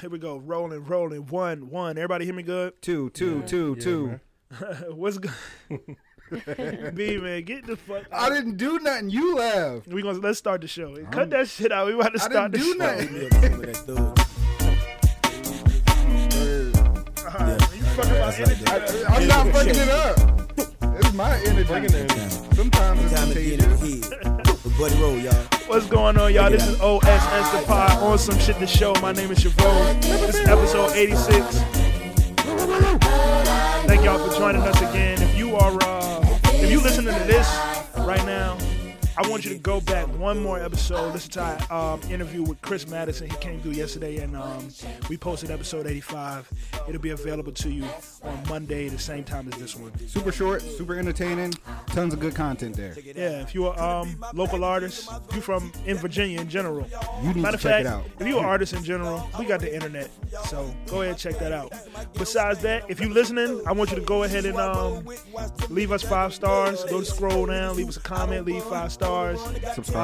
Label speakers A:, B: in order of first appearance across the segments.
A: Here we go. Rolling, rolling. One, one. Everybody hear me good?
B: Two, two, two, two.
C: man.
A: What's good? B man, get the fuck.
B: I didn't do nothing. You laughed.
A: We gonna let's start the show. Cut that shit out. We about to
B: I
A: start
B: didn't do
A: the show.
B: nothing.
C: Leave me alone with that dude.
A: Uh, you fucking about
C: That's
A: anything.
C: like
A: else.
C: that.
B: I'm not fucking it up. It's my energy. Sometimes it's
C: Time to get in
B: contagious.
C: the head. With Buddy Roll, y'all.
A: What's going on, y'all? This is OSS the Pod on some shit to show. My name is Siobhan. This is episode 86. Thank y'all for joining us again. If you are, uh, if you listening to this right now, I want you to go back one more episode. Listen to our um, interview with Chris Madison. He came through yesterday, and um, we posted episode 85. It'll be available to you on Monday, the same time as this one.
B: Super short, super entertaining. Tons of good content there.
A: Yeah, if you are um, local artist, if you from in Virginia in general.
B: You need to
A: Matter of
B: check it
A: fact,
B: out.
A: if you are artist in general, we got the internet, so go ahead and check that out. Besides that, if you're listening, I want you to go ahead and um, leave us five stars. Go to scroll down, leave us a comment, leave five stars.
B: Subscribe.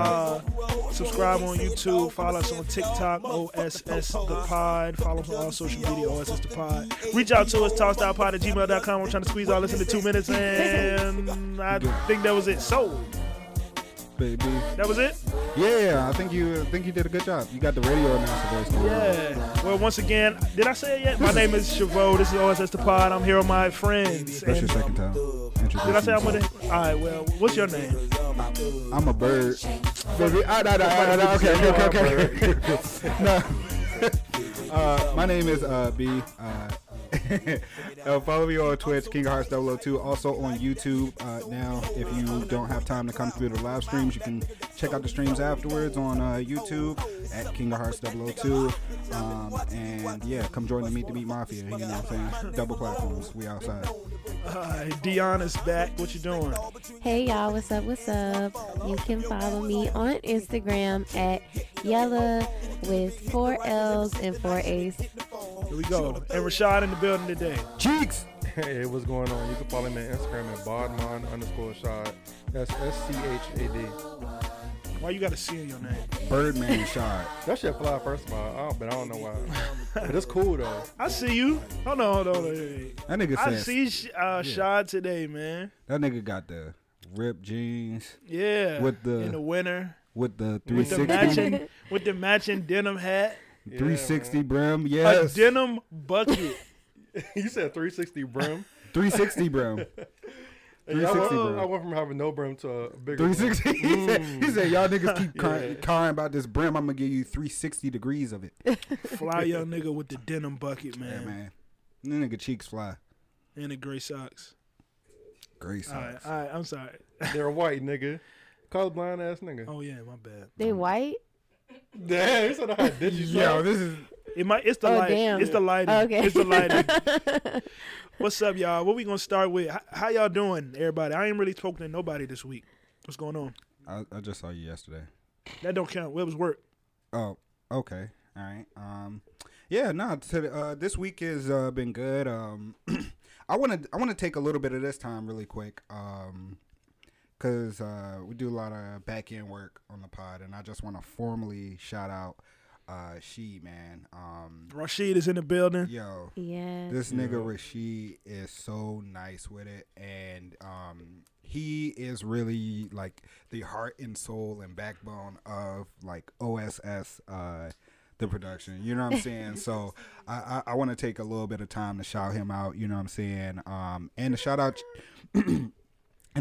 A: Uh, subscribe on YouTube. Follow us on TikTok, OSS The Pod. Follow us on all social media, OSS The Pod. Reach out to us, talkstylepod at gmail.com. I'm trying to squeeze all this into two minutes, and I think that was it. So,
B: Baby.
A: that was it?
B: Yeah, I think you I think you did a good job. You got the radio announcer voice going.
A: Yeah. Well, once again, did I say it yet? My name is Chavo. This is OSS The Pod. I'm here with my friends.
B: That's your
A: And
B: second time. Introduce
A: did I say I'm
B: yourself.
A: with it? All right, well, what's your name?
B: I'm a bird. Baby, ah, nah, nah, ah, nah, nah, okay, okay, okay, okay. no. Uh, my name is uh, B. Uh, uh, follow me on Twitch, King of Hearts 002. Also on YouTube uh, now. If you don't have time to come through the live streams, you can check out the streams afterwards on uh, YouTube at King of Hearts 002. Um, and yeah, come join the Meet the Meet Mafia. You know what I'm saying? Double platforms. We outside.
A: Uh, Dion is back. What you doing?
D: Hey y'all, what's up? What's up? You can follow me on Instagram at Yella with four L's and four A's.
A: Here we go. And Rashad in the building today.
B: Cheeks!
E: Hey, what's going on? You can follow me on Instagram at bodmon underscore shad. That's S C H A D.
A: Why you got a C in your name?
B: Birdman shot.
E: That shit fly first of all, I don't- but I don't know why. But it's cool though.
A: I see you. Hold on, hold on. Hold on.
B: That nigga
A: I
B: says.
A: see Sh- uh, Shad today, man.
B: That nigga got the ripped jeans
A: Yeah.
B: With the-
A: in the winter.
B: with the
A: With the
B: 360,
A: matching with the matching denim hat.
B: 360 brim.
A: A
B: Yes,
A: denim bucket.
E: you said 360 brim.
B: 360 brim.
E: Yeah, I, went,
B: 360 brim.
E: I went from having no brim to a bigger. brim. Mm.
B: 360. he, said, he said, "Y'all niggas keep crying, crying about this brim. I'm gonna give you 360 degrees of it."
A: Fly young nigga with the denim bucket,
B: Yeah,
A: man.
B: man. That nigga cheeks fly.
A: And the gray socks.
B: Great
A: All right,
B: socks.
A: all right. I'm sorry.
E: They're white, nigga. Colorblind ass nigga.
A: Oh yeah, my bad.
D: They white?
E: Damn, you said I had digits.
B: Yo, this is
A: It might. It's the
D: Oh,
A: light.
D: damn.
A: It's the lighting.
D: Okay.
A: It's the lighting. What's up, y'all? What we gonna start with? How, how y'all doing, everybody? I ain't really spoken to nobody this week. What's going on?
B: I, I just saw you yesterday.
A: That don't count. Well, it was work.
B: Oh, okay. All right. Um, yeah. No. Today, uh, this week has uh, been good. Um, I want to I want to take a little bit of this time really quick. Um, cause uh, we do a lot of back end work on the pod, and I just want to formally shout out uh, she man. Um,
A: Rashid is in the building.
B: yo,
D: Yeah.
B: this nigga Rashid is so nice with it, and um, he is really like the heart and soul and backbone of like OSS, uh, the production. You know what I'm saying? so I, I, I want to take a little bit of time to shout him out. You know what I'm saying? Um, and to shout out and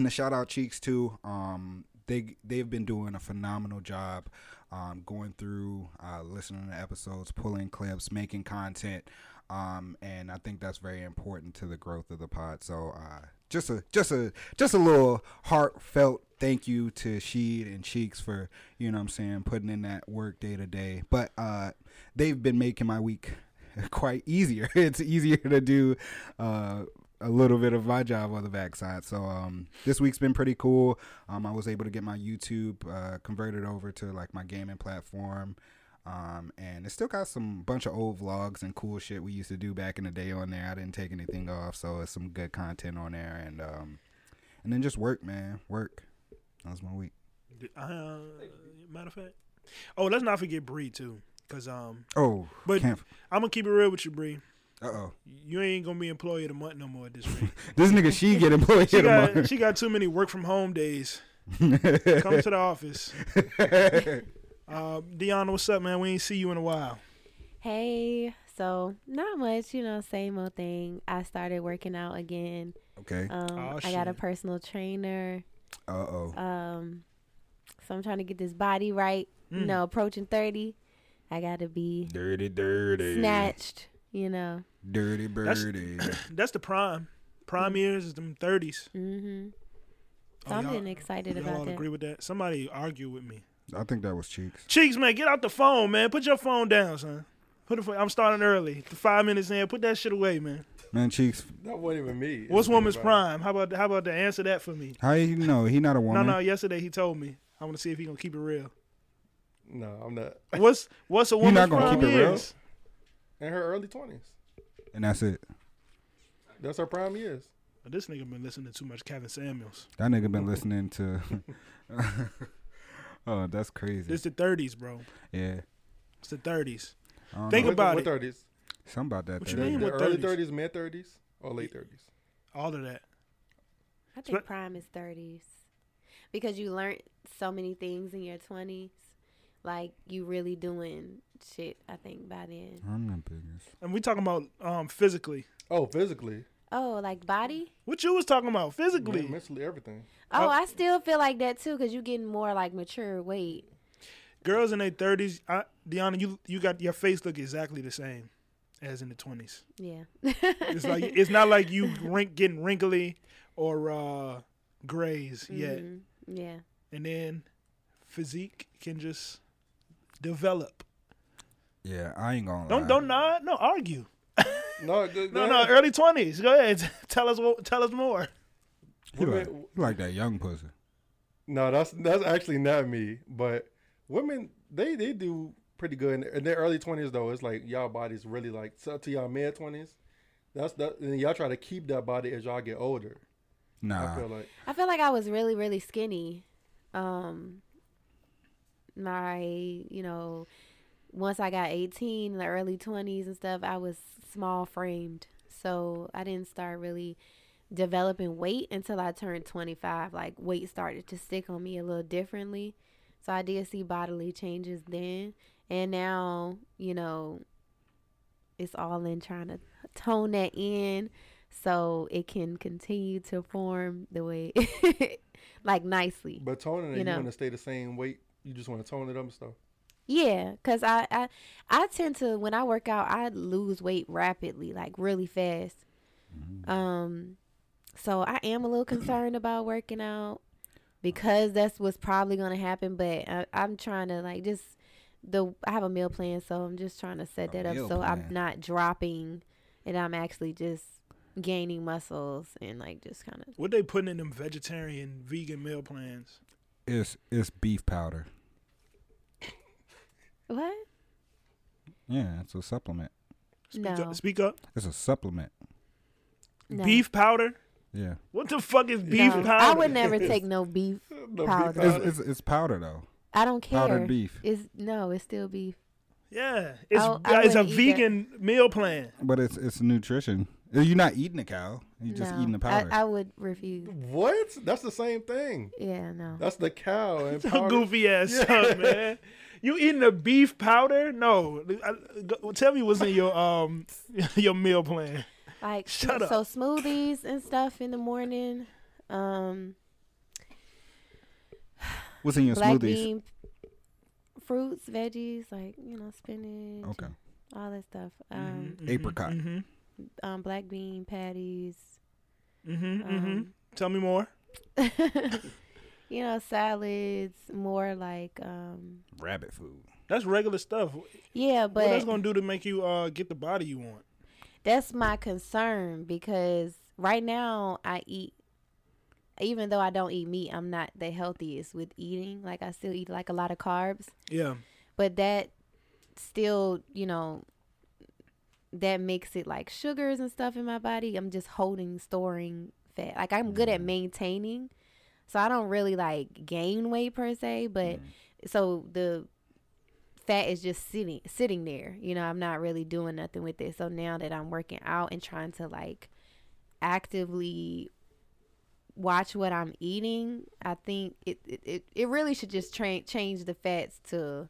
B: the shout out cheeks too um they they've been doing a phenomenal job um going through uh listening to episodes pulling clips making content um and i think that's very important to the growth of the pod so uh just a just a just a little heartfelt thank you to Sheed and Cheeks for, you know what I'm saying, putting in that work day to day. But uh they've been making my week quite easier. It's easier to do uh, a little bit of my job on the backside. So um, this week's been pretty cool. Um, I was able to get my YouTube uh, converted over to like my gaming platform. Um, and it still got some bunch of old vlogs and cool shit we used to do back in the day on there. I didn't take anything off, so it's some good content on there. And um, and then just work, man, work. That was my week.
A: Uh, matter of fact. Oh, let's not forget Bree too. Cause um,
B: Oh,
A: But-
B: camp.
A: I'm gonna keep it real with you, Bree.
B: Uh oh.
A: You ain't gonna be employee of the month no more at this rate.
B: This nigga, she get employed
A: She
B: of the
A: got she got too many work from home days. Come to the office.
B: month.
A: Uh, Deanna, what's up, man? We ain't see you in a while.
D: Hey, so not much, you know, same old thing. I started working out again.
B: okay.
D: Um,
A: Aw,
D: I got a
A: shit.
D: personal trainer.
B: Uh oh.
D: Um, so I'm trying to get this body right. You
A: Mm.
D: know, approaching 30, I got to be
B: Dirty, dirty.
D: snatched, you know.
B: Dirty
A: That's-
B: birdie.
A: That's the prime. Prime years is them thirties.
D: hmm
A: Oh,
D: So Mm-hmm. I'm
A: y'all-
D: getting excited
A: Y'all all
D: about that.
A: agree with that? Somebody argue with me.
B: I think that was cheeks.
A: Cheeks, man, get out the phone, man. Put your phone down, son. Put the phone. I'm starting early. Five minutes in. Put that shit away, man.
B: Man, cheeks.
E: That wasn't even me.
A: What's
E: Think
A: woman's
E: about it.
A: prime? How about how about the answer that for me?
B: How you know he not a woman?
A: No, no. Yesterday he told me. I want to see if he gonna keep it real.
E: No, I'm not.
A: What's what's a
B: not
A: woman's
B: gonna
A: prime
B: keep it real?
A: years?
E: In her early 20s.
B: And that's it.
E: That's her prime years.
A: This nigga been listening to too much Kevin Samuels.
B: That nigga been listening to. oh, that's crazy.
A: It's the thirties, bro.
B: yeah.
A: It's the thirties.
B: I don't
A: Think
B: know.
E: What-
A: about
E: what
A: it.
E: 30s?
B: Something about that.
A: What you
E: The,
B: thing.
A: mean?
E: the
A: what
E: early
A: 30s?
E: 30s, mid 30s, or late 30s?
A: All of that.
D: I think
A: Spe-
D: prime is 30s because you learned so many things in your 20s. Like you really doing shit, I think by then.
B: I'm the biggest.
A: And we talking about um physically.
E: Oh, physically,
D: Oh, like body?
A: What you was talking about Oh, Uh, physically?
E: men- mentally, everything.
D: Oh,
A: I-
D: I still feel like that too because you getting more like mature weight.
A: Girls in their thirties. Deanna, you you got your face look exactly the same as in the twenties.
D: Yeah.
A: It's like it's not like you rink, getting wrinkly or uh grays yet.
D: Mhm. Yeah.
A: And then physique can just develop.
B: Yeah, I ain't gonna.
A: Don't
B: lie.
A: don't nod. No, argue.
E: No, go,
A: No,
E: go
A: no,
E: ahead.
A: early twenties. Go ahead. Tell us what. Tell us more.
B: He like,
E: Women-
B: he like that young pussy.
E: no, that's that's actually not me. But women, they they do pretty good in, in their early 20s though. It's like y'all bodies really like so to y'all mid 20s. That's that, and y'all try to keep that body as y'all get older. I
B: Nah.
E: feel like
D: I feel like I was really, really skinny. Um, my, you know, once I got 18, the early 20s and stuff, I was small framed. So I didn't start really developing weight until I turned 25. Like, weight started to stick on me a little differently. So I did see bodily changes then. And now, you know, it's all in trying to tone that in so it can continue to form the way, like, nicely.
E: But toning it,
D: You
E: you,
D: know.
E: want to stay the same weight. You just want to tone it up and stuff.
D: Yeah, cause I, I I tend to when I work out I lose weight rapidly, like really fast.
B: Mm.
D: Um, so I am a little concerned about working out because that's what's probably gonna happen. But I, I'm trying to like just the I have a meal plan, so I'm just trying to set
B: A
D: that up so
B: meal
D: I'm
B: plan.
D: not dropping, and I'm actually just gaining muscles and like just kind of
A: What they putting in them vegetarian, vegan meal plans?
B: It's it's beef powder.
D: what?
B: Yeah, it's a supplement.
A: Speak
D: No.
A: up. Speak up.
B: It's a supplement.
D: No.
A: Beef powder.
B: Yeah.
A: What the fuck is beef
D: No,
A: powder?
D: I would never take no beef.
E: No,
D: Powder.
E: big
B: It's, it's it's powder though.
D: I don't care.
B: Powdered beef.
D: It's no, it's still beef.
A: Yeah, it's
D: I- I
A: it's a
D: wouldn't eat that.
A: vegan meal plan.
B: But it's it's nutrition. Uh, You're not eating a cow. You're just
D: No,
B: eating the powder.
D: I, I would refuse.
E: What? That's the same thing.
D: Yeah, no.
E: That's the cow and
A: Your
E: powder.
A: goofy ass son, man. You eating a beef powder? No. I- go- tell me what's in your um your meal plan.
D: Like
A: Shut
D: so smoothies and stuff in the morning. Um
B: What's in your
D: black
B: smoothies?
D: bean fruits, veggies, like, you know, spinach.
B: Okay.
D: and All that stuff. Um,
B: Mm-hmm.
A: Mhm, mhm,
B: Apricot.
A: mhm,
D: um black bean patties.
A: mhm, mhm.
D: Um,
A: Tell me more.
D: you know, salads, more like um
B: Rabbit food.
A: That's regular stuff.
D: yeah, but
A: what that's gonna do to make you uh get the body you want?
D: that's my concern because right now I eat even though I don't eat meat, I'm not the healthiest with eating. Like I still eat like a lot of carbs,
A: Yeah.
D: but that still, you know, that makes it like sugars and stuff in my body. I'm just holding storing fat. Like I'm good at maintaining. So I don't really like gain weight per se, but so the fat is just sitting sitting there. You know, I'm not really doing nothing with it. So now that I'm working out and trying to like actively watch what I'm eating, I think it it, it, it really should just tra- change the fats to,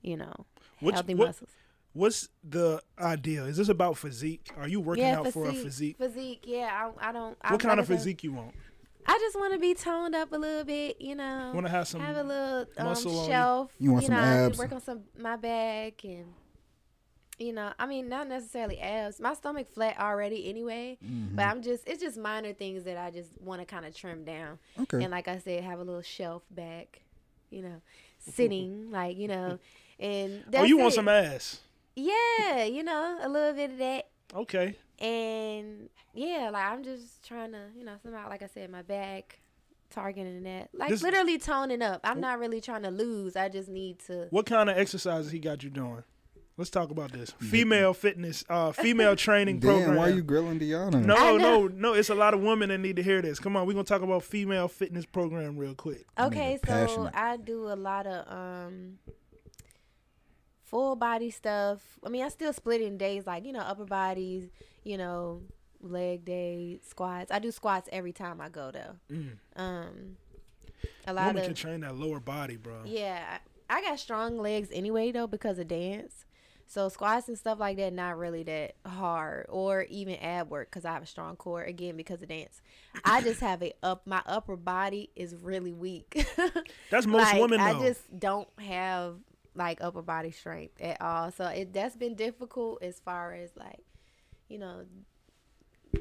D: you know,
A: What's-
D: healthy
A: what-
D: muscles.
A: What's the idea? Is this about physique? Are you working out for a physique?
D: Physique, yeah. I, I don't.
A: What
D: I, like
A: kind of
D: I said,
A: physique you want? Oh,
D: I just want to be toned up a little bit, you know.
A: Wanna have some
D: have a little um,
A: muscle on you?
D: shelf.
B: You want some
D: know, I could
B: abs?
D: Work on some my back and you know, I mean, not necessarily abs. My stomach flat already anyway,
B: Mm-hmm.
D: but I'm just it's just minor things that I just want to kind of trim down.
B: Okay.
D: And like I said, have a little shelf back, you know, sitting like you know, and that's
A: Oh, you want
D: it.
A: some ass?
D: yeah, you know, a little bit of that
A: Okay.
D: and yeah, like I'm just trying to, you know, somehow, like I said, my back, targeting that, like
A: This-
D: literally toning up. I'm not really trying to lose. I just need to.
A: What kind of exercises he got you doing? Let's talk about this. Female fitness, uh, female training
B: Damn,
A: program.
B: why are you grilling Deanna?
A: no,
D: I know.
A: no, no. It's a lot of women that need to hear this. Come on, we're gonna talk about female fitness program real quick.
D: Okay, so
B: passionate.
D: I do a lot of um full body stuff. I mean, I still split in days, like you know, upper bodies, you know, leg day, squats. I do squats every time I go though.
A: Mm.
D: Um, a lot
A: Women
D: of
A: can train that lower body, bro.
D: Yeah, I I got strong legs anyway though because of dance. So squats and stuff like that not really that hard, or even ab work because I have a strong core again because of dance. I just have a up my upper body is really weak.
A: That's most
D: like,
A: women
D: I
A: though.
D: just don't have like upper body strength at all. So it that's been difficult as far as like, you know,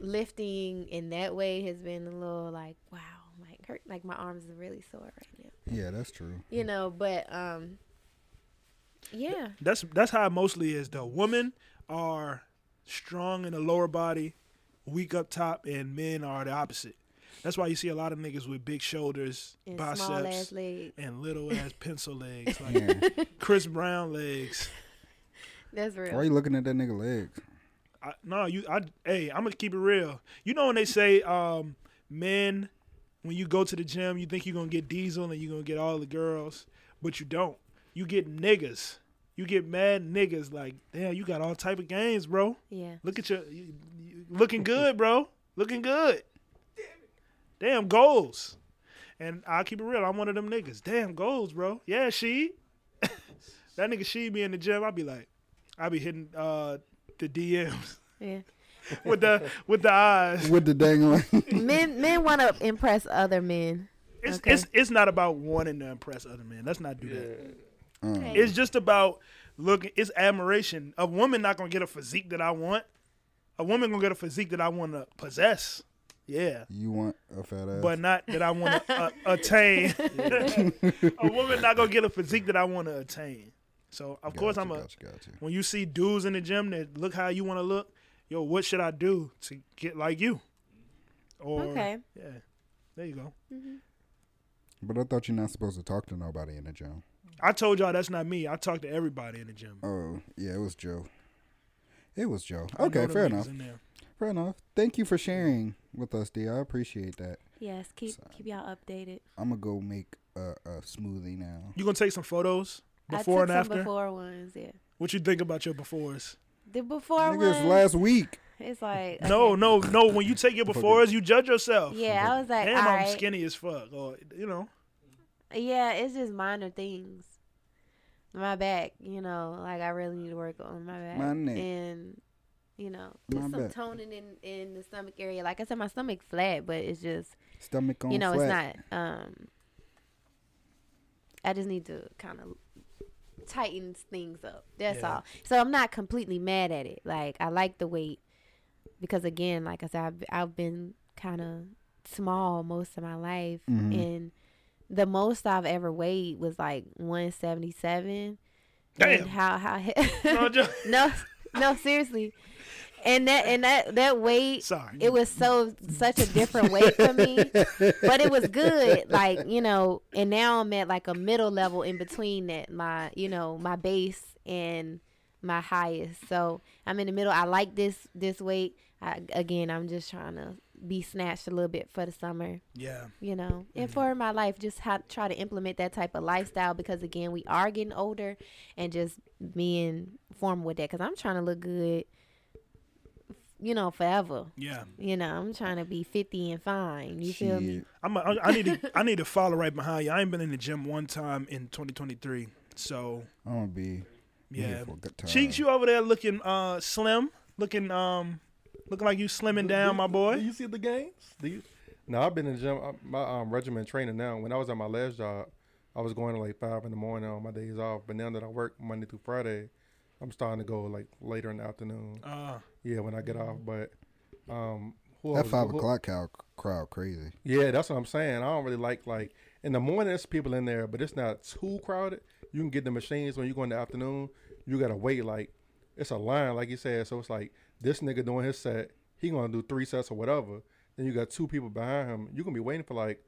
D: lifting in that way has been a little like wow, like hurt like my arms are really sore right now
B: Yeah, that's true.
D: you know but um yeah
A: That's that's how it mostly is though. Women are strong in the lower body, weak up top, and men are the opposite. That's why you see a lot of niggas with big shoulders,
D: and small ass
A: biceps,
D: legs
A: and little ass pencil legs, like Chris Brown legs.
D: that's real
B: Why you looking at that nigga legs?
A: I, no, you. I. Hey, I'm gonna keep it real. You know when they say, um, men, when you go to the gym, you think you're gonna get diesel and you're gonna get all the girls, but you don't. You get niggas. You get mad niggas. Like, damn, you got all type of games, bro.
D: yeah
A: Look at your, you, you, looking good, bro. Looking good. Damn goals. And I'll keep it real. I'm one of them niggas. Damn goals, bro. Yeah, she. that nigga she be in the gym. I'll be like, I'll be hitting uh the DMs
D: yeah
A: with the with the eyes.
B: With the dangling.
D: men men want to impress other men
A: It's
D: Okay.
A: it's it's not about wanting to impress other men. Let's not do that.
B: Uh.
D: okay.
A: It's just about looking. It's admiration. A woman not gonna get a physique that I want. A woman gonna get a physique that I want to possess. Yeah.
B: you want a fat ass?
A: but not that I want to uh, attain. a woman not gonna get a physique that I want to attain. So of course I'm a.
B: Gotcha, gotcha.
A: When you see dudes in the gym that look how you want to look, yo, what should I do to get like you? Or
D: Okay.
A: yeah, there you go.
B: But I thought you're not supposed to talk to nobody in the gym.
A: I told y'all that's not me. I talk to everybody in the gym.
B: Oh, yeah, it was Joe. It was Joe.
A: I know
B: Okay,
A: them
B: fair
A: niggas
B: enough.
A: in there.
B: Fair enough. Thank you for sharing with us, D. I appreciate that.
D: yes keep keep y'all updated
B: I'm gonna go make a, a smoothie now.
A: You gonna take some photos
D: i took
A: before and
D: some
A: after?
D: before ones yeah
A: What you think about your befores?
D: the before
B: Nigga, it's
D: ones
B: last week.
D: it's like
A: No,
D: okay.
A: no, no. When you take your befores, you judge yourself.
D: yeah i was like
A: Damn,
D: all
A: I'm
D: right
A: skinny as fuck. Or you know.
D: yeah it's just minor things my back you know like i really need to work on my back
B: My neck.
D: and you know
B: My
D: just some
B: back.
D: toning in in the stomach area like i said my stomach flat but it's just
B: Stomach on
D: you know
B: flat.
D: it's not um i just need to kind of tighten things up that's
A: Yeah.
D: all so i'm not completely mad at it like i like the weight because again like i said i've, I've been kind of small most of my life and the most i've ever weighed was like 177
A: Damn.
D: and how how
A: No, just-
D: no no seriously and that and that that weight
A: Sorry.
D: it was so such a different weight for me but it was good like you know and now i'm at like a middle level in between that my you know my base and my highest so i'm in the middle i like this this weight I, again i'm just trying to be snatched a little bit for the summer,
A: Yeah. Mm-hmm.
D: you know. And for my life, just how try to implement that type of lifestyle because again, we are getting older, and just being formal with that. Because I'm trying to look good, you know, forever.
A: Yeah.
D: You know, I'm trying to be 50 and fine. You feel me?
B: Shit.
A: I'm a, I, I need to I need to follow right behind you. I ain't been in the gym one time in 2023. So
B: I'm gonna be
A: yeah,
B: for a good time.
A: cheeks, you over there looking uh slim, looking um looking like you slimming down, my
E: Do
A: boy.
E: you see the games? Do you? No, I've been in the gym. I, my um, regimen training now. When I was at my last job, I was going to like five in the morning on my days off. But now that I work Monday through Friday, I'm starting to go like later in the afternoon.
A: Uh,
E: Yeah, when I get off. But um, who I
B: that
E: was-
B: five
E: who-
B: o'clock cow, crowd crazy.
E: Yeah, that's what I'm saying. I don't really like like in the morning. There's people in there, but it's not too crowded. You can get the machines when you go in the afternoon. You gotta wait like it's a line, like you said. So it's like this nigga doing his set. He gonna do three sets or whatever. Then you got two people behind him. You gonna be waiting for like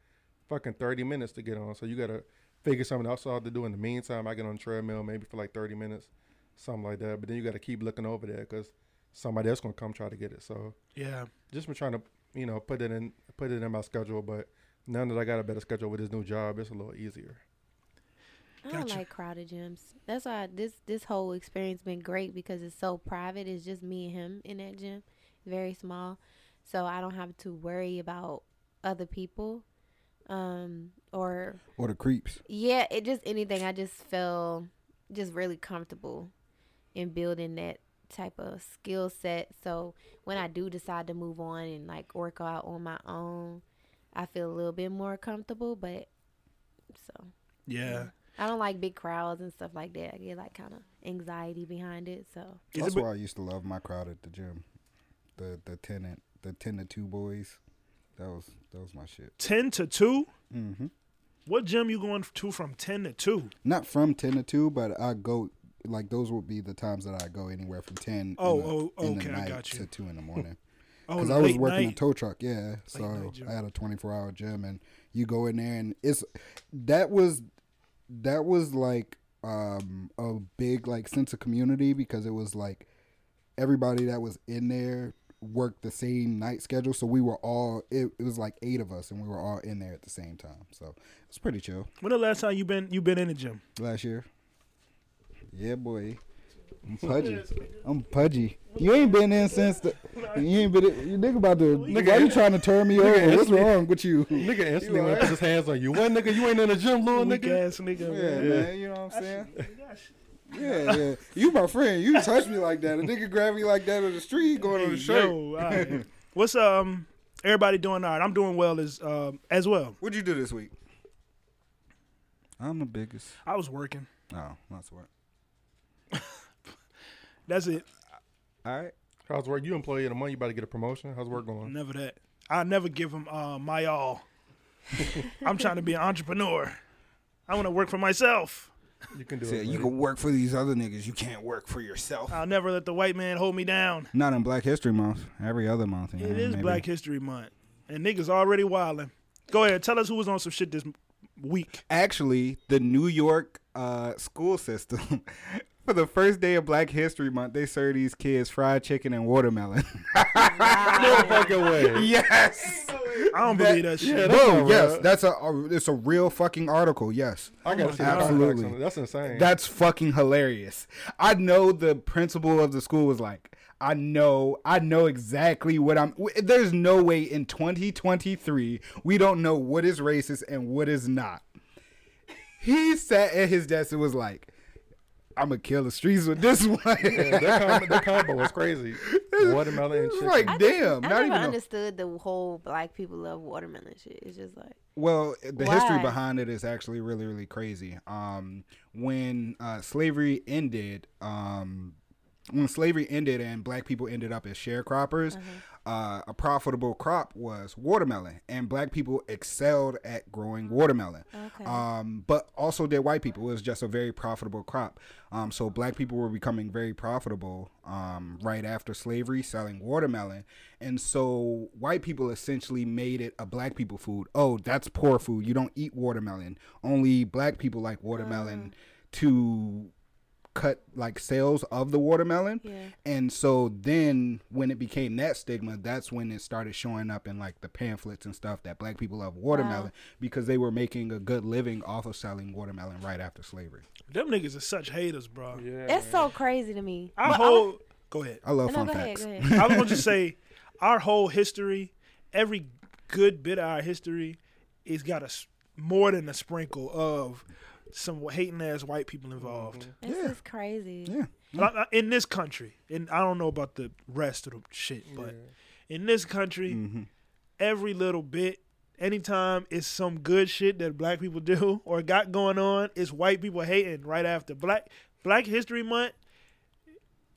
E: fucking thirty minutes to get on. So you gotta figure something else out to do in the meantime. I get on the treadmill maybe for like thirty minutes, something like that. But then you gotta keep looking over there because somebody else gonna come try to get it. So
A: yeah.
E: just been trying to you know put it in put it in my schedule but now that i got a better schedule with this new job it's a little easier
D: I don't
A: Gotcha.
D: like crowded gyms. That's why this this whole experience been great because it's so private. It's just me and him in that gym, very small, so I don't have to worry about other people, um, or
B: Or the creeps.
D: yeah, it just anything. I just feel just really comfortable in building that type of skill set. So when I do decide to move on and like work out on my own, I feel a little bit more comfortable. But so.
A: Yeah.
D: I don't like big crowds and stuff like that. I get like kind of anxiety behind it. So
A: Is
B: That's
A: it,
B: why I used to love my crowd at the gym. The the tenant, the ten to two boys. That was that was my shit.
A: 10 to 2?
B: hmm
A: What gym you going to from 10 to 2?
B: Not from ten to two, but I go like those would be the times that I go anywhere from ten.
A: Oh,
B: in the,
A: oh,
B: in the
A: okay, I
B: night
A: got you.
B: to two in the morning.
A: Oh,
B: Because I was
A: late
B: working a
A: night.
B: tow truck, yeah. So
A: night gym.
B: I had a twenty four hour gym, and you go in there, and it's that was that was like um a big like sense of community because it was like everybody that was in there worked the same night schedule, so we were all it, it was like eight of us, and we were all in there at the same time. So it's pretty chill.
A: When the last time you been you been in the gym?
B: Last year, yeah, boy, I'm pudgy. I'm pudgy. You ain't been in since the. You ain't been. In, you nigga about to. Why you trying to turn me over? What's wrong with you? Yeah,
E: nigga instantly want to put his hands on you what nigga you ain't in the gym little
A: Weak
E: nigga
A: ass nigga. man.
B: man. You know what I'm saying? Yeah, yeah. You my friend. You touch me like that. A nigga grab me like that on the street, going on the
A: Hey,
B: shirt.
A: yo, all right. What's um everybody doing all right? I'm doing well as um as well.
B: What'd you do this week? I'm the biggest. Oh,
A: I was working.
B: No, that's what.
A: That's it.
B: All right.
E: how's work you employee of the month you about to get a promotion how's work going
A: Never that. I never give them uh, my all. I'm trying to be an entrepreneur. I want to work for myself.
E: you can do
B: So
E: it
B: you
E: buddy.
B: can work for these other niggas. You can't work for yourself.
A: I'll never let the white man hold me down.
B: Not in Black History Month. Every other month. you
A: It
B: know,
A: is
B: maybe.
A: Black History Month, and niggas already wilding. Go ahead, tell us who was on some shit this m- week.
B: actually the New York uh, school system for the first day of Black History Month, they serve these kids fried chicken and watermelon.
E: no fucking way
B: yes.
A: I don't believe that shit.
E: yeah, that's
B: Bro,
E: not
B: yes,
E: real.
B: that's a, a it's a real fucking article. Yes.
E: i gotta see the context
B: Absolutely.
E: on it. that's insane
B: That's fucking hilarious. I know the principal of the school was like, I know, I know exactly what I'm. w- There's no way in 2023 we don't know what is racist and what is not. He sat at his desk and was like, I'm gonna kill the streets with this one.
E: yeah, that, combo, that combo was crazy watermelon and
B: It's
E: chicken
B: like, damn,
D: I
B: not
D: never
B: even. a-
D: understood the whole black people love watermelon shit. It's just like
B: Well, the history
D: Why?
B: behind it is actually really, really crazy. Um, when uh, slavery ended, um, when slavery ended and black people ended up as sharecroppers, uh a profitable crop was watermelon, and black people excelled at growing watermelon.
D: Okay.
B: Um, but also did white people. It was just a very profitable crop. Um, so black people were becoming very profitable um, right after slavery, selling watermelon. And so white people essentially made it a black people food. Oh, that's poor food. You don't eat watermelon. Only black people like watermelon to cut like sales of the watermelon.
D: Yeah.
B: And so then when it became that stigma, that's when it started showing up in like the pamphlets and stuff that black people love watermelon because they were making a good living off of selling watermelon right after slavery.
A: Them niggas are such haters, bro.
E: Yeah.
D: It's so crazy to me.
A: Our
D: But I-
A: whole go ahead.
B: I love
D: No,
B: fun
D: go ahead,
B: facts.
D: go ahead.
A: I was gonna just say our whole history, every good bit of our history, is got a s- more than a sprinkle of some hating ass white people involved.
D: This is crazy.
B: yeah.
A: But I- I- uh, in this country, and I don't know about the rest of the shit, but in this country,
B: Mm-hmm.
A: every little bit, anytime it's some good shit that black people do or got going on, it's white people hating right after black Black History Month.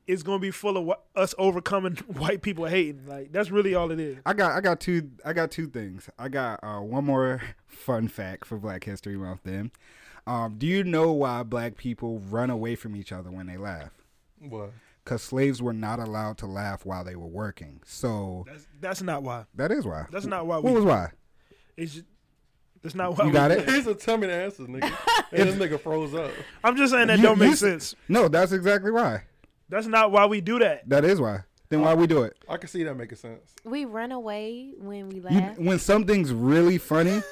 A: is gonna be full of wh- us overcoming white people hating. Like that's really all it is.
B: I got I got two I got two things. I got uh, one more fun fact for Black History Month. Then, um, do you know why black people run away from each other when they laugh?
E: What?
B: Because slaves were not allowed to laugh while they were working. So
A: That's that's not why.
B: that is why.
A: That's not why
B: What
A: we-
B: was why?
A: It's just, that's not why.
B: You
A: we-
B: got it.
E: He's a tummy to answer, nigga. and this nigga froze up.
A: I'm just saying that
B: You-
A: don't
B: you
A: make
B: s-
A: sense.
B: No, that's exactly why.
A: That's not why we do that.
B: That is why. Then why we do it?
E: I can see that making sense.
D: We run away when we
B: You,
D: laugh.
B: when something's really funny,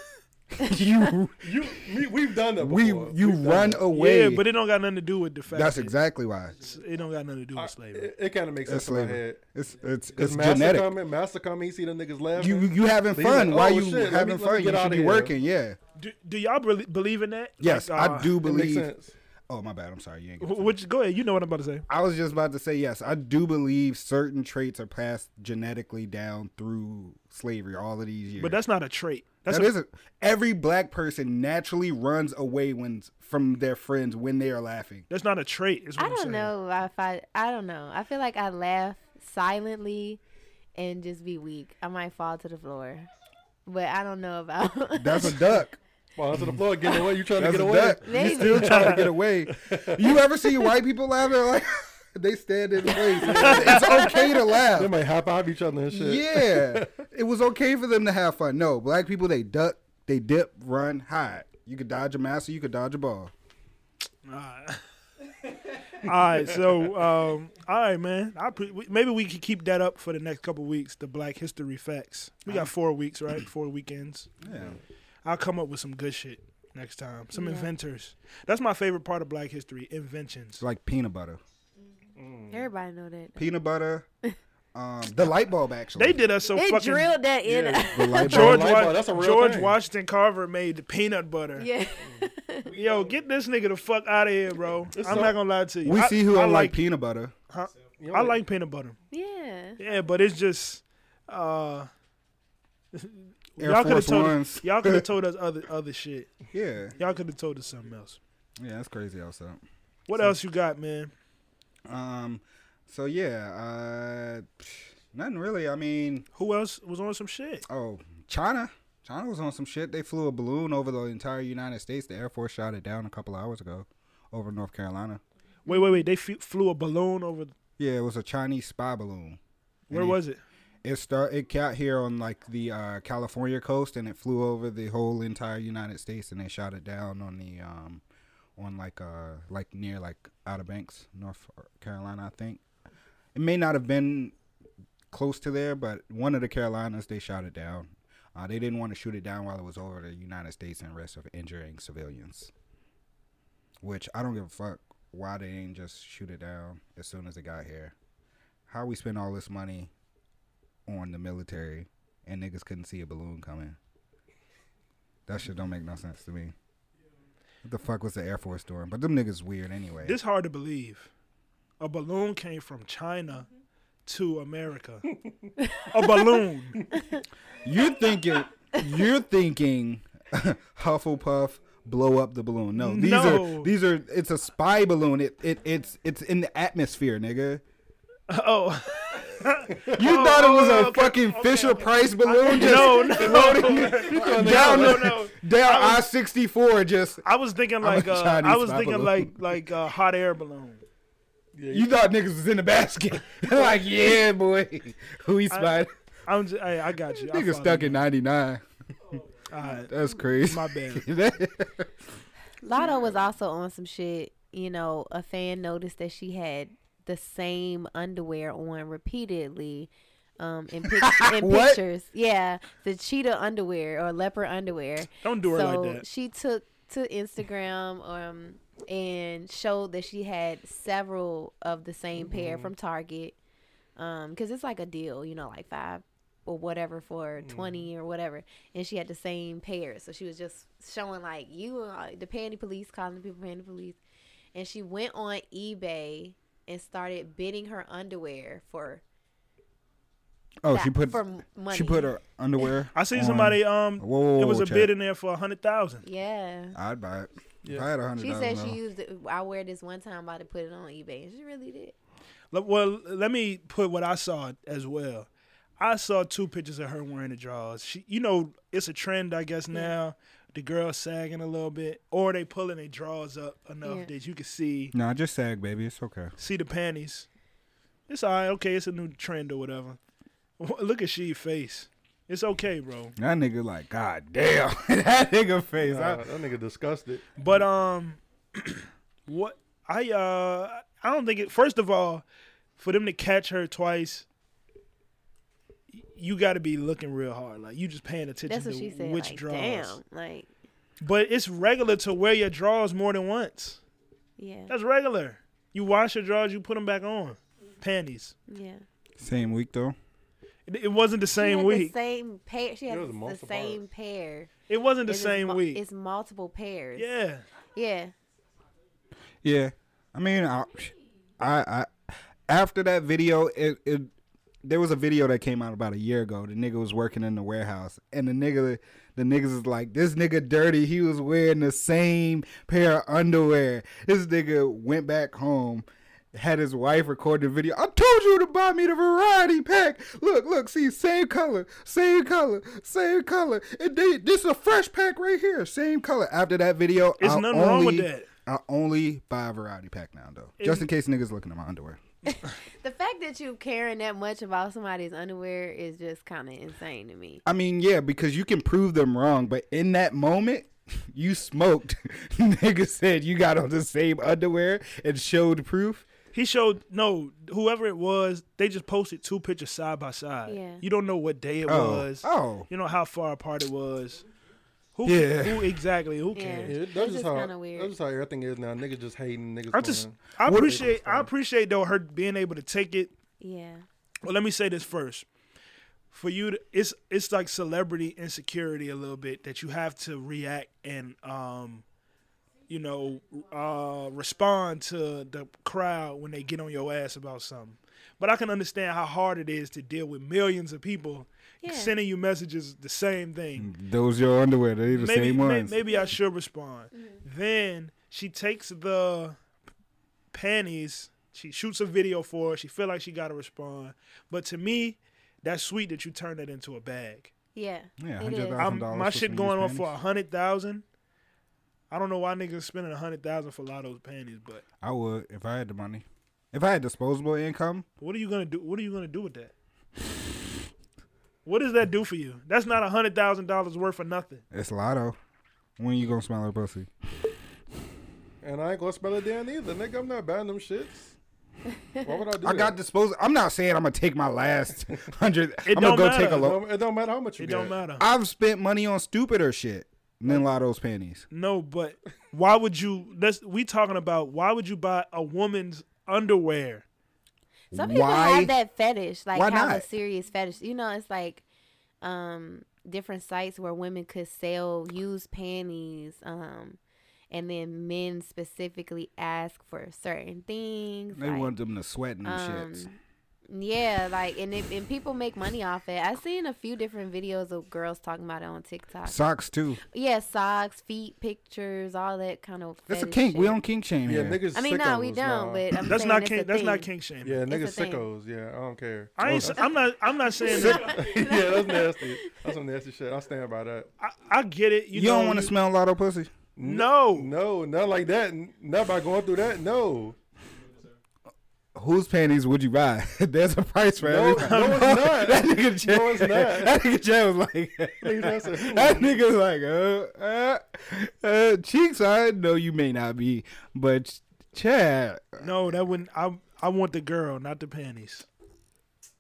B: you
E: You, me, we've done that
B: we
E: before.
B: you
E: We've done
B: run
E: that.
B: away.
A: Yeah, but it don't got nothing to do with the fact.
B: that's
A: that
B: exactly why.
A: It don't got nothing to do with slavery.
E: It, it kind of makes
B: It's
E: sense in my
B: slavery.
E: head.
B: It's it's
E: It's
B: it's
E: master
B: genetic.
E: coming, master coming. You see the niggas laughing.
B: You you having
E: They
B: fun?
E: like,
B: Why
E: oh,
B: you
E: shit, let me-
B: having
E: let me
B: fun?
E: get
B: You
E: out
B: should
E: of
B: be
E: here.
B: working. Yeah.
A: Do, do y'all bel- believe in that?
B: Yes,
A: Like,
B: I
A: uh,
B: do
E: It makes
B: believe.
E: sense.
B: Oh my bad. I'm sorry. You ain't
A: wh-
B: gonna
A: Which go ahead. You know what I'm about to say.
B: I was just about to say yes. I do believe certain traits are passed genetically down through slavery all of these years.
A: But that's not a trait. That's
B: That's
A: a,
B: not every black person naturally runs away when from their friends when they are laughing.
A: that's not a trait. Is what
D: I
A: I'm
D: don't
A: saying.
D: know if I. I don't know. I feel like I laugh silently and just be weak. I might fall to the floor, but I don't know about.
B: That's a duck.
E: Fall onto the floor, get away. You trying to
B: That's
E: get
B: a
E: away?
B: duck.
D: Maybe.
B: You still trying to get away. You ever see white people laughing like they stand in place? It's okay to laugh.
E: They might high five each other and shit.
B: Yeah, it was okay for them to have fun. No, black people they duck, they dip, run, hide. You could dodge a master, you could dodge a ball.
A: All right, so um, all right, man. I pre- we- maybe we could keep that up for the next couple weeks. The Black History facts. We got four weeks, right? Four weekends.
B: Yeah,
A: I'll come up with some good shit next time. Some inventors. That's my favorite part of Black History: inventions.
B: it's like peanut butter,
D: Everybody know that.
B: Mm. peanut butter, um, the light bulb actually.
A: They did us so
D: They
A: fucking.
D: drilled that in.
E: Yeah.
B: the light
A: George,
B: bulb.
E: Light bulb,
A: Wa-
E: that's a real
A: George
E: thing.
A: Washington Carver made the peanut butter.
D: Yeah.
A: Yo, get this nigga the fuck out of here, bro. I'm
E: so-
A: not gonna lie to you.
B: We
A: I,
B: see who
A: I
B: don't like
A: like.
B: peanut butter.
A: huh?
E: You
A: I
E: know,
A: like peanut butter.
D: yeah.
A: Yeah, but it's just. Uh,
B: Air
A: y'all could have
B: Force
A: told
B: Ones.
A: y'all could have told us other other shit.
B: Yeah,
A: Y'all could have told us something else.
B: yeah, that's crazy. Also,
A: What else you got, man?
B: um, so yeah, uh, psh, nothing really. I mean,
A: Who else was on some shit?
B: oh, China. China was on some shit. They flew a balloon over the entire United States. The Air Force shot it down a couple hours ago over North Carolina.
A: Wait, wait, wait. They f- flew a balloon over.
B: Yeah, it was a Chinese spy balloon.
A: Where
B: Any-
A: was it?
B: It start it got here on like the uh, California coast, and it flew over the whole entire United States, and they shot it down on the um, on like uh like near like Outer Banks, North Carolina, I think. It may not have been close to there, but one of the Carolinas they shot it down. Uh, they didn't want to shoot it down while it was over the United States and risk of injuring civilians. Which I don't give a fuck why they didn't just shoot it down as soon as it got here. How we spend all this money on the military and niggas couldn't see a balloon coming. That shit don't make no sense to me. What the fuck was the Air Force doing? But them niggas weird anyway.
A: This hard to believe. A balloon came from China to America. a balloon.
B: You're thinking. You're thinking. Hufflepuff blow up the balloon. No, these
A: No.
B: are these are. It's a spy balloon. It, it it's it's in the atmosphere, nigga.
A: Oh
B: You thought it was
A: oh,
B: a
A: okay,
B: fucking Fisher Price balloon just
A: no, no.
B: down
A: oh, No,
B: the-
A: no.
B: down
A: I
B: I sixty four. Just
A: I was thinking
B: a
A: like uh, I
B: Chinese
A: was
B: spy
A: thinking
B: balloon.
A: like like uh, hot air balloon.
B: you thought niggas was in the basket. like yeah, boy, who he spied?
A: I'm just, hey, I got you. I
B: Nigga
A: follow
B: stuck
A: you.
B: in ninety nine.
A: All right,
B: That's crazy.
A: my bad.
B: That-
D: Lotto was also on some shit. you know, a fan noticed that she had the same underwear on repeatedly um, in, pic- in
B: What?
D: pictures. Yeah, the cheetah underwear or leopard underwear.
A: Don't do her
D: so
A: like that.
D: she took to Instagram um, and showed that she had several of the same pair
A: Mm-hmm.
D: from Target because it's like a deal, you know, like five or whatever for
A: Mm-hmm.
D: 20 or whatever. And she had the same pair. So she was just showing like you are the panty police, calling people panty police. And she went on eBay and started bidding her underwear for
B: Oh,
D: that-
B: she put
D: for m- money.
B: she put her underwear.
A: I see
B: on-
A: somebody. Um,
B: Whoa, whoa,
A: it was
B: whoa,
A: a
B: Chad.
A: bid in there for a hundred thousand.
D: yeah.
B: I'd buy it. If
E: Yeah.
B: I had a hundred.
D: She said she
B: dollars,
D: used it. I wear this one time. I'm about to put it on eBay, and she really did.
A: Le- Well, let me put what I saw as well. I saw two pictures of her wearing the drawers. She, you know, it's a trend, I guess now. The girls sagging a little bit, or they pulling their drawers up enough
D: Yeah.
A: that you can see
B: no. Nah, just sag, baby. It's okay.
A: see the panties. It's all right. Okay, it's a new trend or whatever. Look at she face. It's okay, bro.
B: That nigga like, god damn, that nigga face.
E: Nah, that nigga disgusted.
A: But um, what I uh I don't think it. First of all, for them to catch her twice, y- you got to be looking real hard. Like you just paying attention
D: That's
A: to
D: what she said.
A: which
D: like,
A: draws.
D: damn, like
A: But it's regular to wear your drawers more than once.
D: yeah,
A: That's regular. You wash your drawers, you put them back on. Panties.
D: yeah.
B: I, same week though.
A: It, it wasn't the same
D: she had
A: week.
D: the same pair. She had
E: was
D: the
E: multiple
D: same
E: pairs.
D: pair.
A: it wasn't
D: And
A: the
D: it's
A: same
D: mul-
A: week.
D: It's multiple pairs.
A: yeah.
D: yeah.
B: Yeah, I mean, I, I, I after that video, it, it there was a video that came out about a year ago. The nigga was working in the warehouse, and the nigga, the niggas is like, this nigga dirty. He was wearing the same pair of underwear. This nigga went back home. Had his wife record the video. I told you to buy me the variety pack. Look, look, see, same color, same color, same color. And they, this is a fresh pack right here, same color. After that video,
A: There's
B: I
A: nothing wrong with
B: only-
A: that.
B: I only buy a variety pack now, though, just in case niggas looking at my underwear.
D: The fact that you caring that much about somebody's underwear is just kind of insane to me.
B: I mean, yeah, because you can prove them wrong, but in that moment, you smoked. Nigga said you got on the same underwear and showed proof.
A: He showed no whoever it was. They just posted two pictures side by side.
D: Yeah.
A: You don't know what day it
B: Oh.
A: was.
B: Oh.
A: You know how far apart it was. Who?
B: Yeah.
A: Who exactly? Who
D: Yeah.
A: cares?
E: Yeah, that's,
D: That's
E: just
D: just
E: how
D: kinda weird.
E: that's just how everything is now. Niggas just hating niggas.
A: I just
E: on-
A: I
B: What-
A: appreciate I appreciate though her being able to take it.
D: Yeah.
A: Well, let me say this first. For you, to, it's it's like celebrity insecurity a little bit that you have to react and um, you know, uh, respond to the crowd when they get on your ass about something. But I can understand how hard it is to deal with millions of people
D: Yeah.
A: sending you messages the same thing.
B: Those your underwear. They the
A: maybe,
B: same
A: may-
B: ones.
A: maybe I should respond.
D: Mm-hmm.
A: Then she takes the panties. She shoots a video for it. She feel like she got to respond. But to me, that's sweet that you turn that into a bag.
D: Yeah.
B: Yeah,
D: it is.
B: $100,000.
A: I'm,
B: dollars
A: my
B: for
A: shit
B: some
A: going on
B: used
A: for a
B: panties?
A: hundred thousand. I don't know why niggas spending a hundred thousand for a lot of those panties, but
B: I would if I had the money. If I had disposable income,
A: what are you gonna do? What are you gonna do with that? What does that do for you? That's not a hundred thousand dollars worth of nothing.
B: it's lotto. When you gonna smell her pussy?
E: and I ain't gonna spell it down either. Nigga, I'm not buying them shits. Why would I do
B: I got
E: that?
B: disposable. I'm not saying I'm gonna take my last hundred. I'm
A: don't
B: gonna go
A: matter.
B: take a
E: It
B: look.
E: don't, it don't matter how much you
A: It
E: get.
A: don't matter.
B: I've spent money on stupider shit than Lotto's panties.
A: No, but why would you? Let's. We talking about why would you buy a woman's underwear?
D: Some people
B: Why-
D: have that fetish, like
B: why
D: have a
B: not?
D: serious fetish. You know, it's like um different sites where women could sell used panties, um, and then men specifically ask for certain things.
B: They
D: like,
B: want them to sweat and them shits.
D: um, yeah, like and it, and people make money off it. I've seen a few different videos of girls talking about it on TikTok.
B: Socks too.
D: yeah, socks, feet pictures, all that kind of.
B: That's a
D: fetish
B: kink. We
D: shit.
B: on kink shame here.
E: Yeah, niggas.
D: I mean,
E: sickos,
D: no, we don't.
E: nah.
D: But I'm
A: That's
D: saying
A: not
D: it's
A: king.
D: a
A: That's not
D: thing.
A: king shaming.
E: yeah,
D: a
E: niggas
D: thing.
E: sickos. Yeah, I don't care.
A: I ain't, s- I'm not. I'm not saying that.
E: yeah, that's nasty. That's some nasty shit. I stand by that.
A: I, I get it. You,
B: you don't
A: know,
B: want to
A: you-
B: smell lotto pussy.
A: No,
E: No, not like that. N- Not by going through that. No,
B: Whose panties would you buy? There's a price for
E: no, no, it's
B: everything.
E: not.
B: that nigga Chad,
E: No, it's not.
B: That nigga Chad was like,
E: Niggas answer, "Hmm."
B: that nigga was like, uh, uh, uh, cheeks. I know you may not be, but ch- Chad,
A: No, that wouldn't. I I want the girl, not the panties.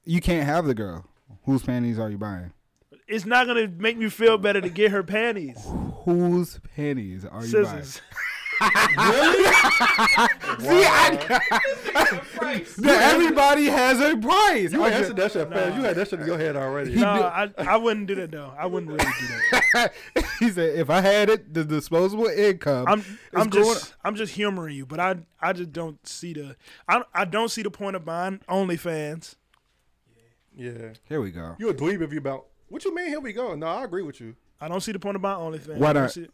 B: you can't have the girl. Whose panties are you buying?
A: It's not gonna make me feel better to get her panties.
B: Whose panties are you
A: Scissors.
B: buying? See, I, everybody has a price. Oh,
E: You
B: I
E: answered
B: just-
E: that shit fast. You had that shit in your head already.
A: No, I, I wouldn't do that though. I wouldn't really do that.
B: he said, if I had it, the disposable income.
A: I'm
B: is
A: I'm
B: going-
A: just I'm just humoring you, but I I just don't see the I I don't see the point of buying OnlyFans.
E: Yeah.
B: Here we go.
E: You a dweeb if you about. What you mean? Here we go. No, I agree with you.
A: I don't see the point of buying OnlyFans.
B: Why
A: I don't
B: not?
A: see it.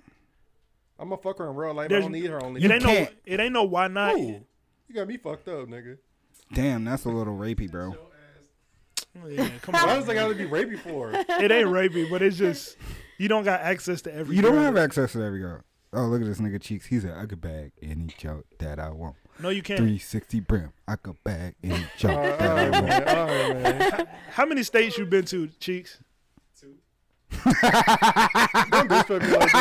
E: I'm a fucker in real life. I
A: There's-
E: don't need her only.
A: It ain't no
B: can't.
A: it ain't no why not.
E: Ooh, you got me fucked up, nigga.
B: Damn, that's a little rapey, bro.
A: Yeah, come
E: Why
A: on.
E: does I gotta be rapey for?
A: it ain't rapey, but it's just you don't got access to every.
B: You don't
A: girl.
B: have access to that girl. Oh, look at this nigga cheeks. He said, I could bag any joke that I want.
A: No, you can't. Oh,
B: 360 brim. I could bag any joke that I
E: All
B: want.
E: right, all right, man.
A: How many states you been to, cheeks?
E: Don't disrespect me like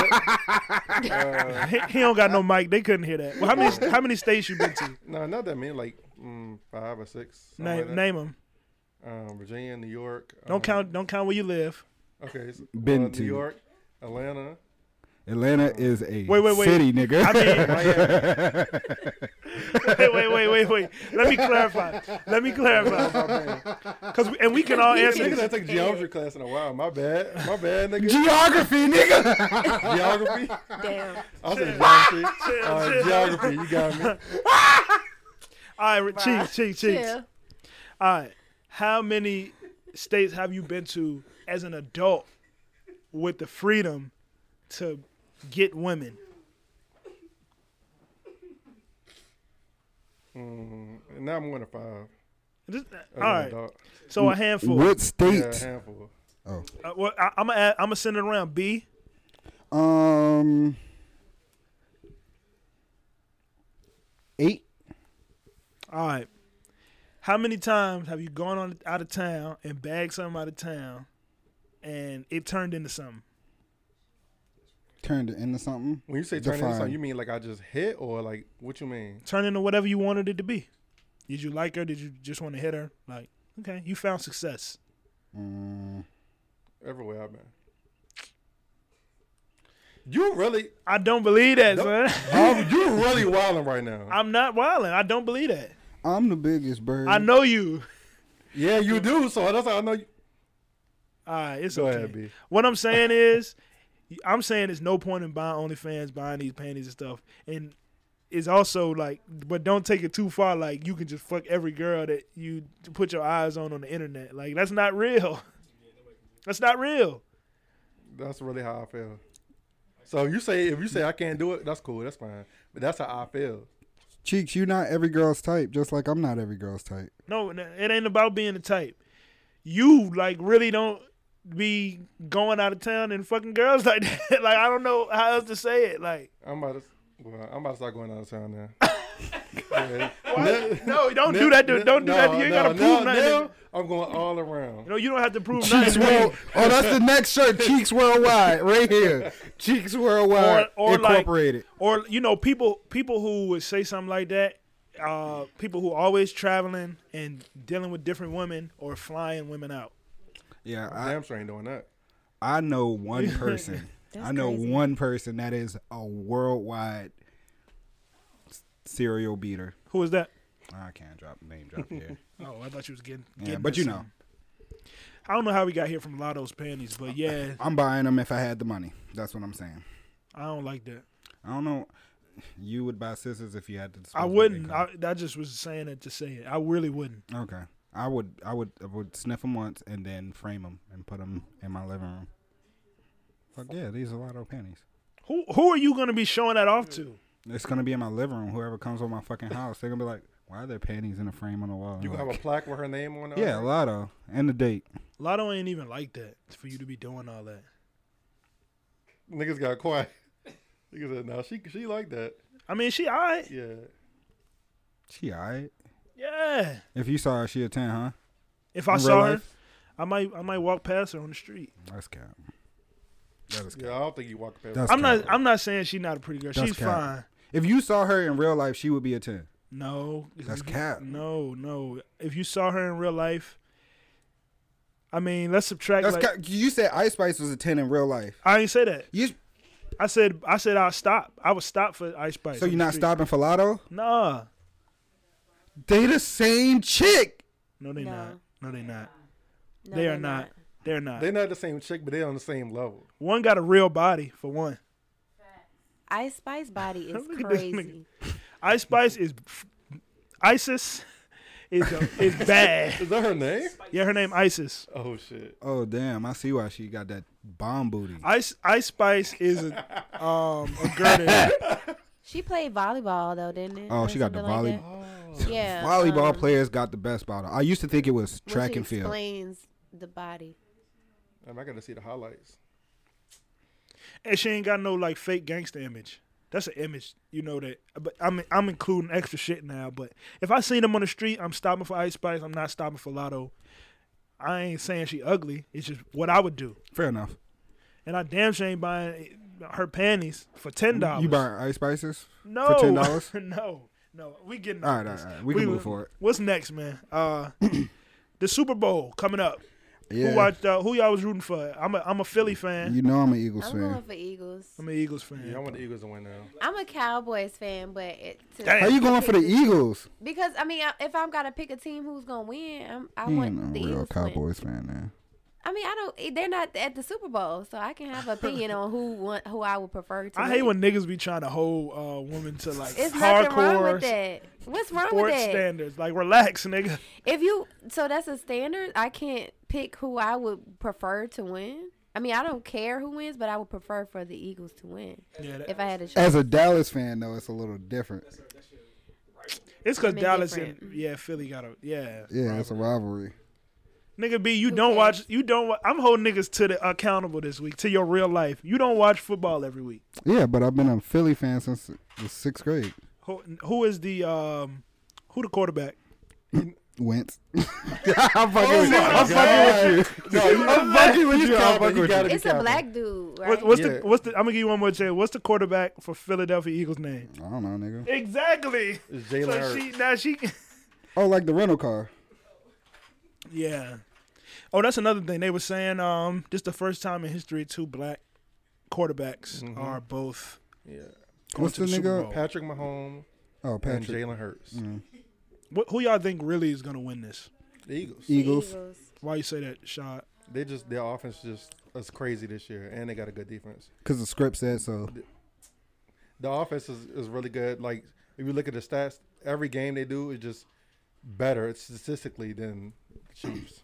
E: that.
A: He, he don't got no mic. They couldn't hear that. Well, how many how many states you been to?
E: No, not that many. Like mm, five or six. something like
A: Name
E: that.
A: name them.
E: Um, Virginia, New York.
A: Don't
E: um,
A: count don't count where you live.
E: Okay, so,
B: Been
E: uh,
B: to.
E: New York, Atlanta.
B: Atlanta is a
A: Wait, wait, wait.
B: city, nigga.
A: I mean,
E: Miami.
A: wait, wait, wait, wait, wait. Let me clarify. Let me clarify. Cause we- and we can all answer.
E: nigga
A: this.
E: that took geometry class in a while. My bad. My bad, nigga.
B: Geography, nigga.
E: Geography.
D: Damn.
E: I said geometry.
A: Chill,
E: All right,
A: chill.
E: geography. You got me.
A: All right, cheeks, cheeks, cheeks.
D: Yeah.
A: All right. How many states have you been to as an adult with the freedom to get women?
E: And Mm, now I'm one to five.
A: Just- uh, all
E: All
A: right. So a handful.
B: What
E: Yeah, a
B: state?
E: handful.
A: Uh, well, I, I'm gonna I'm gonna send it around. B.
B: Um, eight.
A: All right. How many times have you gone on out of town and bagged something out of town, and it turned into something?
B: Turned it into something.
E: When you say turn into
B: Define.
E: something, you mean like I just hit or like what you mean?
A: Turned into whatever you wanted it to be. Did you like her? Did you just want to hit her? Like, okay, you found success.
B: Mm,
E: Everywhere I've been. You really,
A: I don't believe that,
E: Nope.
A: son.
E: you, you really wilding right now.
A: I'm not wilding. I don't believe that.
B: I'm the biggest bird.
A: I know you.
E: yeah, you do. So that's how I know. You,
A: All right, it's
E: Go
A: okay.
E: ahead, B.
A: What I'm saying is, I'm saying there's no point in buying OnlyFans, buying these panties and stuff. And it's also like, but don't take it too far. Like you can just fuck every girl that you put your eyes on on the internet. Like that's not real. That's not real.
E: that's really how I feel. So you say if you say I can't do it, that's cool. That's fine. But that's how I feel.
B: Cheeks, you not every girl's type, just like I'm not every girl's type.
A: No, n- it ain't about being the type. You like really don't be going out of town and fucking girls like that. like I don't know how else to say it. Like
E: I'm about to. Well, I'm about to start going out of town now. Yeah. Ne-
A: no, don't
E: ne-
A: do that. To,
E: ne-
A: don't do that. To,
E: no,
A: you ain't
E: no,
A: gotta prove
E: no,
A: nothing.
E: now I'm going all around.
A: You know, you don't have to prove
B: Cheeks
A: nothing. to me.
B: world. Oh, that's the next shirt. Cheeks worldwide, right here. Cheeks worldwide
A: Or- or like-
B: incorporated.
A: or you know people people who would say something like that uh people who always traveling and dealing with different women or flying women out
B: yeah, I,
E: Damn sure ain't doing that.
B: I know one person. I know
D: crazy.
B: one person that is a worldwide s- serial beater.
A: who is that
B: I can't drop name drop here.
A: oh i thought you was getting,
B: yeah,
A: getting
B: but
A: at
B: you know,
A: something. i don't know how we got here from lotto's panties but yeah
B: I'm buying them if I had the money. That's what I'm saying.
A: i don't like that
B: I don't know. You would buy scissors if you had to.
A: i
B: disposable
A: wouldn't
B: income.
A: I, I just was saying it to say it i really wouldn't
B: okay. I would. I would. I would sniff them once and then frame them and put them in my living room. Fuck yeah, these are lotto panties.
A: who who are you gonna be showing that off to
B: It's gonna be in my living room. Whoever comes over my fucking house, they're gonna be like, "Why are there panties in a frame on the wall?"
E: You
B: I'm
E: gonna have
B: like,
E: a plaque with her name on it?
B: yeah, lotto and the date.
A: lotto ain't even like that for you to be doing all that
E: Niggas got quiet. Niggas said, "No, she she like that."
A: i mean she all right
E: Yeah.
B: She alright.
A: yeah
B: If you saw her, she a ten, huh?
A: if i
B: In real
A: saw her
B: life?
A: i might i might walk past her on the street
B: That's cap. That is cap.
E: Yeah, I don't think you walk past.
B: That's
A: I'm
B: cap.
A: not. I'm not saying she's not a pretty girl.
B: That's
A: she's
B: cap.
A: fine.
B: If you saw her in real life, she would be a ten.
A: No,
B: That's cap.
A: No, no. If you saw her in real life, I mean, let's subtract.
B: That's
A: like,
B: ca- you said Ice Spice was a ten in real life.
A: I ain't say that.
B: You
A: I said I said I'll stop. I would stop for Ice Spice.
B: so
A: on
B: you're
A: the
B: not
A: street.
B: stopping for Lotto?
A: Nah,
B: They the same chick.
A: no, they
D: No.
A: not. No, they not.
D: No,
A: they
D: they're
A: are not. They're not.
E: They're not the same chick, but they're on the same level.
A: one got a real body for one.
D: Ice Spice body is
A: Look at this nigga.
D: crazy.
A: Ice Spice is ISIS. Is uh, is bad.
E: Is that her name?
A: Yeah, her name ISIS.
E: Oh shit.
B: Oh damn! I see why she got that bomb booty.
A: Ice Ice Spice is a um a girl that-
D: She played volleyball though, didn't it?
B: Oh,
D: Or
B: she got the
D: something like
B: volleyball.
A: Oh.
D: that? Yeah.
B: Volleyball
D: um,
B: players got the best bottle. I used to think it was
D: when
B: track
D: she
B: and field.
D: Explains the body.
E: Damn, I gotta see the highlights.
A: and she ain't got no like fake gangster image. That's an image, you know that. But I'm I'm including extra shit now. But if I seen them on the street, I'm stopping for Ice Spice. I'm not stopping for Lotto. I ain't saying she ugly. It's just what I would do.
B: Fair enough.
A: And I damn sure ain't buying her panties for ten dollars.
B: You buy Ice Spices?
A: no
B: for $10?
A: no, no. We getting
B: All right, all right, all right. We can move forward.
A: What's next, man? Uh, the Super Bowl coming up. Who
B: Yeah.
A: watched? Uh, who y'all was rooting for? I'm a I'm a Philly fan.
B: You know I'm an Eagles
D: I'm going
B: fan.
D: for Eagles.
A: I'm an Eagles fan.
E: Yeah, I want the Eagles to win now.
D: I'm a Cowboys fan, but it, to,
A: Damn.
B: How you going for the Eagles?
D: because I mean, I- if I'm gotta pick a team who's gonna win, I'm, I
B: You ain't
D: want
B: no
D: the
B: real
D: Eagles to win.
B: Cowboys fan, man.
D: I mean, I don't. They're not at the Super Bowl, so I can have an opinion on who want, who I would prefer to.
A: I hate when
D: win.
A: niggas be trying to hold uh, women to like
D: It's nothing wrong
A: hardcore
D: with that. What's wrong with
A: sports
D: that?
A: standards. Like, relax, nigga.
D: If you so that's a standard. I can't pick who I would prefer to win. I mean, I don't care who wins, but I would prefer for the Eagles to win
A: Yeah, that-
D: if I had a choice.
B: As a Dallas fan, though, it's a little different.
A: it's because
D: Women
A: Dallas and
D: different.
A: yeah, Philly got a yeah.
B: Yeah, it's a rivalry.
A: Nigga, B, you don't
D: cares?
A: watch. You don't. wa- I'm holding niggas to the accountable this week to your real life. You don't watch football every week.
B: Yeah, but I've been a Philly fan since the sixth grade.
A: Who, who is the um, who the quarterback?
B: Wentz. I'm
A: Oh,
B: fucking with you. I'm fucking with you.
E: No, you-
B: I'm fucking with
E: he's
B: you. I'm
E: capping.
B: fucking
E: He
B: with you.
E: gotta be
D: It's a
E: capping.
D: black dude, right?
A: What, what's
E: Yeah.
A: the what's the? I'm gonna give you one more chance. What's the quarterback for Philadelphia Eagles name?
B: I don't know, nigga.
A: Exactly.
E: It's Jalen
A: So she
E: Hurts.
A: now she.
B: Oh, like the rental car.
A: Yeah. Oh, that's another thing they were saying. Um, this the first time in history two black quarterbacks are both.
E: Mm-hmm. Yeah.
A: going
B: What's
A: to
B: the
A: Super
B: nigga?
A: Bowl.
E: Patrick Mahomes
B: Oh,
E: and
B: Patrick. Mm.
E: Jalen Hurts.
A: What, who y'all think really is gonna win this?
E: The Eagles.
D: The
B: Eagles.
A: Why you say that, Shot?
E: They just their offense just is crazy this year, and they got a good defense.
B: Because the script said so.
E: The offense is, is really good. Like if you look at the stats, every game they do is just better statistically than Chiefs.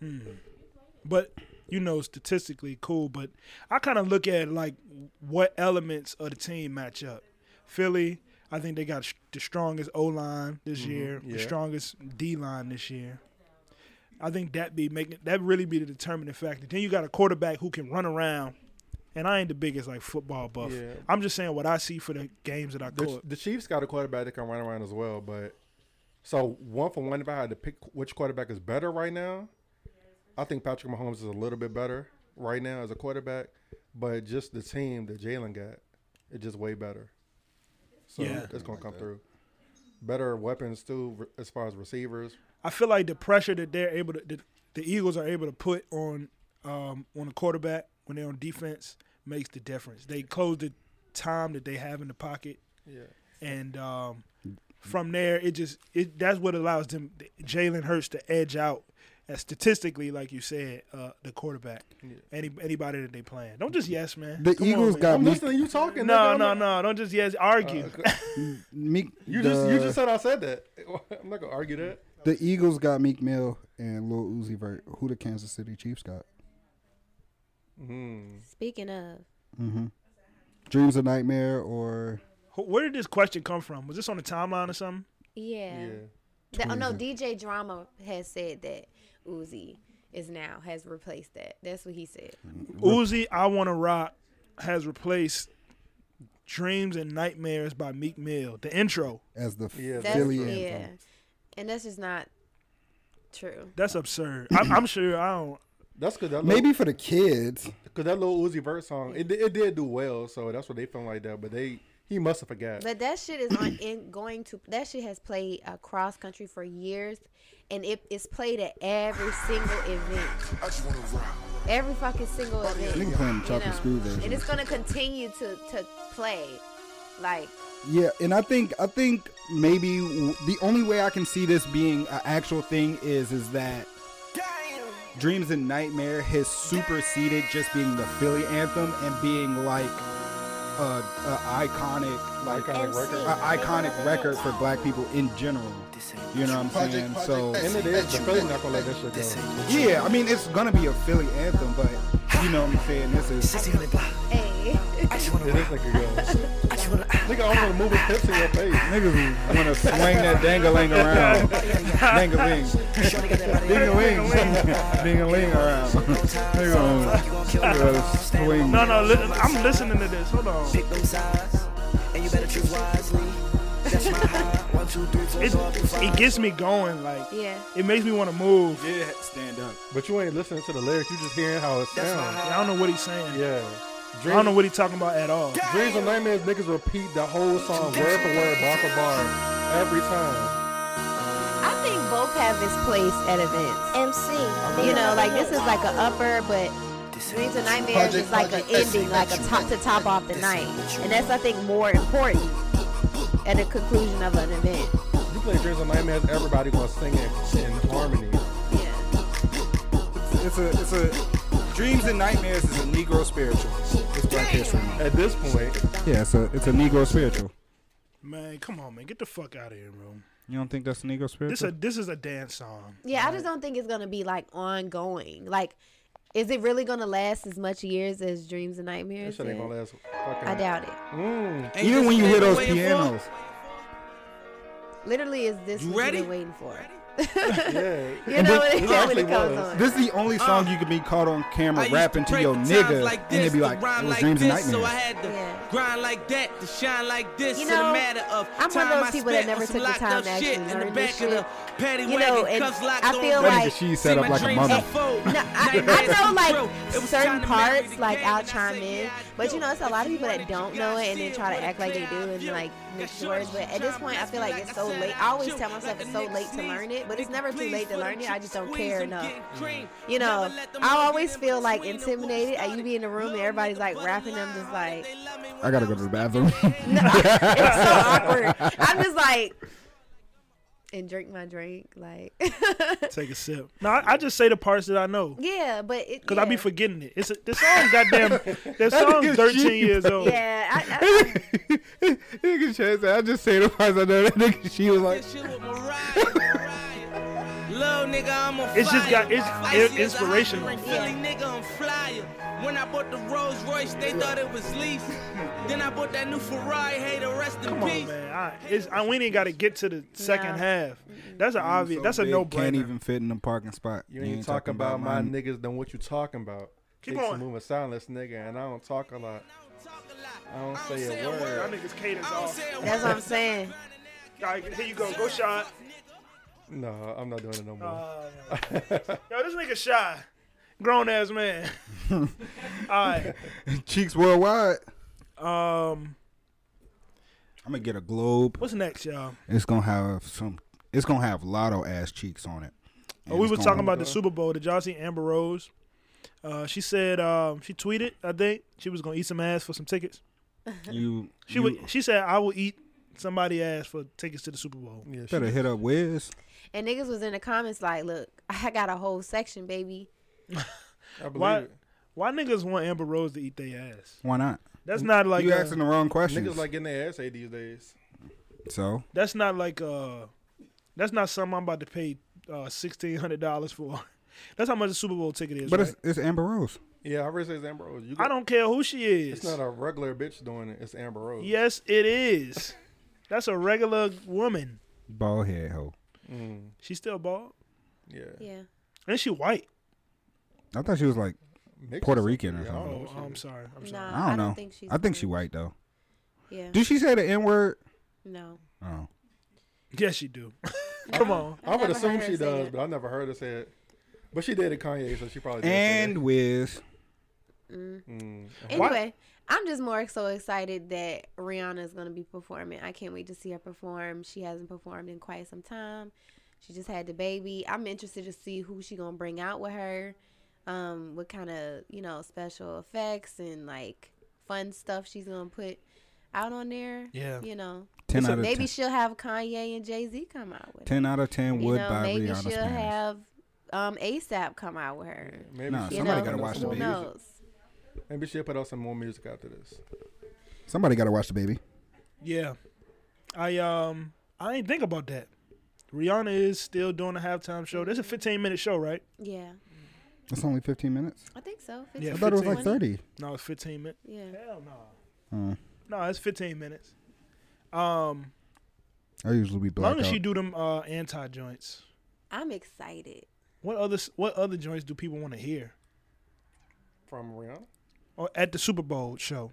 A: Hmm. But you know, statistically cool. But I kind of look at like what elements of the team match up. Philly, I think they got sh- the strongest O line this year, the
E: Mm-hmm. yeah.
A: strongest D line this year. I think that be making that really be the determining factor. Then you got a quarterback who can run around. And I ain't the biggest like football buff.
E: Yeah.
A: I'm just saying what I see for the games that I
E: The,
A: caught.
E: the Chiefs got a quarterback that can run around as well, but so one for one, if I had to pick which quarterback is better right now, I think Patrick Mahomes is a little bit better right now as a quarterback, but just the team that Jalen got, it's just way better. So
A: Yeah.
E: it's gonna come through. Better weapons too, re- as far as receivers.
A: I feel like the pressure that they're able to, that the Eagles are able to put on um, on a quarterback when they're on defense makes the difference. They close the time that they have in the pocket,
E: Yeah,
A: and um, from there, it just it that's what allows them Jalen Hurts to edge out. As statistically, like you said, uh, the quarterback, any anybody that they playing, don't just yes, man.
B: The
A: Come on,
B: Eagles
A: man.
B: got
E: I'm
B: Meek.
E: listening. You talking?
A: no,
E: nigga.
A: no,
E: I'm Oh, not-
A: no. Don't just yes, argue.
B: Meek
E: You
B: the,
E: just you just said I said that. I'm not gonna argue that.
B: the Eagles got Meek Mill and Lil Uzi Vert. Who the Kansas City Chiefs got?
E: Mm.
D: Speaking of,
B: Mm-hmm. Dreams a Nightmare or
A: Who- Where did this question come from? Was this on the timeline or something?
D: yeah,
E: Yeah.
D: The- oh
B: Mm-hmm.
D: no, DJ Drama has said that Uzi is now has replaced that. That's what he said.
A: Uzi, I Wanna Rock has replaced Dreams and Nightmares by Meek Mill. The intro.
B: as the
E: Yeah,
D: That's
B: Philly anthem?
D: yeah, and that's just not true.
A: That's absurd. I'm, I'm sure I don't.
E: That's because that little-
B: Maybe for the kids.
E: Cause that little Uzi Vert song, it, di- it did do well, so that's what they felt like that. But they He must have forgot.
D: But that shit is on in going to that shit has played uh, cross country for years, and it is played at every single event. Every fucking single event.
B: Nigga playing the
D: you
B: Chocolate
D: know?
B: Screw version.
D: And it's gonna continue to to play, like
B: Yeah, and I think I think maybe w- the only way I can see this being an actual thing is is that Dreams and Nightmare has superseded just being the Philly anthem and being like a, a iconic like
E: Iconic record.
B: a iconic record for black people in general. You know what I'm saying? So
E: And it is. The Philly's not gonna let that shit go.
B: yeah, I mean it's gonna be a Philly anthem, but you know what I'm saying? This is
D: hey,
E: It is like a go. Nigga, I want to move a clip to your face.
B: niggas wanna swing that dangling around, dangaling. Ding-a-ling. Ding-a-ling around. They gonna- they gonna swing.
A: No, no, li- I'm listening to this. Hold on. It, it gets me going. Like
D: yeah.
A: it makes me want to move.
B: Yeah, stand up.
E: But you ain't listening to the lyrics. You just hearing how it sounds.
A: I don't know what he's saying.
E: Yeah.
A: I don't know what he's talking about at all.
E: Dreams and Nightmares niggas repeat the whole song word for word, bar for bar, every time.
D: I think both have its place at events.
F: MC.
D: You know, like this is like a upper, but Dreams and Nightmares is like an ending, like a top to top off the night, and that's I think more important at the conclusion of an event.
E: You play Dreams and Nightmares, everybody gonna sing it in harmony.
D: Yeah.
B: It's a, it's a, dreams and nightmares is a Negro spiritual. It's Black History Month.
E: At this point,
B: Yeah, it's a, it's a Negro spiritual.
A: Man, come on, man, get the fuck out of here, bro.
B: You don't think that's a Negro
A: This a
B: spiritual?
A: this is a dance song.
D: Yeah, I just don't think it's gonna be like ongoing. Like, is it really gonna last as much years as Dreams and
E: that
D: Nightmares?
E: shit ain't
D: did?
E: gonna last. Fucking
D: I doubt it.
E: Mm.
B: Even when you hear those pianos,
D: Literally, is this
G: You
D: what you've
G: ready?
D: been waiting for?
E: Yeah.
D: You know what
B: this-
E: this
D: it is when
E: actually
D: it comes
E: was.
D: on.
B: this is the only song you could be caught on
G: I
B: camera
G: used
B: rapping Um, to
G: pray
B: your
G: for times
B: nigga,
G: like
B: and
G: this,
B: it'd be
G: to
B: like,
G: rhyme
B: it was
G: like
B: dreams and
G: this, So I
B: nightmares.
G: had to
D: Yeah.
G: grind like that to shine like this.
D: You
G: in
D: know,
G: a matter of
D: I'm one of
G: time
D: those
G: I
D: people that
G: spent
D: never
G: on some
D: took the
G: locked
D: time
G: up
D: to actually
G: shit in
D: learn
G: the back
D: this
G: of
D: shit.
G: the paddy
D: You know,
G: wagon,
D: and
G: cuffs locked
D: I
G: on
D: feel
G: back.
D: like-
B: Nigga, she set
G: See,
B: up
G: my
B: like a
G: dreams
B: mother.
G: unfold.
D: No, I,
G: Nightmares
D: I know
G: unfold. It
D: like
G: was
D: certain
G: time to marry
D: parts,
G: the
D: like
G: game,
D: I'll
G: and I
D: chime
G: said,
D: in,
G: yeah, I
D: but you
G: do.
D: know, it's a
G: If
D: lot of
G: you
D: people
G: want
D: that don't
G: you
D: know
G: gotta
D: it and then
G: see
D: try to
G: what
D: act like they
G: it
D: do and
G: is.
D: like
G: Got
D: make sure.
G: shorty,
D: But at this point, I feel like it's so
G: said,
D: late.
G: I
D: I always
G: do.
D: tell myself
G: Like
D: it's
G: a
D: so
G: nigga
D: late to
G: sneeze,
D: learn it, but it's
G: nigga,
D: never too
G: please,
D: late to
G: for
D: learn
G: them
D: it. I just don't
G: cheeks,
D: care
G: squeeze, I'm
D: enough.
G: getting cream.
D: You
G: Never
D: know,
G: let them
D: I
G: hoes get
D: always
G: in
D: feel like
G: between the
D: intimidated.
G: wolves
D: And you be in the room and everybody's like rapping. I'm just like,
B: I gotta go to the bathroom.
D: it's so awkward. I'm just like, and drink my drink, like,
A: Take a sip. No, I, I just say the parts that I know
D: yeah. But it
A: because
D: yeah.
A: I be forgetting it. It's a, this song, goddamn, this song's
B: nigga's
A: 13
B: cheap.
A: years old.
D: Yeah, I,
B: nigga Chad said, I just say the parts I know. That nigga, she was like,
G: This shit with Mariah, Mariah. Lil' nigga, I'm on
A: It's just
G: fire.
A: got- it's-
G: Icy
A: it-
G: as a hot
A: inspirational.
G: drink, Philly nigga, I'm flyer. When I bought the Rolls Royce, they thought it was lease. Then I bought that new Ferrari, hey, the rest in
A: Come on,
G: peace.
A: man. I, it's, I, we ain't got to get to the second
D: No.
A: half. That's an obvious.
B: so
A: That's a
B: big,
A: no
B: Can't
A: brainer.
B: even fit in the parking spot.
E: You ain't talking about my niggas than what you talking about.
A: Keep
E: Dixie
A: going.
E: Moving silence, nigga, and I don't talk a lot. I don't say a word.
A: Y'all niggas cadence off.
D: that's what I'm saying.
A: All right, here you go. Go shot.
E: No, I'm not doing it no more.
A: Yo, this nigga shy. Grown ass man. All
B: Cheeks worldwide.
A: right. Um,
B: I'm gonna get a globe.
A: what's next, y'all?
B: It's gonna have some. It's gonna have lotto ass cheeks on it.
A: Oh, we were talking about the Super Bowl. Did y'all see Amber Rose? Uh, she said um, she tweeted. I think she was gonna eat some ass for some tickets.
B: you.
A: She would. She said, "I will eat somebody ass for tickets to the Super Bowl."
E: Yeah, she-
B: better hit up Wiz.
D: And niggas was in the comments like, look, I got a whole section, baby.
E: I believe
A: Why?
E: it.
A: Why niggas want Amber Rose to eat their ass?
B: Why not?
A: That's not like
B: you
A: a-
B: asking the wrong questions.
E: Niggas like getting their ass ate these days.
B: so
A: that's not like uh that's not something I'm about to pay uh sixteen hundred dollars for. That's how much a Super Bowl ticket is.
B: But
A: right?
B: it's, it's Amber Rose.
E: Yeah, I really say it's Amber Rose. You
A: I
E: got,
A: don't care who she is.
E: it's not a regular bitch doing it. It's Amber Rose.
A: Oh. yes, it is. That's a regular woman.
B: Bald head hoe.
E: Mm,
A: She's still bald.
E: yeah.
D: Yeah.
A: And she white.
B: I thought she was like
E: Mixed
B: Puerto
E: something.
B: Rican or
E: Yeah, I don't know
A: Oh,
E: what she
A: I'm
E: is.
A: sorry. I'm sorry.
D: Nah,
B: I don't know.
D: think she's.
B: I think she
D: white.
B: white though.
D: Yeah.
B: Did she say the N word?
D: No.
B: Oh.
A: Yes, you do. Come on.
E: I would
D: never
E: assume
D: heard
E: she
D: her say
E: does,
D: it.
E: but I never heard her say it. But she dated Kanye, so she probably did say
B: And Wiz.
D: Mm. Anyway, I'm just more so excited that Rihanna is going to be performing. I can't wait to see her perform. She hasn't performed in quite some time. She just had the baby. I'm interested to see who she going to bring out with her. Um, what kind of you know special effects and like fun stuff she's going to put out on there.
A: Yeah.
D: you know,
B: Ten out of
D: maybe
B: ten.
D: she'll have Kanye and Jay Z come out with. her.
B: Ten out of ten
D: You
B: would
D: know,
B: buy
D: maybe
B: Rihanna
D: she'll
B: Spanish.
D: have um, ASAP come out with her.
E: Maybe
B: Nah,
E: she-
D: You
B: Somebody
D: know,
B: gotta watch the
D: who
B: baby.
D: knows?
E: Maybe she'll put out some more music after this.
B: Somebody gotta watch the baby.
A: Yeah. I um I ain't think about that. Rihanna is still doing a halftime show. That's a
D: Mm-hmm.
A: 15 minute show, right?
D: Yeah,
B: It's only fifteen minutes.
D: I think so.
A: Yeah,
B: I
D: 15,
B: thought it was like
D: 20.
B: thirty.
A: No, it's 15 minutes.
D: Yeah,
A: Hell no.
B: Uh,
A: No, it's 15 minutes. Um,
B: I usually be black
A: long as she do them uh anti joints.
D: I'm excited.
A: What other s- what other joints do people want to hear?
E: From Rihanna?
A: Or at the Super Bowl show,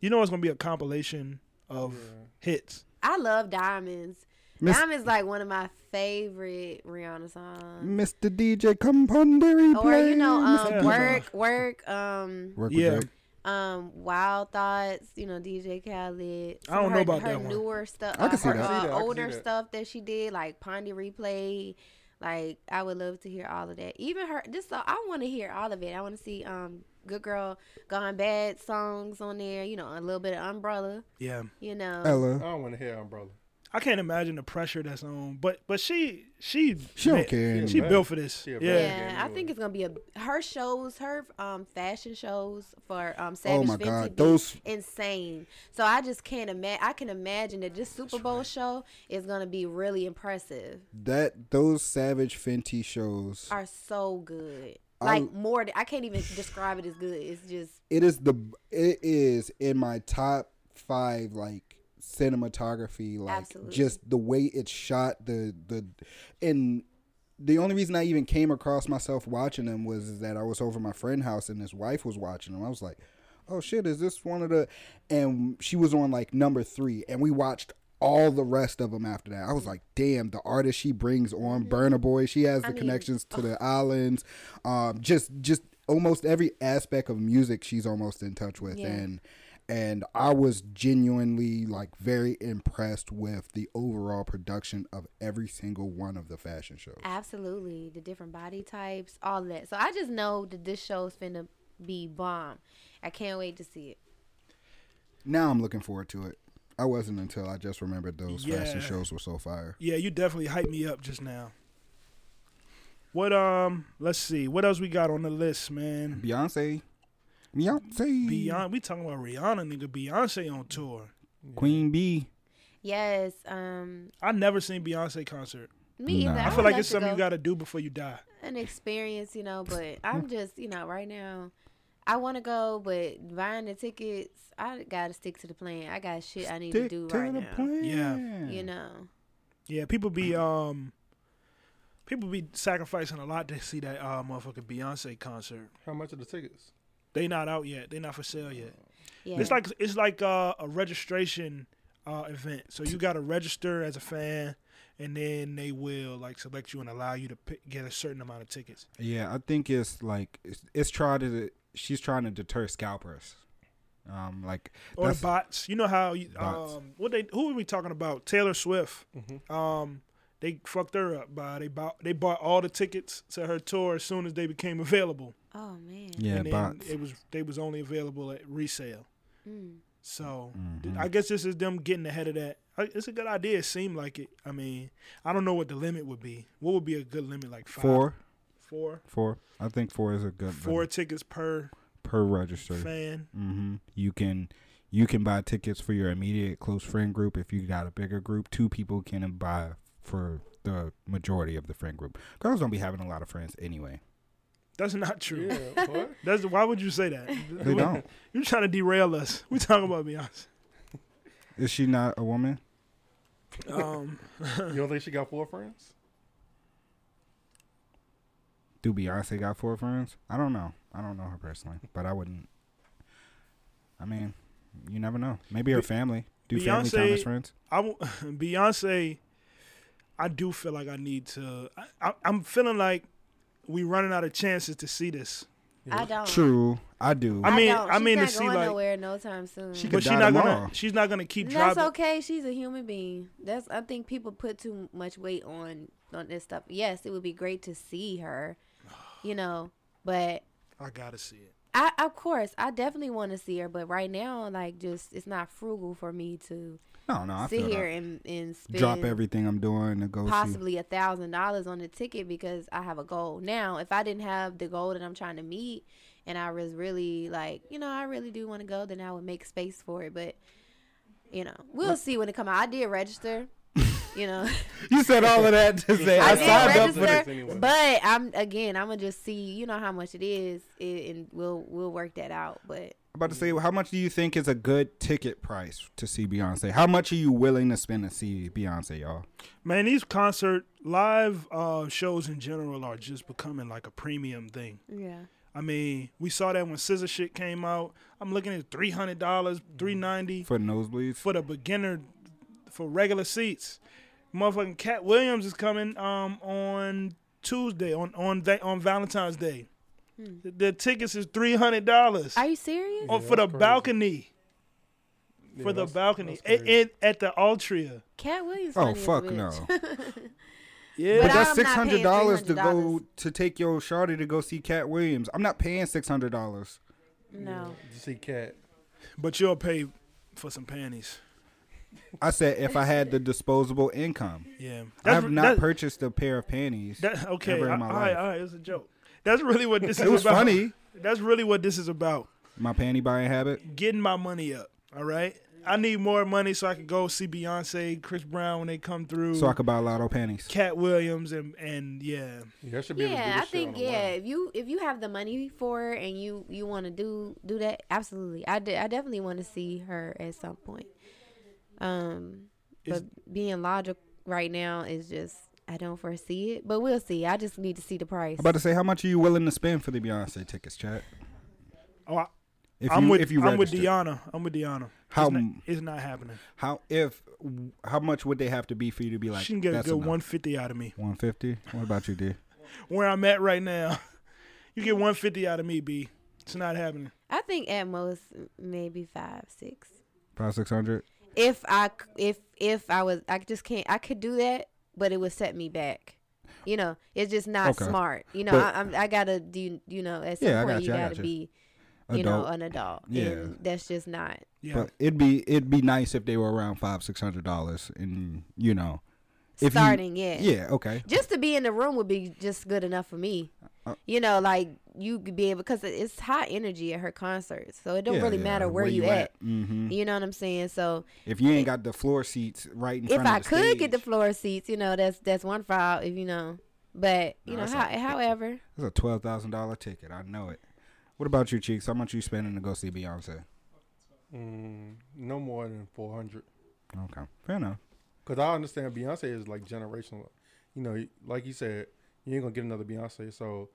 A: you know it's gonna be a compilation of hits.
D: I love Diamonds.
B: Miss-
D: Diamonds like one of my favorite Rihanna songs.
B: Mr. DJ, come on, dairy
D: Or you know, um,
A: Yeah.
D: work, work, um,
B: Work
A: Yeah.
B: with Drake.
D: um, Wild Thoughts. You know, DJ Khaled.
A: I don't
D: Some of
A: know
D: her,
A: about
D: her
A: that one.
D: newer stuff.
B: I
D: uh,
B: can see
D: her,
B: that.
D: uh,
E: I can see that.
D: older stuff that she did, like Pondy Replay. Like I would love to hear all of that. Even her, this song, I want to hear all of it. I want to see um, Good Girl Gone Bad songs on there. You know, a little bit of Umbrella.
A: Yeah,
D: You know,
E: I
B: Ella,
E: don't want to hear Umbrella.
A: I can't imagine the pressure that's on. But but she she
B: she don't
A: man,
B: care.
A: She
E: Yeah.
A: built for this.
E: She
A: Yeah,
E: a bad game
D: Yeah, I
E: anyway.
D: think it's gonna be a her shows, her um fashion shows for um Savage
B: Oh my
D: Fenty
B: God,
D: be
B: those-
D: insane. So I just can't imagine. I can imagine that this Super Bowl show is gonna be really impressive.
B: That those Savage Fenty shows.
D: Are so good.
B: I-
D: Like more, th- I can't even describe it as good. It's just
B: It is the. It is in my top five like cinematography like
D: Absolutely.
B: just the way it's shot the the and the only reason i even came across myself watching them was is that i was over at my friend's house and his wife was watching them i was like oh shit is this one of the and she was on like number three and we watched all the rest of them after that i was like damn the artist she brings on burner boy she has the
D: Mm-hmm. mean,
B: connections to the islands um just just almost every aspect of music she's almost in touch with
D: Yeah.
B: and and I was genuinely like very impressed with the overall production of every single one of the fashion shows.
D: Absolutely, the different body types, all that. So I just know that this show's finna be bomb. I can't wait to see it.
B: Now I'm looking forward to it. I wasn't until I just remembered those
A: Yeah.
B: fashion shows were so fire.
A: yeah. You definitely hyped me up just now. What um? Let's see. What else we got on the list, man?
B: Beyonce, Beyonce,
A: Beyonce. We talking about Rihanna, nigga. Beyonce on tour.
B: Queen Bee.
D: Yes, um,
A: I never seen Beyonce concert.
D: me.
B: Nah.
D: either.
B: I
A: I,
D: I
A: feel
D: would
A: like
D: love
A: it's
D: to
A: something you
D: go.
A: gotta do before you die.
D: an experience, you know, but I'm just, you know, right now I want to go, but buying the tickets, I got to stick to the plan. I got shit I need to
B: Stick
D: do
B: to
D: right
B: the
D: now.
B: plan.
A: Yeah.
D: You know.
A: Yeah, people be um, people be sacrificing a lot to see that uh motherfucking Beyonce concert.
E: How much are the tickets? Oh.
A: They not out yet. They not for sale yet.
D: Yeah.
A: It's like it's like uh, a registration uh event. So you gotta register as a fan, and then they will like select you and allow you to pick, get a certain amount of tickets.
B: Yeah, I think it's like it's, it's trying to. She's trying to deter scalpers. Um, like
A: Or
B: that's-
A: the bots. You know how you,
B: Bots. Mm-hmm.
A: um what they who are we talking about? Taylor Swift. Um they fucked her up by they bought they bought all the tickets to her tour as soon as they became available.
D: oh man.
B: yeah,
A: and then
B: bots.
A: it was they was only available at resale.
D: Mm.
A: So
B: Mm-hmm.
A: th- I guess this is them getting ahead of that. I- It's a good idea. It seemed like it. I mean, I don't know what the limit would be. What would be a good limit? Like five,
B: four,
A: four,
B: four. I think four is a good
A: four
B: number
A: tickets per
B: per register.
A: fan.
B: Mm-hmm. You can you can buy tickets for your immediate close friend group if you got a bigger group. Two people can buy for the majority of the friend group. Girls don't be having a lot of friends anyway.
A: That's not true.
E: Yeah, what?
A: That's why would you say that?
B: They don't.
A: You're trying to derail us. We talking about Beyonce.
B: Is she not a woman?
A: Um,
E: You don't think she got four friends?
B: Do Beyonce got four friends? I don't know. I don't know her personally, but I wouldn't. I mean, you never know. Maybe her family. Do family count
A: Beyonce-
B: as friends?
A: I w- Beyonce. I do feel like I need to. I, I, I'm feeling like we running out of chances to see this.
D: I don't.
B: True, I do.
A: I mean,
D: don't.
A: I mean to
D: she's
A: see
D: not going
A: like,
D: nowhere no time soon.
B: She
A: but she's
B: die
A: not
B: tomorrow.
A: gonna, she's not gonna keep
D: Mm. That's
A: dropping.
D: okay. She's a human being. That's I think people put too much weight on on this stuff. Yes, it would be great to see her, you know, but
A: I gotta see it.
D: I of course I definitely want to see her. But right now, like, just it's not frugal for me to
B: no, no, I
D: sit
B: feel
D: here
B: that.
D: and and spend
B: drop everything I'm doing to go see.
D: possibly a thousand dollars on the ticket because I have a goal. Now, if I didn't have the goal that I'm trying to meet and I was really like, you know, I really do want to go, then I would make space for it. But you know, we'll see when it comes out. I did register. You know,
B: You said all of that to say
D: I
B: I
D: did
B: signed up for
E: it
D: register,
E: anyway.
D: but I'm again. I'm gonna just see, you know, how much it is, it, and we'll we'll work that out. But
B: I'm about to say, how much do you think is a good ticket price to see Beyonce? How much are you willing to spend to see Beyonce, y'all?
A: Man, these concert live uh, shows in general are just becoming like a premium thing.
D: yeah,
A: I mean, we saw that when Scissor shit came out. I'm looking at three hundred dollars, three ninety
B: For nosebleeds?
A: for the beginner, for regular seats. Motherfucking Cat Williams is coming um on Tuesday on on Va- on Valentine's Day. The, the tickets is three hundred dollars
D: hmm. are you serious?
A: on Oh, for the
E: that's crazy.
A: balcony.
E: Yeah,
A: For the
E: that's-
A: balcony,
E: that's
A: it,
E: crazy.
A: it, at the Altria.
D: Cat Williams.
B: Oh
D: funny as a
B: fuck no!
D: bitch.
A: Yeah,
B: But
D: But
B: that's
D: I'm
B: six
D: not paying
B: hundred dollars to go
D: $300.
B: to take your shawty to go see Cat Williams. I'm not paying six hundred dollars.
D: no.
E: You see, cat.
A: but you'll pay for some panties.
B: I said if I had the disposable income,
A: Yeah,
B: I have
A: re-
B: not
A: that-
B: purchased a pair of panties.
A: That okay?
B: ever in
A: I-
B: my
A: all right,
B: life.
A: all right. It was a joke. That's really what this is
B: it was
A: about.
B: funny.
A: That's really what this is about.
B: My panty buying habit.
A: Getting my money up. All right. I need more money so I can go see Beyonce, Chris Brown when they come through.
B: So I could buy lotto panties.
A: Cat Williams and and yeah.
E: Yeah, that should be able to do
D: Yeah,
E: this
D: I
E: shit
D: think
E: on the
D: yeah.
E: line.
D: If you if you have the money for it and you you want to do do that, absolutely. I, de- I definitely want to see her at some point. Um,
A: Is-
D: but being logical right now is just I don't foresee it, but we'll see. I just need to see the price.
B: I'm about to say, how much are you willing to spend for the Beyonce tickets, Chad?
A: Oh, I,
B: If
A: I'm with I'm with
B: register.
A: Deanna. I'm with Deanna.
B: How
A: it's not,
B: m-
A: it's not happening.
B: How if how much would they have to be for you to be like?
A: she can get a
B: "That's
A: good
B: enough."
A: 150 out of me.
B: 150. What about you, D?
A: Where I'm at right now, you get 150 out of me, B. It's not happening.
D: I think at most maybe five six.
B: Five six hundred.
D: If I c- if if I was I just can't I could do that, but it would set me back. You know, it's just not
B: Okay.
D: smart. You know,
B: But-
D: I, I'm, I gotta do. You know, at some
B: Yeah, I
D: point
B: got
D: you,
B: you, I
D: gotta
B: got you.
D: be.
B: Adult.
D: you know, an adult.
B: Yeah.
D: And that's just not.
A: Yeah.
B: but it'd be it'd be nice if they were around five six hundred dollars, and you know, if
D: Starting,
B: You,
D: yeah.
B: yeah. Okay. Uh,
D: Just to be in the room would be just good enough for me. you know, like you could be able because it's high energy at her concerts, so it don't
B: Yeah,
D: really
B: yeah,
D: matter where, you at.
B: hmm
D: You know what I'm saying? So
B: If you ain't got the floor seats right in
D: if
B: front
D: I
B: of the
D: could get the
B: stage,
D: floor seats, you know, that's that's one foul. If you know, but you know,
B: that's
D: how, however,
B: that's a twelve thousand dollar ticket. I know it. What about you, cheeks? How much you spending to go see Beyonce?
E: Mm, no more than four hundred.
B: Okay, fair enough.
E: Because I understand Beyonce is like generational. You know, like you said, you ain't gonna get another Beyonce. So,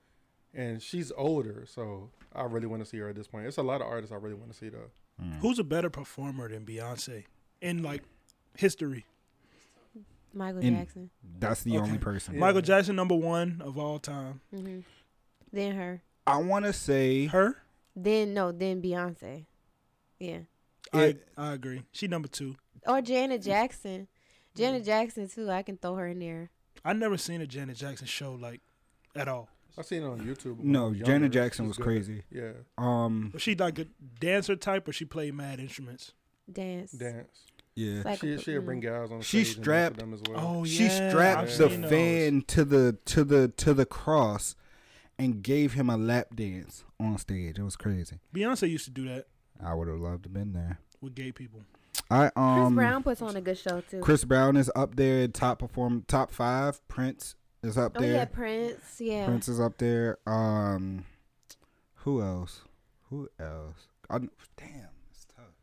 E: and she's older, so I really want to see her at this point. It's a lot of artists I really want to see though.
B: Mm.
A: Who's a better performer than Beyonce in like history?
D: e-, Michael
B: In-
D: Jackson,
B: That's the
A: Okay.
B: only person.
E: Yeah.
A: Michael Jackson, number one of all time.
D: hmm then her,
B: I want to say
A: Her,
D: then no, then Beyonce, yeah,
A: I,
B: It-
A: I agree. She number two.
D: or Janet Jackson, Janet Jackson too. I can throw her in there.
A: I never seen a Janet Jackson show like at all.
E: I seen it on YouTube. when I
B: no.
E: was younger.
B: Janet Jackson
E: She's
B: was
E: good.
B: crazy.
E: Yeah,
B: Um,
A: Was she like a dancer type or she played mad instruments?
D: Dance.
E: dance.
B: yeah.
D: Like
E: She
D: a-
E: she'll bring guys on.
B: She
E: stage and dance
B: strapped-
E: with them as well.
A: Oh yeah.
B: she strapped
A: I've
B: the
A: seen those.
B: fan to the to the to the cross and gave him a lap dance on stage. It was crazy.
A: Beyonce used to do that
B: I would have loved to been there.
A: with gay people.
B: I um
D: Chris Brown puts on a good show too.
B: Chris Brown is up there in top perform top five. Prince is up
D: oh
B: there.
D: yeah, Prince. Yeah.
B: Prince is up there. Um who else? Who else? I, damn, it's tough.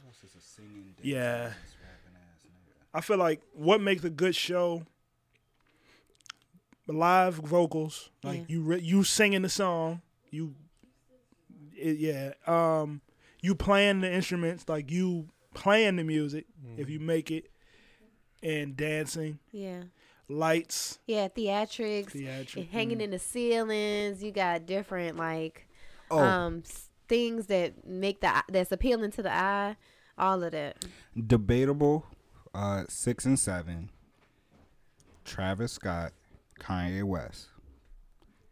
B: Who else is a singing dancing,
A: Yeah.
B: ass, rapping ass nigga?
A: I feel like what makes a good show live vocals, like
D: Yeah.
B: Mm.
A: you re- you singing the song, you it, yeah, um you playing the instruments, like
B: Mm-hmm.
A: you playing the music if you make it and dancing.
D: Yeah.
A: lights,
D: Yeah, theatrics,
A: Theatric,
D: hanging in the ceilings. You got different like
B: Oh.
D: um s- things that make the eye- that's appealing to the eye. All of that.
B: Debatable, uh, six and seven. Travis Scott, Kanye West.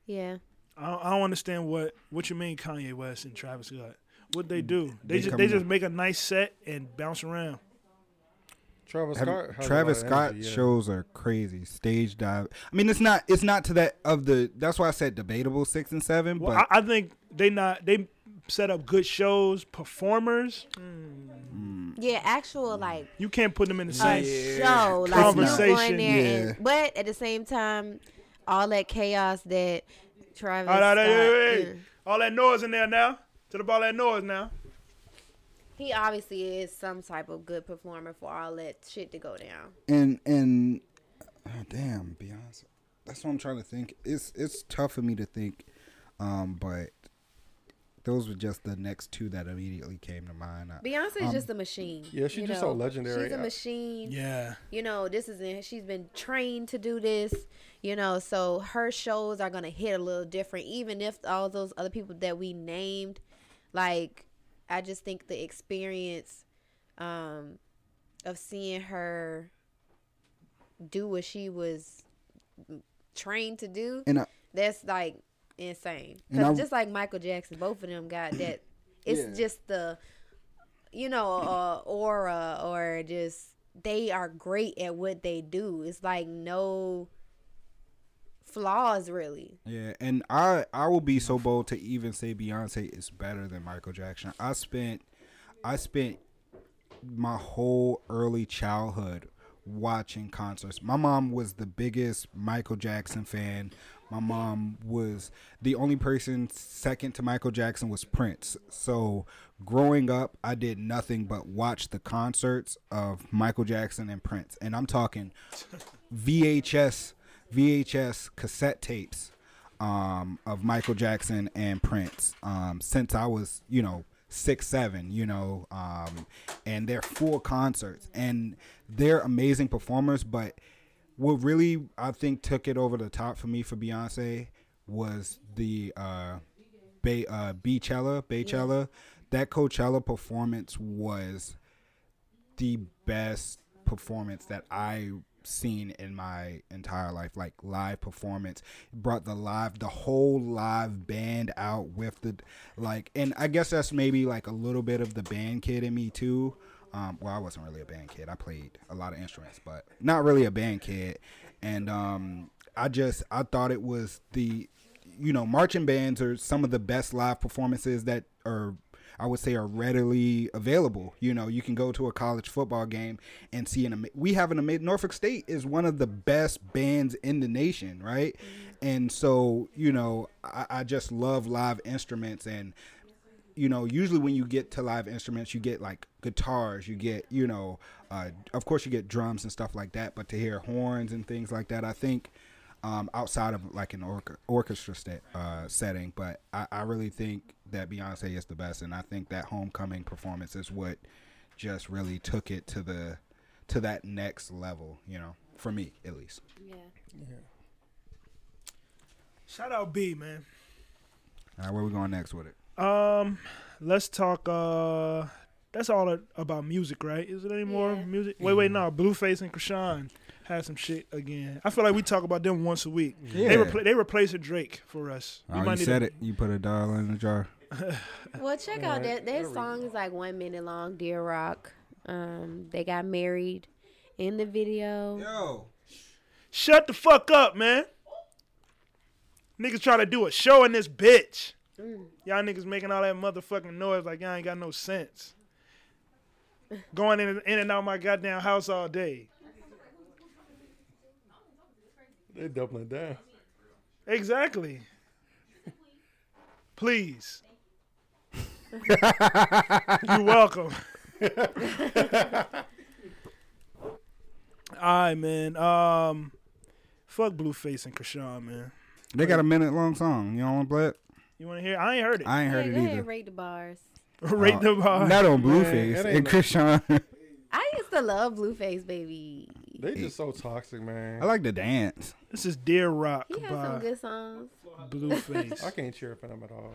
D: Yeah.
A: I don't, I don't understand what what you mean Kanye West and Travis Scott. What they do? They,
B: Mm, They
A: just
B: come
A: they
B: in.
A: just make a nice set and bounce around.
E: Travis
B: Have-
E: Scott. has a
B: Travis
E: lot of
B: Scott
E: energy, yeah.
B: shows are crazy. Stage dive. I mean, it's not. It's not to that of the. That's why I said debatable six and seven.
A: Well,
B: but
A: I, I think they not they set up good shows, performers.
B: Mm.
D: Yeah, actual like
A: You can't put them in the
D: a
A: same.
D: show. Like you
A: Conversation.
D: going there
B: Yeah.
D: and but at the same time, all that chaos that Travis
A: All, that,
D: Scott,
A: hey, hey, hey.
D: mm.
A: all that noise in there now. To the ball that noise now.
D: he obviously is some type of good performer for all that shit to go down.
B: and and oh, damn Beyonce. That's what I'm trying to think. It's it's tough for me to think, um, but those were just the next two that immediately came to mind. I-
D: Beyonce's
B: Um,
D: just a machine.
E: yeah, she
D: you
E: just so legendary.
D: She's a
E: I-
D: machine.
A: Yeah.
D: you know this is in, she's been trained to do this you know so her shows are gonna hit a little different even if all those other people that we named like i just think the experience um of seeing her do what she was trained to do
B: And I,
D: that's like insane.
B: And I-
D: Cause just like Michael Jackson, both of them got that. It's just the, you know, uh, aura or just they are great at what they do. It's like no flaws really.
B: yeah, and I I will be so bold to even say Beyonce is better than Michael Jackson. I spent I spent my whole early childhood watching concerts. My mom was the biggest Michael Jackson fan. My mom was the only person second to Michael Jackson was Prince. So growing up, I did nothing but watch the concerts of Michael Jackson and Prince. And I'm talking VHS VHS cassette tapes um, of Michael Jackson and Prince um, since I was, you know, six, seven, you know, um, and they're full concerts and they're amazing performers. But what really I think took it over the top for me for Beyonce was the uh, Bay, uh, Beachella, Beachella. That Coachella performance was the best performance that I seen in my entire life like live performance brought the live the whole live band out with the like and I guess that's maybe like a little bit of the band kid in me too um well I wasn't really a band kid I played a lot of instruments but not really a band kid and um I just I thought it was the you know, marching bands are some of the best live performances that are I would say are readily available. You know, you can go to a college football game and see an ama- we have an amazing Norfolk State is one of the best bands in the nation, right? And so, you know, I, I just love live instruments and you know, usually when you get to live instruments, you get like guitars, you get, you know, uh, of course you get drums and stuff like that, but to hear horns and things like that, I think um, outside of like an orc- orchestra set, uh, setting, but I, I really think that Beyonce is the best, and I think that homecoming performance is what just really took it to the to that next level, you know, for me at least.
D: Yeah.
A: Shout out B man.
B: All right, where we going next with it?
A: Um, let's talk. Uh, that's all a- about music, right? Is it any more
D: Yeah.
A: music? Wait,
B: Mm-hmm.
A: wait, no. Blueface and Krishan had some shit again. I feel like we talk about them once a week. They
B: Yeah.
A: repla- they replace a Drake for us. We
B: Oh, you
A: need
B: said
A: to-
B: it. You put a dollar in the jar.
D: Well, check out that that song is like one minute long. Dear Rock. Um, they got married in the video.
B: Yo,
A: Shut the fuck up, man. Niggas try to do a show in this bitch. Y'all niggas making all that motherfucking noise like y'all ain't got no sense. Going in, in and out my goddamn house all day.
E: They doubling it down.
A: Exactly. Please. You're welcome. All right, man. Um, fuck Blueface and Krishan, man.
B: they got a minute long song. You don't want to play it?
A: You want to hear? I ain't heard it.
B: I ain't
D: Yeah,
B: heard
D: go
B: it
D: ahead
B: either. Uh,
D: and rate the bars.
A: Rate the bar.
B: Not Oh, on Blueface
E: that
B: and
E: ain't
B: Krishan.
D: I used to love Blueface Baby.
E: They just so toxic, man.
B: I like to dance.
A: This is Dear Rock
D: He had some
A: by
D: good songs.
A: Blueface.
E: I can't cheer for them at all.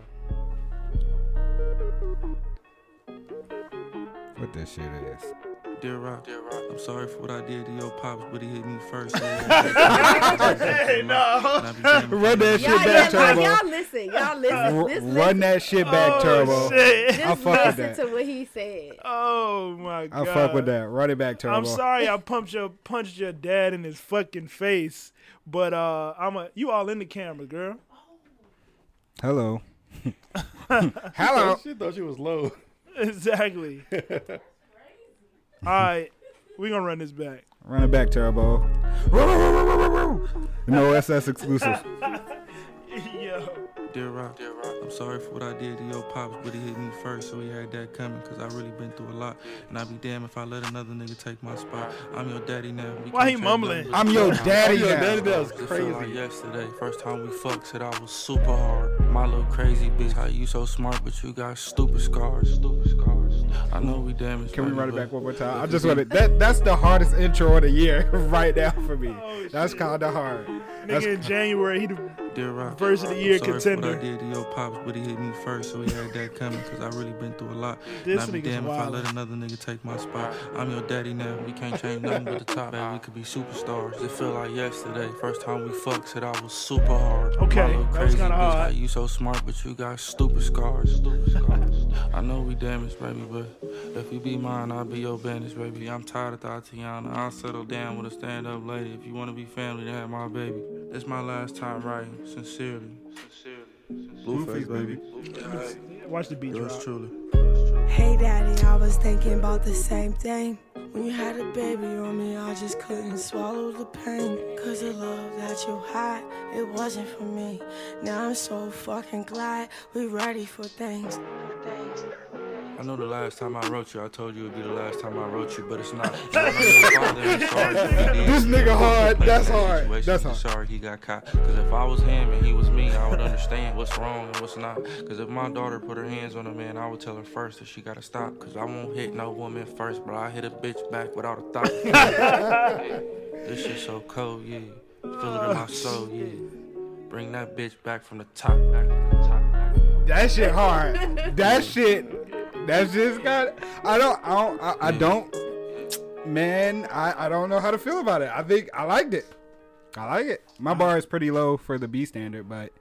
B: What this shit is?
F: Dear Rock, I'm sorry for what I did to your pops, but he hit me first.
A: Hey, no.
B: Run that
D: Y'all,
B: shit back,
D: yeah,
B: Turbo.
D: y'all listen. Y'all listen. This
B: R-
D: listen.
B: Run that shit back, Turbo.
A: Oh, shit.
B: I
D: Just
B: fuck with
D: listen
B: that.
D: to what he said.
A: Oh, my
B: I
A: God.
B: fuck with that. Run it back, Turbo.
A: I'm sorry I pumped your punched your dad in his fucking face, but uh, I'm a you all in the camera, girl.
B: Hello. Hello.
E: She thought she was low.
A: Exactly. All right, we gonna run this back.
B: Run it back, Turbo. No SS exclusive.
A: Yo,
F: Dear Rock, I'm sorry for what I did to your pops, but he hit me first, so he had that coming, cause I really been through a lot. And I'd be damn if I let another nigga take my spot. I'm your daddy now. we
A: Why
F: can't
A: he
F: change
A: mumbling?
F: nothing but
B: I'm your daddy.
E: Yo,
B: now.
E: that, that was
F: It felt like
E: crazy.
F: yesterday, first time we fucked, said I was super hard. My little crazy bitch, how you so smart, but you got stupid scars. Stupid scars. I know we damaged.
B: Can we
F: money,
B: run it
F: but-
B: back one more time? I just want to. That that's the hardest intro of the year right now for me. that's kind of hard. That's,
A: Oh, nigga, in January he the
F: Dear Rock,
A: Verse of the
F: I'm
A: year
F: sorry for
A: contender.
F: What I did to your pops, but he hit me first, so he had that coming. Cause I really been through a lot.
A: This
F: and I be
A: nigga's
F: damned if I
A: wild.
F: let another nigga take my spot. I'm your daddy now. We can't change nothing but the top. Man, we could be superstars. It felt like yesterday. First time we fucked, said I was super hard. My
A: Okay,
F: little
A: that was
F: crazy
A: kinda
F: bitch,
A: hard.
F: how You so smart, but you got stupid scars. Stupid scars. I know we damaged, baby, but if you be mine, I'll be your bandage, baby. I'm tired of Tatiana. I'll settle down with a stand up lady. If you wanna be family, then have my baby. It's my last time writing, sincerely. Sincerely. Blueface, baby.
A: watch the beat
F: Yours
A: drop.
F: truly.
H: Hey daddy, I was thinking about the same thing. When you had a baby on me, I just couldn't swallow the pain. Cause the love that you had, it wasn't for me. Now I'm so fucking glad we ready for things.
F: I know the last time I wrote you, I told you it'd be the last time I wrote you, but it's not. this
B: This nigga hard. That's hard. That's hard.
F: Sorry he got caught. Cause if I was him and he was me, I would understand what's wrong and what's not. Cause if my daughter put her hands on a man, I would tell her first that she gotta stop. Cause I won't hit no woman first, but I hit a bitch back without a thought. this shit so cold, yeah. Feel it in
B: Oh,
F: my soul, yeah. Bring that bitch back from the top, back from the top, back.
B: That shit hard. That shit. That shit's got. I don't. I don't. I, I don't. Man, I, I don't know how to feel about it. I think I liked it. I like it. My bar is pretty low for the B standard, but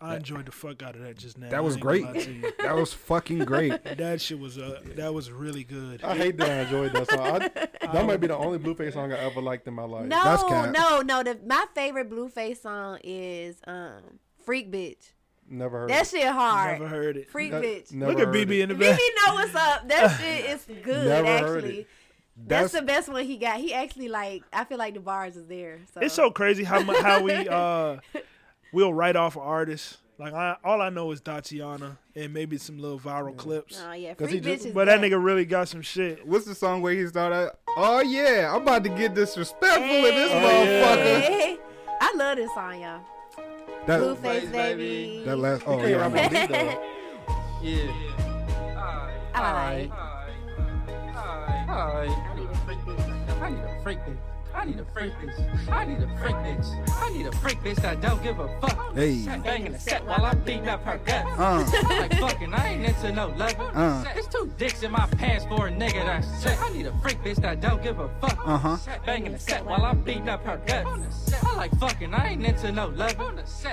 A: I enjoyed the fuck out of that just now. I
B: that was
A: ain't gonna
B: great.
A: lie to you.
B: That was fucking great.
A: That shit was uh, that was really good. Um,
E: I hate that I enjoyed that song. I, that might be the only Blueface song I ever liked in my life.
B: That's
D: No,
B: cap.
D: no, no. The, my favorite Blueface song is um "Freak Bitch."
E: Never heard.
D: That shit hard.
A: Never heard it.
D: Freak
E: Ne-
D: Bitch.
E: never
A: Look at
E: heard
A: BB
E: it.
A: in the
D: BB
A: back.
D: know what's up. That shit is good.
E: Never heard
D: actually,
E: it.
B: That's-
D: that's, the best one he got. He actually like. I feel like the bars is there. So.
A: It's so crazy how mu- how we uh we'll write off an artist. Like I, all I know is Tatiana and maybe some little viral clips.
D: Oh yeah,
E: 'Cause he
D: freak
E: just-
D: bitch is
A: But that
D: back.
A: nigga really got some shit.
B: What's the song where he started? Oh yeah, I'm about to get disrespectful in this
D: Hey.
B: motherfucker.
D: Hey, I love this song, y'all. Oh,
B: That,
D: Blueface baby.
B: that last. Oh
E: Hey,
B: yeah.
E: I'm a beat, though.
D: I like.
I: I need a freak bitch. I need a freak bitch. I need a freak bitch. I need a freak bitch. I need a freak bitch that don't give a fuck.
B: Hey.
I: Banging the set while I'm beating up her gut.
B: Uh.
I: I'm like fucking, I ain't into no love.
B: Uh.
I: It's two dicks in my pants for a nigga that's sick. I need a freak bitch that don't give a fuck.
B: Uh huh.
I: Banging the set while I'm beating up her gut. I like fucking, I ain't into no love.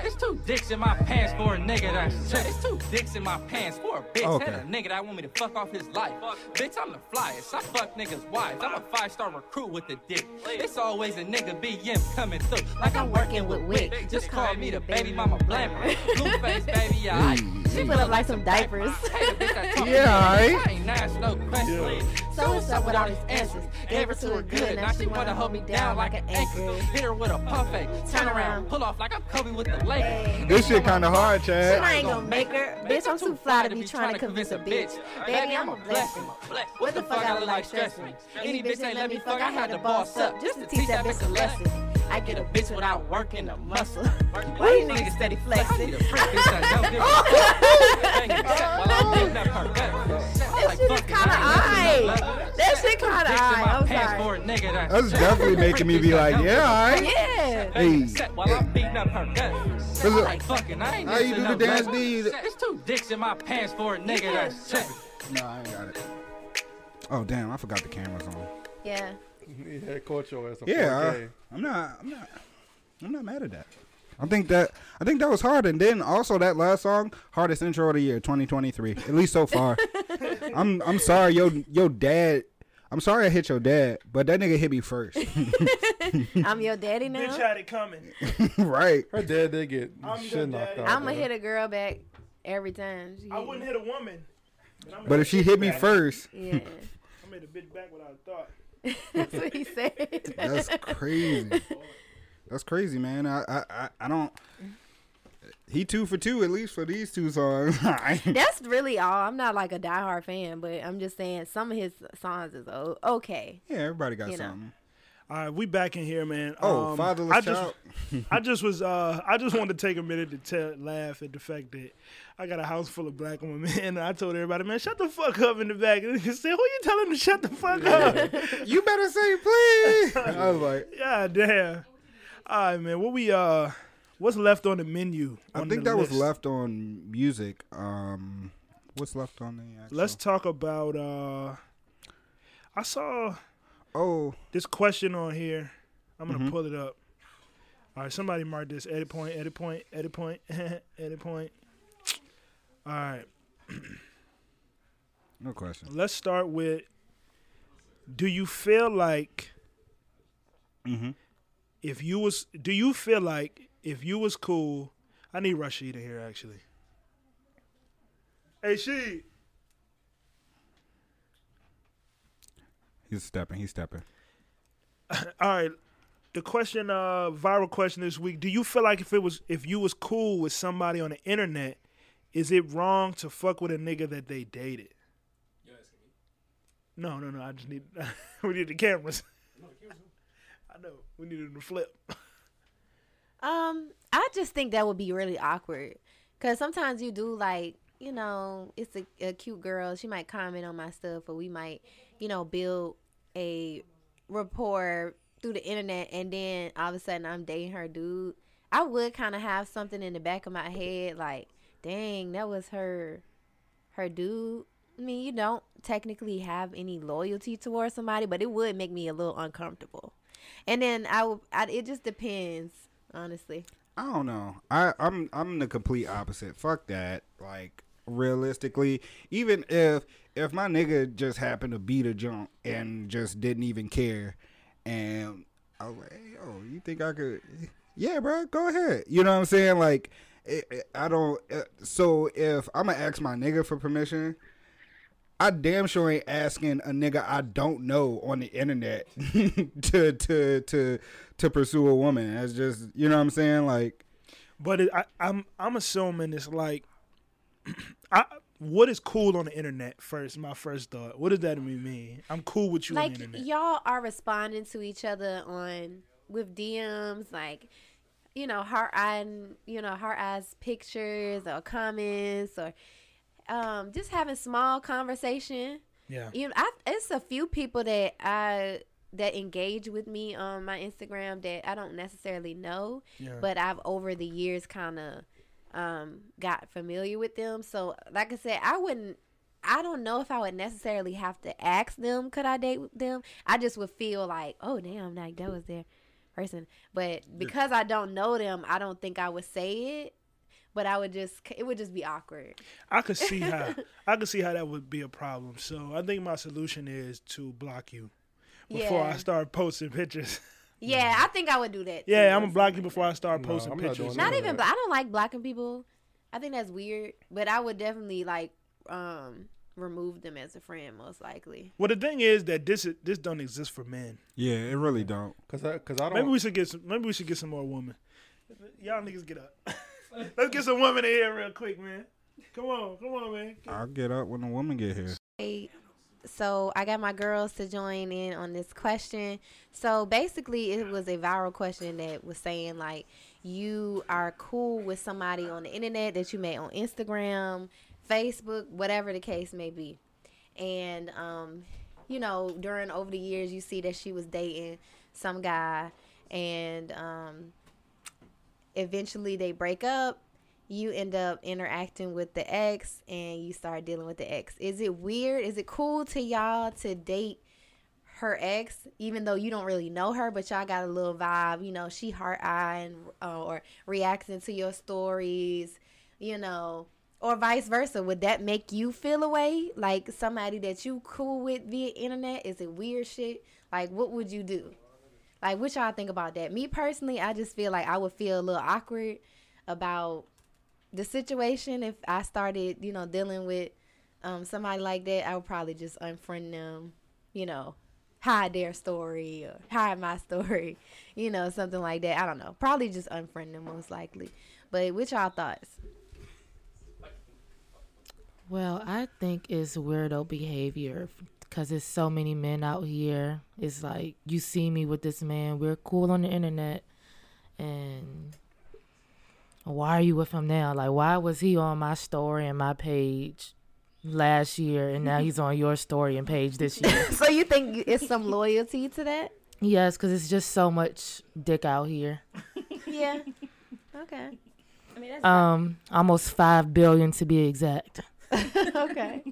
I: It's two dicks in my pants for a nigga that's sick. It's two dicks in my pants for a bitch.
B: Oh, Okay.
I: And a nigga that want me to fuck off his life. Bitch, I'm the flyest. I fuck niggas' wives. I'm a five star recruit with the dick. It's always a nigga BM coming through. Like I'm working with Wick. Just call me the baby mama blamer. Blueface baby, yeah. I- She
D: Put up like some diapers.
I: Hey, the bitch that talk
B: Yeah,
I: to me,
B: aight.
I: I ain't asked no questions.
D: So what's up with all these answers? Gave her to a good, now she wanna hold me down like an anchor.
I: Hit her with a perfect turn around, pull off like I'm Kobe with the Lakers.
B: This shit kind of hard,
D: Shit,
B: Chad.
D: I ain't gonna make her. Bitch, I'm too fly to be trying to convince a bitch. Baby, I'm a blessing. What the fuck I look like stressing? Any bitch ain't let me fuck, I had to boss up just to teach that bitch a lesson.
I: I get a bitch without working a muscle.
J: Why you niggas steady flexing?
I: Need a freak bitch that don't give a fuck. Bang it back while I'm lifting up her gut.
J: That shit is kind of eye. That shit kind of
I: Dicks in
J: eye.
I: my
J: I'm
I: pants
J: sorry.
I: for a nigga that-
B: That's definitely making me be like, yeah, all right.
J: Yeah.
B: Hey,
I: Except while I'm beating up her gut.
B: Look,
I: Like fucking, I ain't
B: How you do
I: missing
B: the
I: no
B: dance
I: nut.
B: deed?
I: There's two dicks in my pants for a nigga that's tripping.
B: no, I ain't got it. Oh damn, I forgot the camera's on.
D: Yeah.
E: Yeah, caught your ass. on
B: Yeah,
E: 4K.
B: I, I'm not, I'm not, I'm not mad at that. I think that I think that was hard, and then also that last song, hardest intro of the year, 2023, at least so far. I'm I'm sorry, yo yo dad. I'm sorry I hit your dad, but that nigga hit me first,
D: I'm your daddy
A: Bitch
D: now.
A: had it coming.
B: uh, right?
E: Her dad did get
A: I'm your
E: shit knocked
A: daddy.
E: out.
D: I'ma
E: bro.
D: hit a girl back every time. She
A: I wouldn't hit a woman. But, I'm
B: But if she hit me first,
D: Yeah.
A: I made a bitch back without a thought.
D: That's what he said.
B: that's crazy. That's crazy, man. I I I, I don't. He two for two at least for these two songs. I-
D: That's really all. I'm not like a diehard fan, but I'm just saying some of his songs is o- okay.
B: yeah, everybody got
D: You know.
B: something.
A: All right, we back in here, man.
B: Oh,
A: Um,
B: fatherless
A: I
B: child.
A: Just, I just was, uh, I just wanted to take a minute to tell, laugh at the fact that I got a house full of black women, and I told everybody, man, shut the fuck up in the back. And they said, who you telling to shut the fuck up?
B: you better say please. I was like.
A: yeah, damn. All right, man. What we, uh, what's left on the menu?
B: I
A: on
B: think
A: the
B: that was
A: list?
B: left on music. Um, what's left on the actual?
A: Let's talk about. uh I saw
B: oh,
A: this question on here. I'm gonna pull it up. All right, somebody mark this edit point, edit point, edit point, edit point. All right,
B: no question.
A: let's start with. Do you feel like if you was? Do you feel like if you was cool? I need Rashida here actually. Hey, she.
B: He's stepping. He's stepping.
A: All right. The question, uh, viral question this week: Do you feel like if it was if you was cool with somebody on the internet, is it wrong to fuck with a nigga that they dated? No, no, no. I just need we need the cameras. I know we need them to flip.
D: Um, I just think that would be really awkward because sometimes you do like, you know, it's a, a cute girl. She might comment on my stuff, or we might, you know, build a rapport through the internet, and then all of a sudden I'm dating her dude. I would kind of have something in the back of my head like, dang, that was her, her dude. I mean, you don't technically have any loyalty towards somebody, but it would make me a little uncomfortable. And then I would, I, it just depends, honestly.
B: I don't know. I I'm I'm the complete opposite. Fuck that. Like realistically, even if if my nigga just happened to beat a junk and just didn't even care, and I was like, hey, yo, you think I could? Yeah, bro, go ahead. You know what I'm saying? Like, it, it- I don't. uh so if I'm gonna ask my nigga for permission. I damn sure ain't asking a nigga I don't know on the internet to to to to pursue a woman. That's just you know what I'm saying. Like
A: But it, I, I'm I'm assuming it's like, I what is cool on the internet first? My first thought. What does that even mean? I'm cool with you on
D: like
A: the internet.
D: y'all are responding to each other on with DMs, like you know, heart eye, you know, heart eyes pictures or comments or um, just having small conversation.
A: yeah.
D: You know, I, it's a few people that I that engage with me on my Instagram that I don't necessarily know,
A: Yeah.
D: but I've over the years kind of um, got familiar with them. So, like I said, I wouldn't. I don't know if I would necessarily have to ask them. Could I date with them? I just would feel like, oh damn, like that was their person. But because I don't know them, I don't think I would say it. But I would just, it would just be awkward.
A: I could see how I could see how that would be a problem. So I think my solution is to block you before
D: yeah.
A: I start posting pictures.
D: yeah, I think I would do that.
A: Mm-hmm. yeah,
D: too,
A: I'm gonna block you
D: honestly.
A: before I start
E: No,
A: posting
E: I'm not
A: pictures.
E: doing
D: Not
E: Yeah.
D: even. But I don't like blocking people. I think that's weird. But I would definitely like um remove them as a friend, most likely.
A: Well, the thing is that this is, this don't exist for men.
B: yeah, it really don't.
E: Cause I, cause I don't.
A: Maybe we should get some. Maybe we should get some more women. Y'all niggas get up. Let's get some women in here real quick, man. Come on, come on, man.
B: I'll get up when a woman get here.
D: Hey, so I got my girls to join in on this question. So basically, it was a viral question that was saying like, you are cool with somebody on the internet that you met on Instagram, Facebook, whatever the case may be, and um, you know, during over the years, you see that she was dating some guy, and um, eventually they break up. You end up interacting with the ex, and you start dealing with the ex. Is it weird? Is it cool to y'all to date her ex, even though you don't really know her, but y'all got a little vibe? You know, she heart eyeing uh, or reacting to your stories. You know, or vice versa would that make you feel away like somebody that you cool with via internet is it weird shit like what would you do like what y'all think about that me personally i just feel like i would feel a little awkward about the situation if i started you know dealing with um, somebody like that i would probably just unfriend them you know hide their story or hide my story you know something like that i don't know probably just unfriend them most likely but what y'all thoughts
K: Well, I think it's weirdo behavior because there's so many men out here. It's like, you see me with this man, we're cool on the internet, and why are you with him now? Like, why was he on my story and my page last year, and now he's on your story and page this year?
D: so you think it's some loyalty to that
K: yes, because it's just so much dick out here.
D: yeah okay i mean that's
K: Um, almost 5 billion to be exact.
D: okay.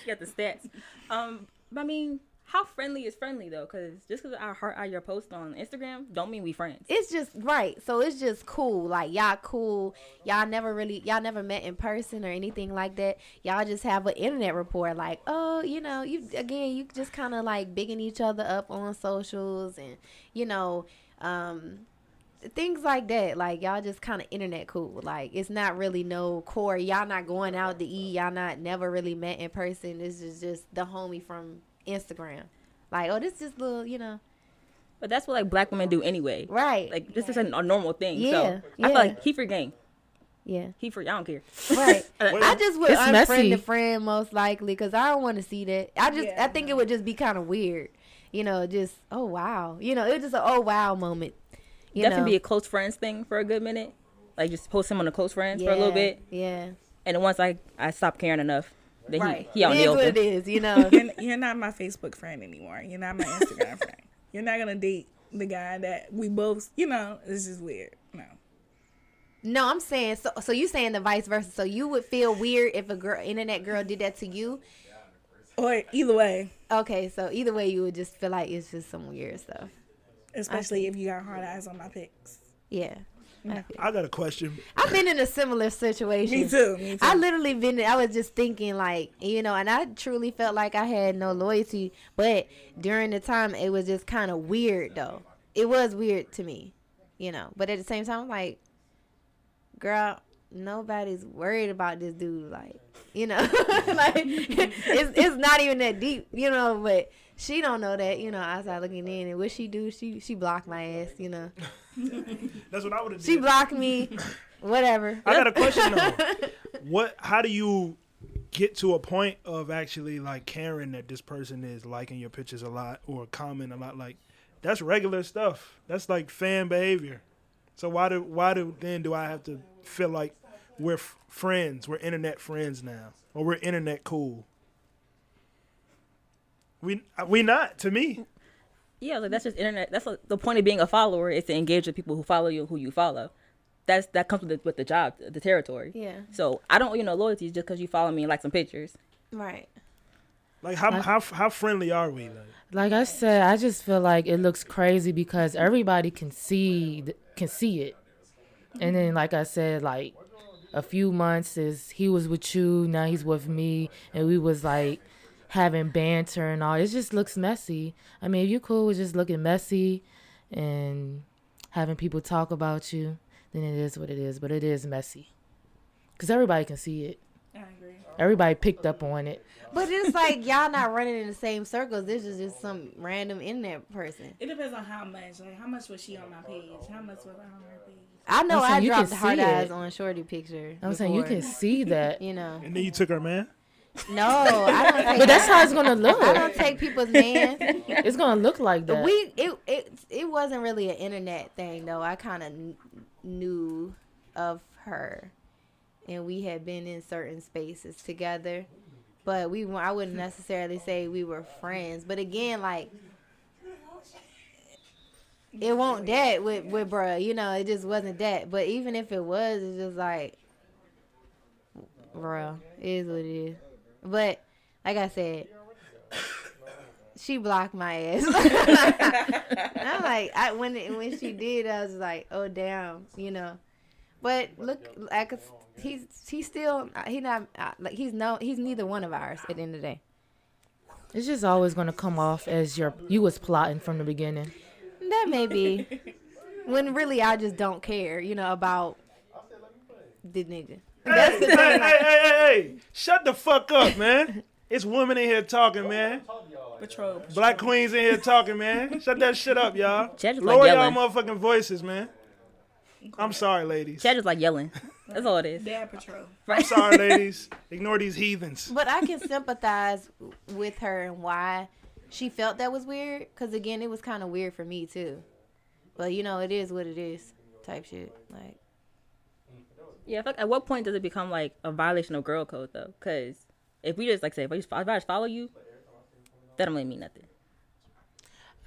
L: she got the stats. Um, but I mean, how friendly is friendly though? Because just because I heart eye your post on Instagram, don't mean we friends.
D: it's just right so it's just cool like y'all cool y'all never really y'all never met in person or anything like that y'all just have an internet rapport like oh you know you again you just kind of like bigging each other up on socials and you know um things like that like y'all just kind of internet cool like it's not really no core y'all not going out to eat y'all not never really met in person this is just the homie from instagram like oh this just little you know
L: But that's what like black women do anyway.
D: Right.
L: Like this is a, a normal thing. so
D: Yeah,
L: I
D: yeah.
L: feel like he for gang.
D: Yeah.
L: He for I don't care. Uh,
D: Right. I just would
L: It's
D: unfriend
L: messy.
D: the friend most likely because I don't want to see that. I just I think it would just be kind of weird, you know. Just oh wow, you know, it was just an oh wow moment. You
L: Definitely
D: know?
L: be a close friends thing for a good minute. Like just post him on the close friends for a little
D: Yeah,
L: bit.
D: Yeah.
L: And then once I I stop caring enough, then
J: Right.
L: he he out
J: It
L: in the
J: is
L: open.
J: what it
D: is, you know.
J: you're, you're not my Facebook friend anymore. You're not my Instagram friend. You're not gonna date the guy that we both, you know, this is weird. No.
D: No, I'm saying so. So you saying the vice versa? So you would feel weird if a girl, internet girl, did that to you,
J: or either way.
D: Okay, so either way, you would just feel like it's just some weird stuff.
J: Especially if you got hard eyes on my pics.
D: Yeah. I
A: I got a question.
D: I've been in a similar situation.
J: Me too, me too.
D: I literally been. I was just thinking, like you know, and I truly felt like I had no loyalty. But during the time, it was just kind of weird, though. It was weird to me, you know. But at the same time, like, girl, nobody's worried about this dude. Like, you know, like it's it's not even that deep, you know. But she don't know that, you know. Outside looking in, and what she do, she she blocked my ass, you know.
A: That's what I would have
D: She blocked me. Whatever.
A: I got a question though. what? How do you get to a point of actually like caring that this person is liking your pictures a lot or comment a lot? Like that's regular stuff. That's like fan behavior. So why do why do then do I have to feel like we're f- friends? We're internet friends now, or we're internet cool? We we not to me.
L: Yeah, like that's just internet. That's like, the point of being a follower is to engage with people who follow you, who you follow. That's that comes with the, with the job, the territory.
D: Yeah.
L: So I don't, you know, loyalty just because you follow me and like some pictures.
D: Right.
A: Like how how how friendly are we? Like
K: Like I said, I just feel like it looks crazy because everybody can see th- can see it. And then like I said, like a few months is he was with you, now he's with me and we was like having banter and all. It just looks messy. I mean, if you cool with just looking messy and having people talk about you, then it is what it is, but it is messy. Cuz everybody can see it.
J: I agree.
K: Everybody picked up on it.
D: But it's like y'all not running in the same circles. This is just some random internet person.
J: It depends on how much. Like how much was she on my page? How much was I on her page?
D: I know
K: I'm saying
D: I
K: you can
D: dropped hard
K: see it.
D: eyes on Shorty picture.
K: I'm saying you
D: before.
K: can see that.
D: You know.
A: And then you took her man.
D: No, Oh, I don't take
K: But that's how it's gonna look.
D: I don't take people's man.
K: It's gonna look like that.
D: We it it it wasn't really an internet thing though. I kind of kn- knew of her, and we had been in certain spaces together, but we wa- I wouldn't necessarily say we were friends. But again, like it won't that with with bruh, you know, it just wasn't that. But even if it was, it's just like, bruh, it is what it is. But like I said, she blocked my ass. I'm like, I when it, when she did, I was like, oh damn, you know. But look, like it's- he's he's still he not uh, like he's no he's neither one of ours at the end of the day.
K: It's just always gonna come off as your you was plotting from the beginning.
D: That may be. when really I just don't care, you know, about the nigga.
A: Hey, hey, hey, hey, hey, hey. Shut the fuck up, man. It's women in here talking, man.
J: Patrol.
A: Black queens in here talking, man. Shut that shit up, y'all.
L: Jed is like
A: Lower y'all
L: yelling.
A: motherfucking voices, man. I'm sorry, ladies.
L: Chad is like yelling. That's all it is.
J: Dad patrol.
A: I'm sorry, ladies. Ignore these heathens.
D: But I can sympathize with her and why she felt that was weird. Because again, it was kind of weird for me too. But you know, it is what it is. Type shit. Like
L: Yeah, like at what point does it become like a violation of girl code though? Because if we just like say if I just, if I just follow you, that don't really mean nothing.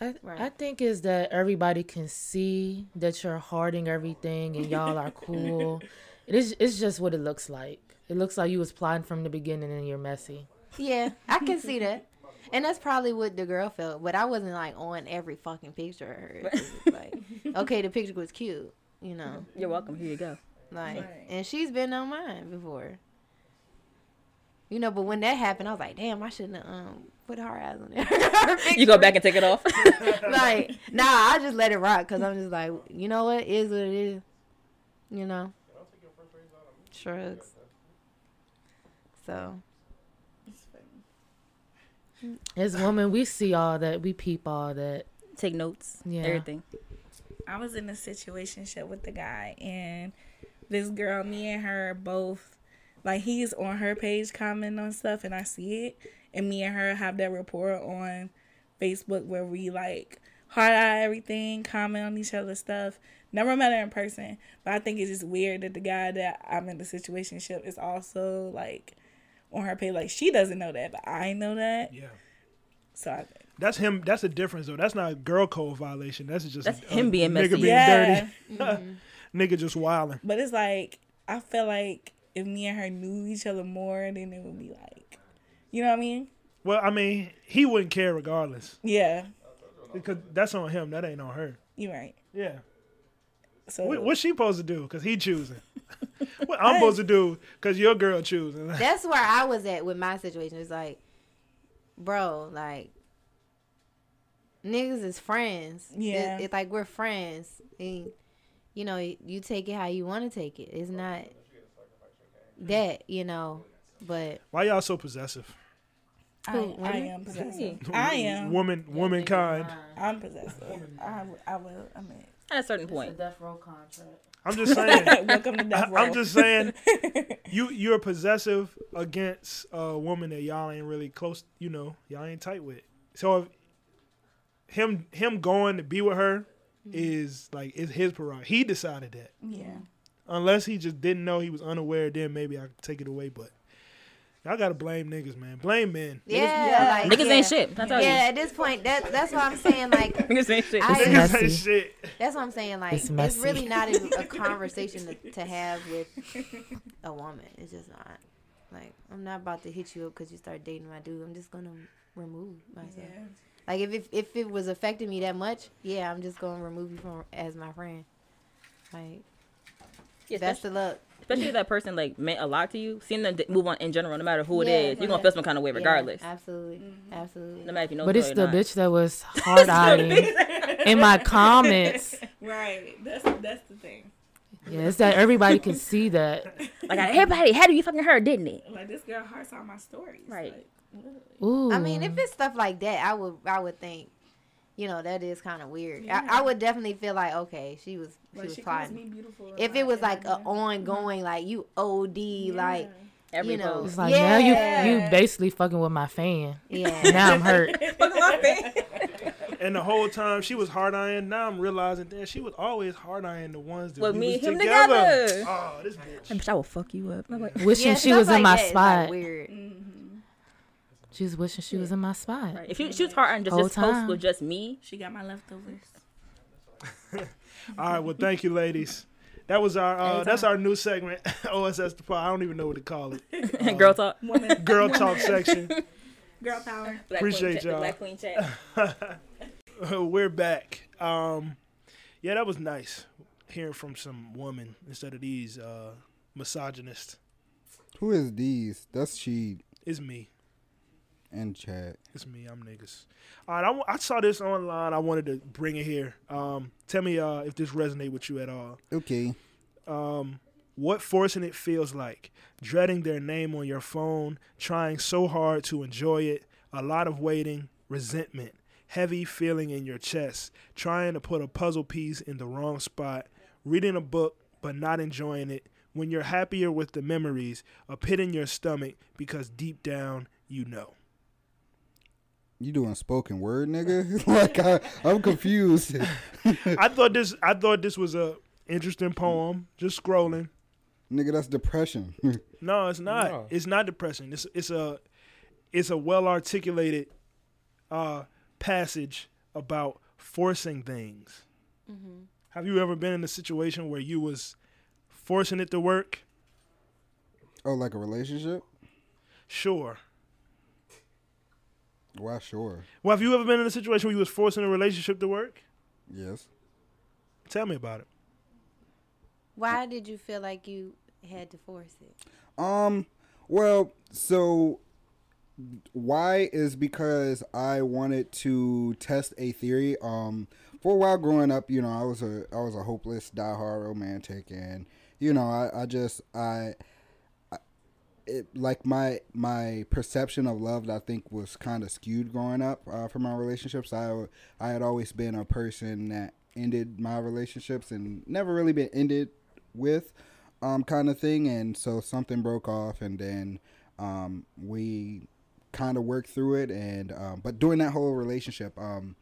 K: I, I think is that everybody can see that you're harding everything and y'all are cool. it is it's just what it looks like. It looks like you was plotting from the beginning and you're messy.
D: Yeah, I can see that. And that's probably what the girl felt, but I wasn't like on every fucking picture of her. It was just like, okay, the picture was cute, you know.
L: You're welcome. Here you go.
D: Like, and she's been on mine before. You know, but when that happened, I was like, damn, I shouldn't have um put her eyes on there. Her
L: You go back and take it off.
D: picture. like, nah, I just let it rock because I'm just like, you know what? It is what it is. You know. Shrugs. So.
K: As women, we see all that, we peep all that.
L: Take notes.
K: Yeah.
L: Everything.
J: I was in a situation with the guy and this girl, me and her both like he's on her page commenting on stuff and I see it. And me and her have that rapport on Facebook where we like hard eye everything, comment on each other's stuff. Never met her in person. But I think it's just weird that the guy that I'm in the situation is also like on her page. Like she doesn't know that, but I know that.
A: Yeah.
J: So I
A: That's him. That's the difference, though. That's not a girl code violation. That's just
J: That's
A: a,
J: him
A: a
J: being
A: nigga
J: messy.
A: being
J: Yeah.
A: dirty.
J: Mhm.
A: nigga just wilding.
J: But it's like I feel like if me and her knew each other more, then it would be like, you know what I mean?
A: Well, I mean, he wouldn't care regardless
J: Yeah,
A: because that's on him. That ain't on her.
J: you're right.
A: Yeah.
J: So
A: What, what's she supposed to do? Because he choosing. what I'm supposed to do? Because your girl choosing.
D: That's where I was at with my situation. It's like, bro, like niggas is friends. It-
J: Yeah.
D: it's like we're friends, and you know, you take it how you want to take it. It's not that you know, but
A: Why y'all so possessive?
J: I,
D: Who,
J: I
D: women?
J: am possessive. I am.
A: Woman, womankind.
J: I'm possessive. I, w- I will admit.
L: At a certain point.
K: death row contract.
A: I'm just saying.
J: Welcome to death
A: I,
J: row.
A: am just saying. You you're possessive against a woman that y'all ain't really close. You know, y'all ain't tight with. So if him him going to be with her
J: Mm-hmm.
A: is like is his prerogative. He decided that.
J: Yeah.
A: Unless he just didn't know he was unaware, then maybe I could take it away. But y'all gotta blame niggas, man. Blame men.
D: yeah,
L: yeah.
D: like
L: Niggas
D: yeah.
L: ain't shit, I
D: Yeah,
L: tell you.
D: at this point, that that's what I'm saying. Like
L: Niggas ain't shit.
D: I-
A: Niggas ain't
K: messy.
A: shit.
D: That's what I'm saying. Like
K: It's
D: it's,
K: messy.
D: really not a, a conversation to, to have with a woman. It's just not. Like I'm not about to hit you up because you start dating my dude. I'm just gonna remove myself.
J: Yeah.
D: Like if, if if it was affecting me that much, yeah, I'm just gonna remove you from as my friend. Like
L: Yeah,
D: best of luck.
L: Especially if that person like meant a lot to you. Seeing them d- move on in general, no matter who it
D: Yeah,
L: is, you're gonna
D: yeah.
L: feel some kind of way
D: Yeah,
L: regardless.
D: absolutely, absolutely.
L: No matter if you know.
K: but
L: the
K: it's
L: girl
K: the
L: or not.
K: bitch that was hard eyeing in my comments.
J: Right. That's that's the thing.
K: Yeah, it's that everybody can see that.
L: Like everybody, how do you fucking heard, didn't it?
J: Like this girl hearts on my stories.
L: Right.
J: Like,
K: Ooh.
D: I mean, if it's stuff like that, I would I would think, you know, that is kind of weird.
J: Yeah.
D: I, I would definitely feel like okay, she was she
J: like
D: was
J: she calls
D: plotting.
J: me beautiful. a
D: if it
J: lot,
D: was
J: and I
D: like a
J: do.
D: ongoing like you OD like
L: Every
D: you know,
L: vote.
K: It's like now you you basically fucking with my fan.
D: Yeah.
K: Now I'm hurt.
A: And the whole time she was hard eyeing. Now I'm realizing that she was always hard eyeing the ones that
L: With
A: we
L: me
A: was
L: and him
A: together.
L: together.
A: Oh, this bitch.
L: I'm I will fuck you up. I'm like,
K: Wishing Yeah, she stuff was in like my that is, like, spot.
D: weird.
K: She's wishing she was in my spot.
L: If you shoot hard and just,
K: Whole
L: just post
K: time.
L: with just me,
J: she got my leftovers.
A: All right. Well, thank you, ladies. That was our uh, that's our new segment. OSS the pod. I don't even know what to call it. Uh,
L: Girl talk.
A: Girl talk section.
J: Girl power.
L: Black
A: Appreciate
L: queen chat, the
A: y'all.
L: Black queen chat.
A: We're back. Um, yeah, that was nice hearing from some woman instead of these uh, misogynists.
B: Who is these? That's she
A: It's me.
B: and Chad.
A: It's me. I'm niggas. All right, I, wa- I saw this online. I wanted to bring it here. Um, tell me uh, if this resonate with you at all.
B: Okay.
A: Um, what forcing it feels like, dreading their name on your phone, trying so hard to enjoy it, a lot of waiting, resentment, heavy feeling in your chest, trying to put a puzzle piece in the wrong spot, reading a book but not enjoying it, when you're happier with the memories, a pit in your stomach because deep down you know.
B: You doing spoken word, nigga? like I, I'm confused.
A: I thought this. I thought this was a interesting poem. Just scrolling.
B: nigga, that's depression.
A: No, it's not.
B: No.
A: It's not depressing. It's it's a it's a well articulated uh, passage about forcing things.
D: Mm-hmm.
M: Mhm.
A: Have you ever been in a situation where you was forcing it to work?
B: oh, like a relationship?
A: Sure.
B: Why? Sure.
A: Well, have you ever been in a situation where you was forcing a relationship to work?
B: Yes.
A: Tell me about it.
D: Why did you feel like you had to force it?
B: Um. Well, so why is because I wanted to test a theory. Um, for a while growing up, you know, I was a I was a hopeless diehard romantic, and you know, I, I just I, I it, like my my perception of love, I think, was kind of skewed growing up uh, from my relationships. I I had always been a person that ended my relationships and never really been ended with, um, kind of thing. And so something broke off, and then um, we kind of worked through it. And um, but during that whole relationship, um,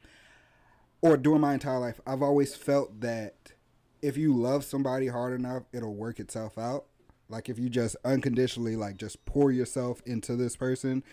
B: or during my entire life, I've always felt that if you love somebody hard enough, it'll work itself out. Like if you just unconditionally like just pour yourself into this person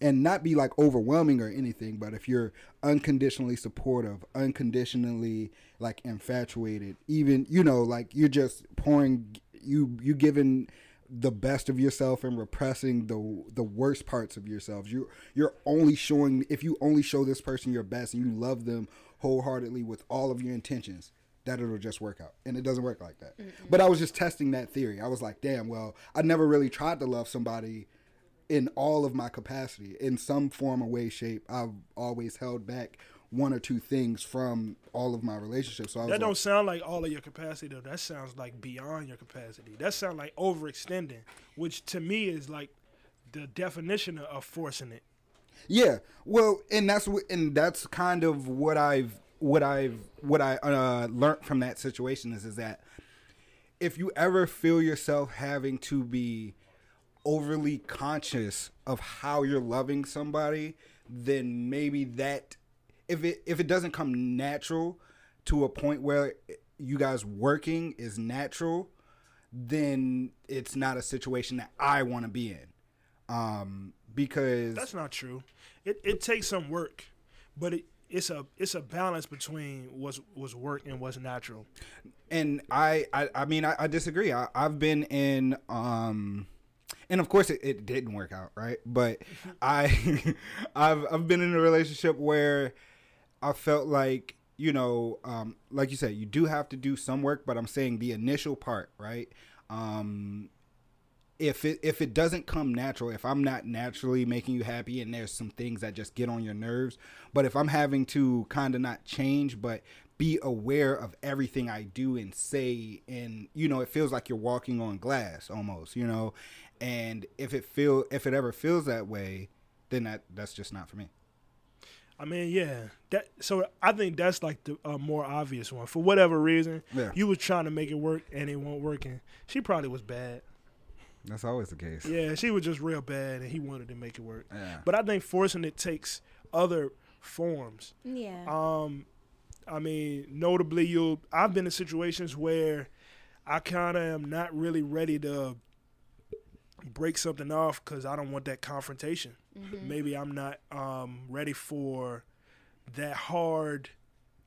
B: and not be like overwhelming or anything, but if you're unconditionally supportive, unconditionally like infatuated, even you know, like you're just pouring you you giving the best of yourself and repressing the the worst parts of yourself. You you're only showing if you only show this person your best and you love them wholeheartedly with all of your intentions, that it'll just work out. And it doesn't work like that. But I was just testing that theory. I was like, damn, well, I never really tried to love somebody in all of my capacity in some form or way shape. I've always held back one or two things from all of my relationships. So I was
A: That
B: like,
A: don't sound like all of your capacity though. That sounds like beyond your capacity. That sounds like overextending, which to me is like the definition of forcing it.
B: Yeah. Well, and that's wh- and that's kind of what I've what I've what I uh, learned from that situation is is that if you ever feel yourself having to be overly conscious of how you're loving somebody, then maybe that if it if it doesn't come natural to a point where you guys working is natural, then it's not a situation that I want to be in. Um because
A: That's not true. It it takes some work, but it, it's a it's a balance between what's was work and what's natural.
B: and I, I, I mean, I, I disagree. I, I've been in, um, and of course it, it didn't work out, right? But I, I've, I've been in a relationship where I felt like, you know, um, like you said, you do have to do some work, but I'm saying the initial part, right? Um, if it if it doesn't come natural, if I'm not naturally making you happy and there's some things that just get on your nerves, but if I'm having to kind of not change but be aware of everything I do and say and you know, it feels like you're walking on glass almost, you know. And if it feel if it ever feels that way, then that that's just not for me.
A: I mean, yeah. That so I think that's like the uh, more obvious one. For whatever reason,
B: Yeah.
A: you was trying to make it work and it won't working. She probably was bad.
B: That's always the case.
A: Yeah, she was just real bad, and he wanted to make it work.
B: Yeah.
A: But I think forcing it takes other forms.
D: Yeah.
A: Um, I mean, notably, you. I've been in situations where I kind of am not really ready to break something off because I don't want that confrontation.
D: Mhm.
A: Maybe I'm not um, ready for that hard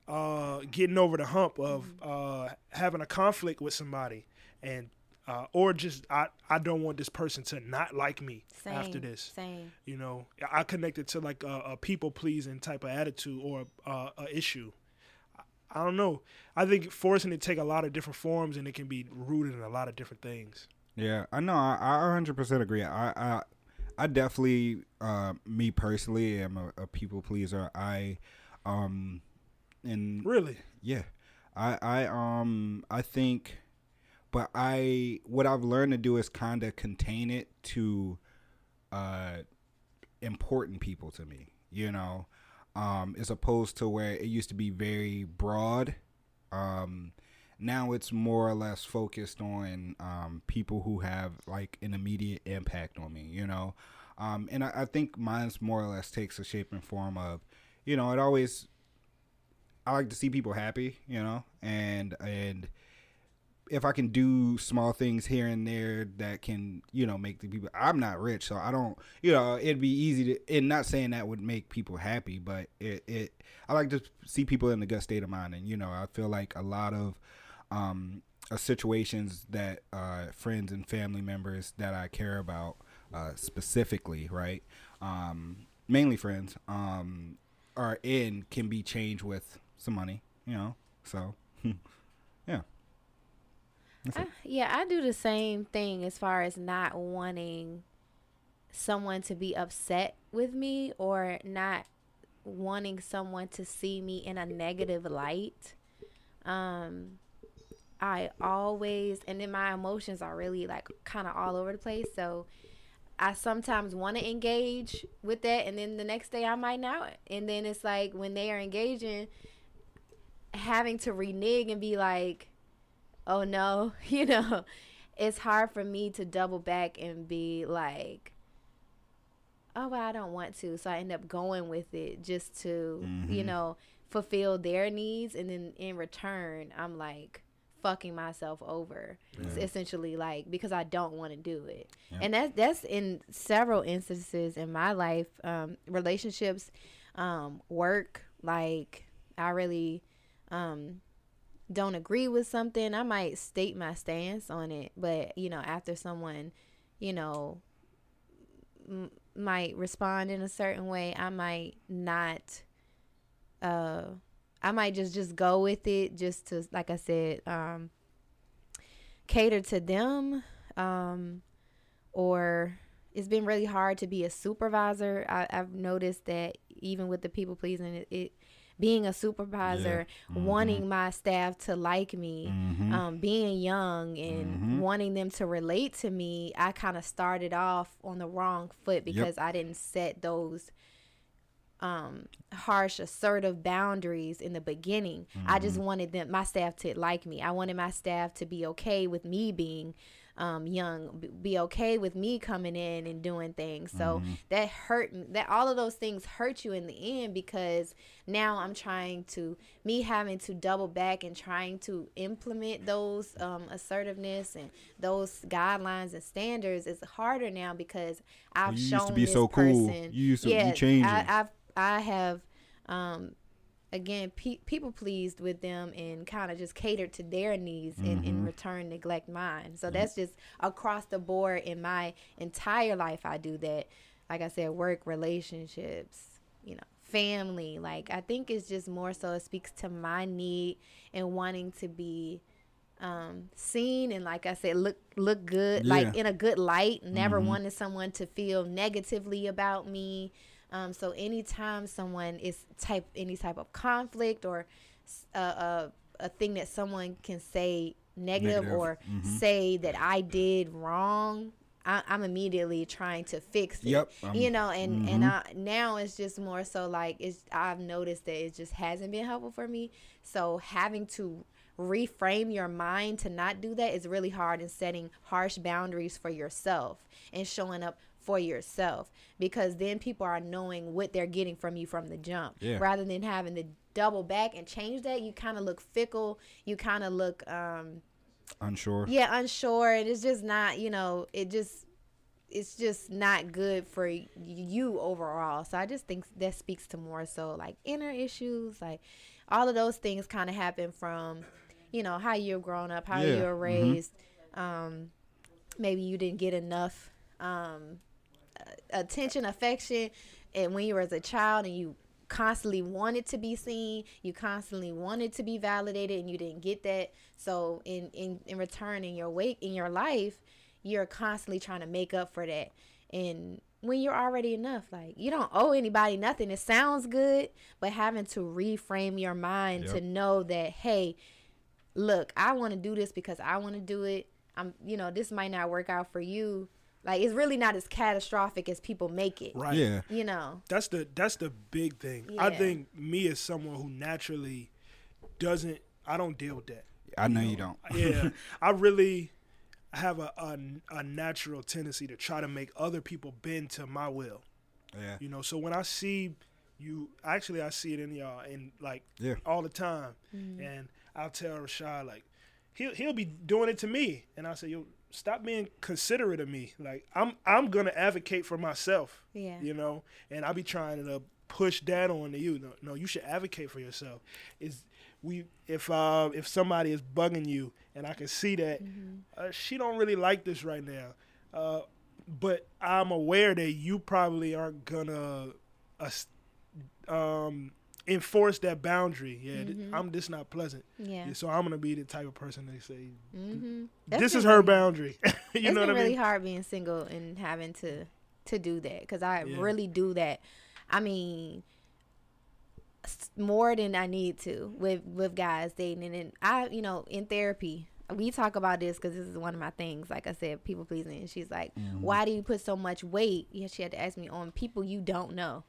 A: uh, getting over the hump of uh, having a conflict with somebody, and uh, or just I I don't want this person to not like me after
D: Same,
A: this.
D: same.
A: You know, I connected to like a, a people pleasing type of attitude or uh, a issue. I- I don't know. I think forcing it take a lot of different forms, and it can be rooted in a lot of different things.
B: Yeah, I know. I, I 100% agree. I, I, I definitely, uh, me personally, am a, a people pleaser. I, um, and
A: Really?
B: yeah, I, I, um, I think, but I, what I've learned to do is kind of contain it to, uh, important people to me, you know, um, as opposed to where it used to be very broad. Um, now it's more or less focused on um, people who have like an immediate impact on me, you know. Um, and I, I think mine's more or less takes a shape and form of, you know, it always. I like to see people happy, you know, and and if I can do small things here and there that can, you know, make the people. I'm not rich, so I don't, you know, it'd be easy to. And not saying that would make people happy, but it, it I like to see people in a good state of mind, and you know, I feel like a lot of, um, uh, situations that uh, friends and family members that I care about, uh, specifically, right, um, mainly friends, um, are in can be changed with some money, you know, so. Yeah.
D: Yeah, I do the same thing as far as not wanting someone to be upset with me or not wanting someone to see me in a negative light. Um I always and then my emotions are really like kind of all over the place, so I sometimes want to engage with that and then the next day I might not. And then it's like when they are engaging having to renege and be like oh no, you know, it's hard for me to double back and be like, oh, well, I don't want to. So I end up going with it just to, you
L: Mhm.
D: know, fulfill their needs. And then in return, I'm like, fucking myself over It's
L: Yeah.
D: essentially like because i don't want to do it
L: Yeah.
D: and that's that's in several instances in my life um relationships um work like i really um don't agree with something, I might state my stance on it, but you know, after someone, you know, m- might respond in a certain way, I might not uh I might just just go with it just to like I said, um cater to them um or it's been really hard to be a supervisor. I, I've noticed that even with the people pleasing, it, it being a supervisor, wanting my staff to like me,
L: Mhm.
D: um, being young and
L: Mhm.
D: wanting them to relate to me, I kind of started off on the wrong foot because I didn't set those um harsh assertive boundaries in the beginning i just wanted them my staff to like me i wanted my staff to be okay with me being um young b- be okay with me coming in and doing things so
B: Mm-hmm.
L: Mhm.
D: that hurt m- that all of those things hurt you in the end because now i'm trying to me having to double back and trying to implement those um assertiveness and those guidelines and standards is harder now because i've
B: You used
D: shown
B: to be
D: this
B: so cool.
D: person-
B: You used to- you
D: yeah,
B: changed
D: I,
B: it.
D: I've I have um again pe- people pleased with them and kind of just catered to their needs and in
B: Mm-hmm.
L: Mhm.
D: return neglect mine. So that's just across the board in my entire life I do that. Like I said, work relationships, you know, family. Like I think it's just more so it speaks to my need and wanting to be um seen and like I said look look good like
L: Yeah.
D: in a good light never
L: Mhm.
D: wanted someone to feel negatively about me um so anytime someone is type any type of conflict or s- a a, a thing that someone can say negative,
L: Negative.
D: or
L: Mhm.
D: say that I did wrong I, I'm immediately trying to fix it
L: Yep, I'm-
D: you know and and
L: Mhm.
D: I now it's just more so like it's I've noticed that it just hasn't been helpful for me so having to reframe your mind to not do that is really hard in setting harsh boundaries for yourself and showing up for yourself because then people are knowing what they're getting from you from the jump
L: Yeah.
D: rather than having to double back and change that you kind of look fickle you kind of look um
B: Unsure.
D: yeah unsure and it's just not you know it just it's just not good for y- you overall so i just think that speaks to more so like inner issues like all of those things kind of happen from you know how you're grown up how
L: Yeah,
D: you were
L: mhm.
D: raised um maybe you didn't get enough um a- attention affection and when you were as a child and you constantly wanted to be seen you constantly wanted to be validated and you didn't get that so in in, in return in your wake in your life you're constantly trying to make up for that and when you're already enough like you don't owe anybody nothing it sounds good but having to reframe your mind to
L: Yep.
D: know that hey look, I want to do this because I want to do it. I'm, you know, this might not work out for you. Like it's really not as catastrophic as people make it.
A: Right. Yeah.
D: You know.
A: That's the that's the big thing. I
D: Yeah.
A: think me as someone who naturally doesn't I don't deal with that.
B: I know you don't.
A: yeah, I really have a, a a natural tendency to try to make other people bend to my will.
B: Yeah.
A: You know, so when I see you, actually, I see it in y'all and like
B: Yeah.
A: all the time.
B: Mhm.
A: And I'll tell Rashad like he'll he'll be doing it to me, and I say, yo, stop being considerate of me. Like I'm I'm gonna advocate for myself.
D: Yeah.
A: You know, and I'll be trying to push that on to you. No, no, you should advocate for yourself. Is we if uh, if somebody is bugging you and I can see that
D: Mm-hmm.
A: uh, she don't really like this right now. Uh, but I'm aware that you probably aren't gonna uh, um, enforce that boundary. Yeah, th-
D: Mhm.
A: I'm just not pleasant.
D: Yeah.
A: so I'm gonna be the type of person they say
D: Mm-hmm.
A: this is her boundary. you know what I
D: been
A: mean?
D: really hard being single and having to to do that because I
A: Yeah.
D: really do that. I mean, s- more than I need to with with guys dating, and then I, you know, in therapy. We talk about this because this is one of my things. Like I said, people pleasing. And she's like,
A: Mm-hmm.
L: Mhm.
D: "Why do you put so much weight?" Yeah, she had to ask me on people you don't know.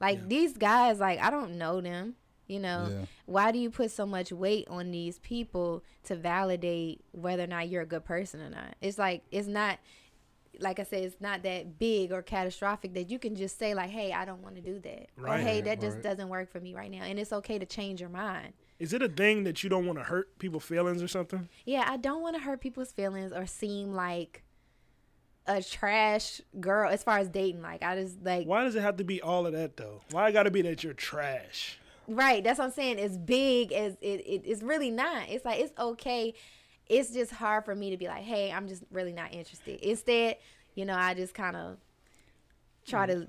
D: Like these guys, like I don't know them. You know,
L: Yeah.
D: why do you put so much weight on these people to validate whether or not you're a good person or not? It's like it's not like I said, it's not that big or catastrophic that you can just say like, "Hey, I don't want to do that," or
A: Right.
D: "Hey, that just
A: Right.
D: doesn't work for me right now," and it's okay to change your mind.
A: Is it a thing that you don't want to hurt people's feelings or something?
D: Yeah, I don't want to hurt people's feelings or seem like a trash girl as far as dating. Like I just like
A: Why does it have to be all of that though? Why it got to be that you're trash?
D: Right. That's what I'm saying. As big as it, it it's really not. It's like it's okay. It's just hard for me to be like, hey, I'm just really not interested. Instead, you know, I just kind of try to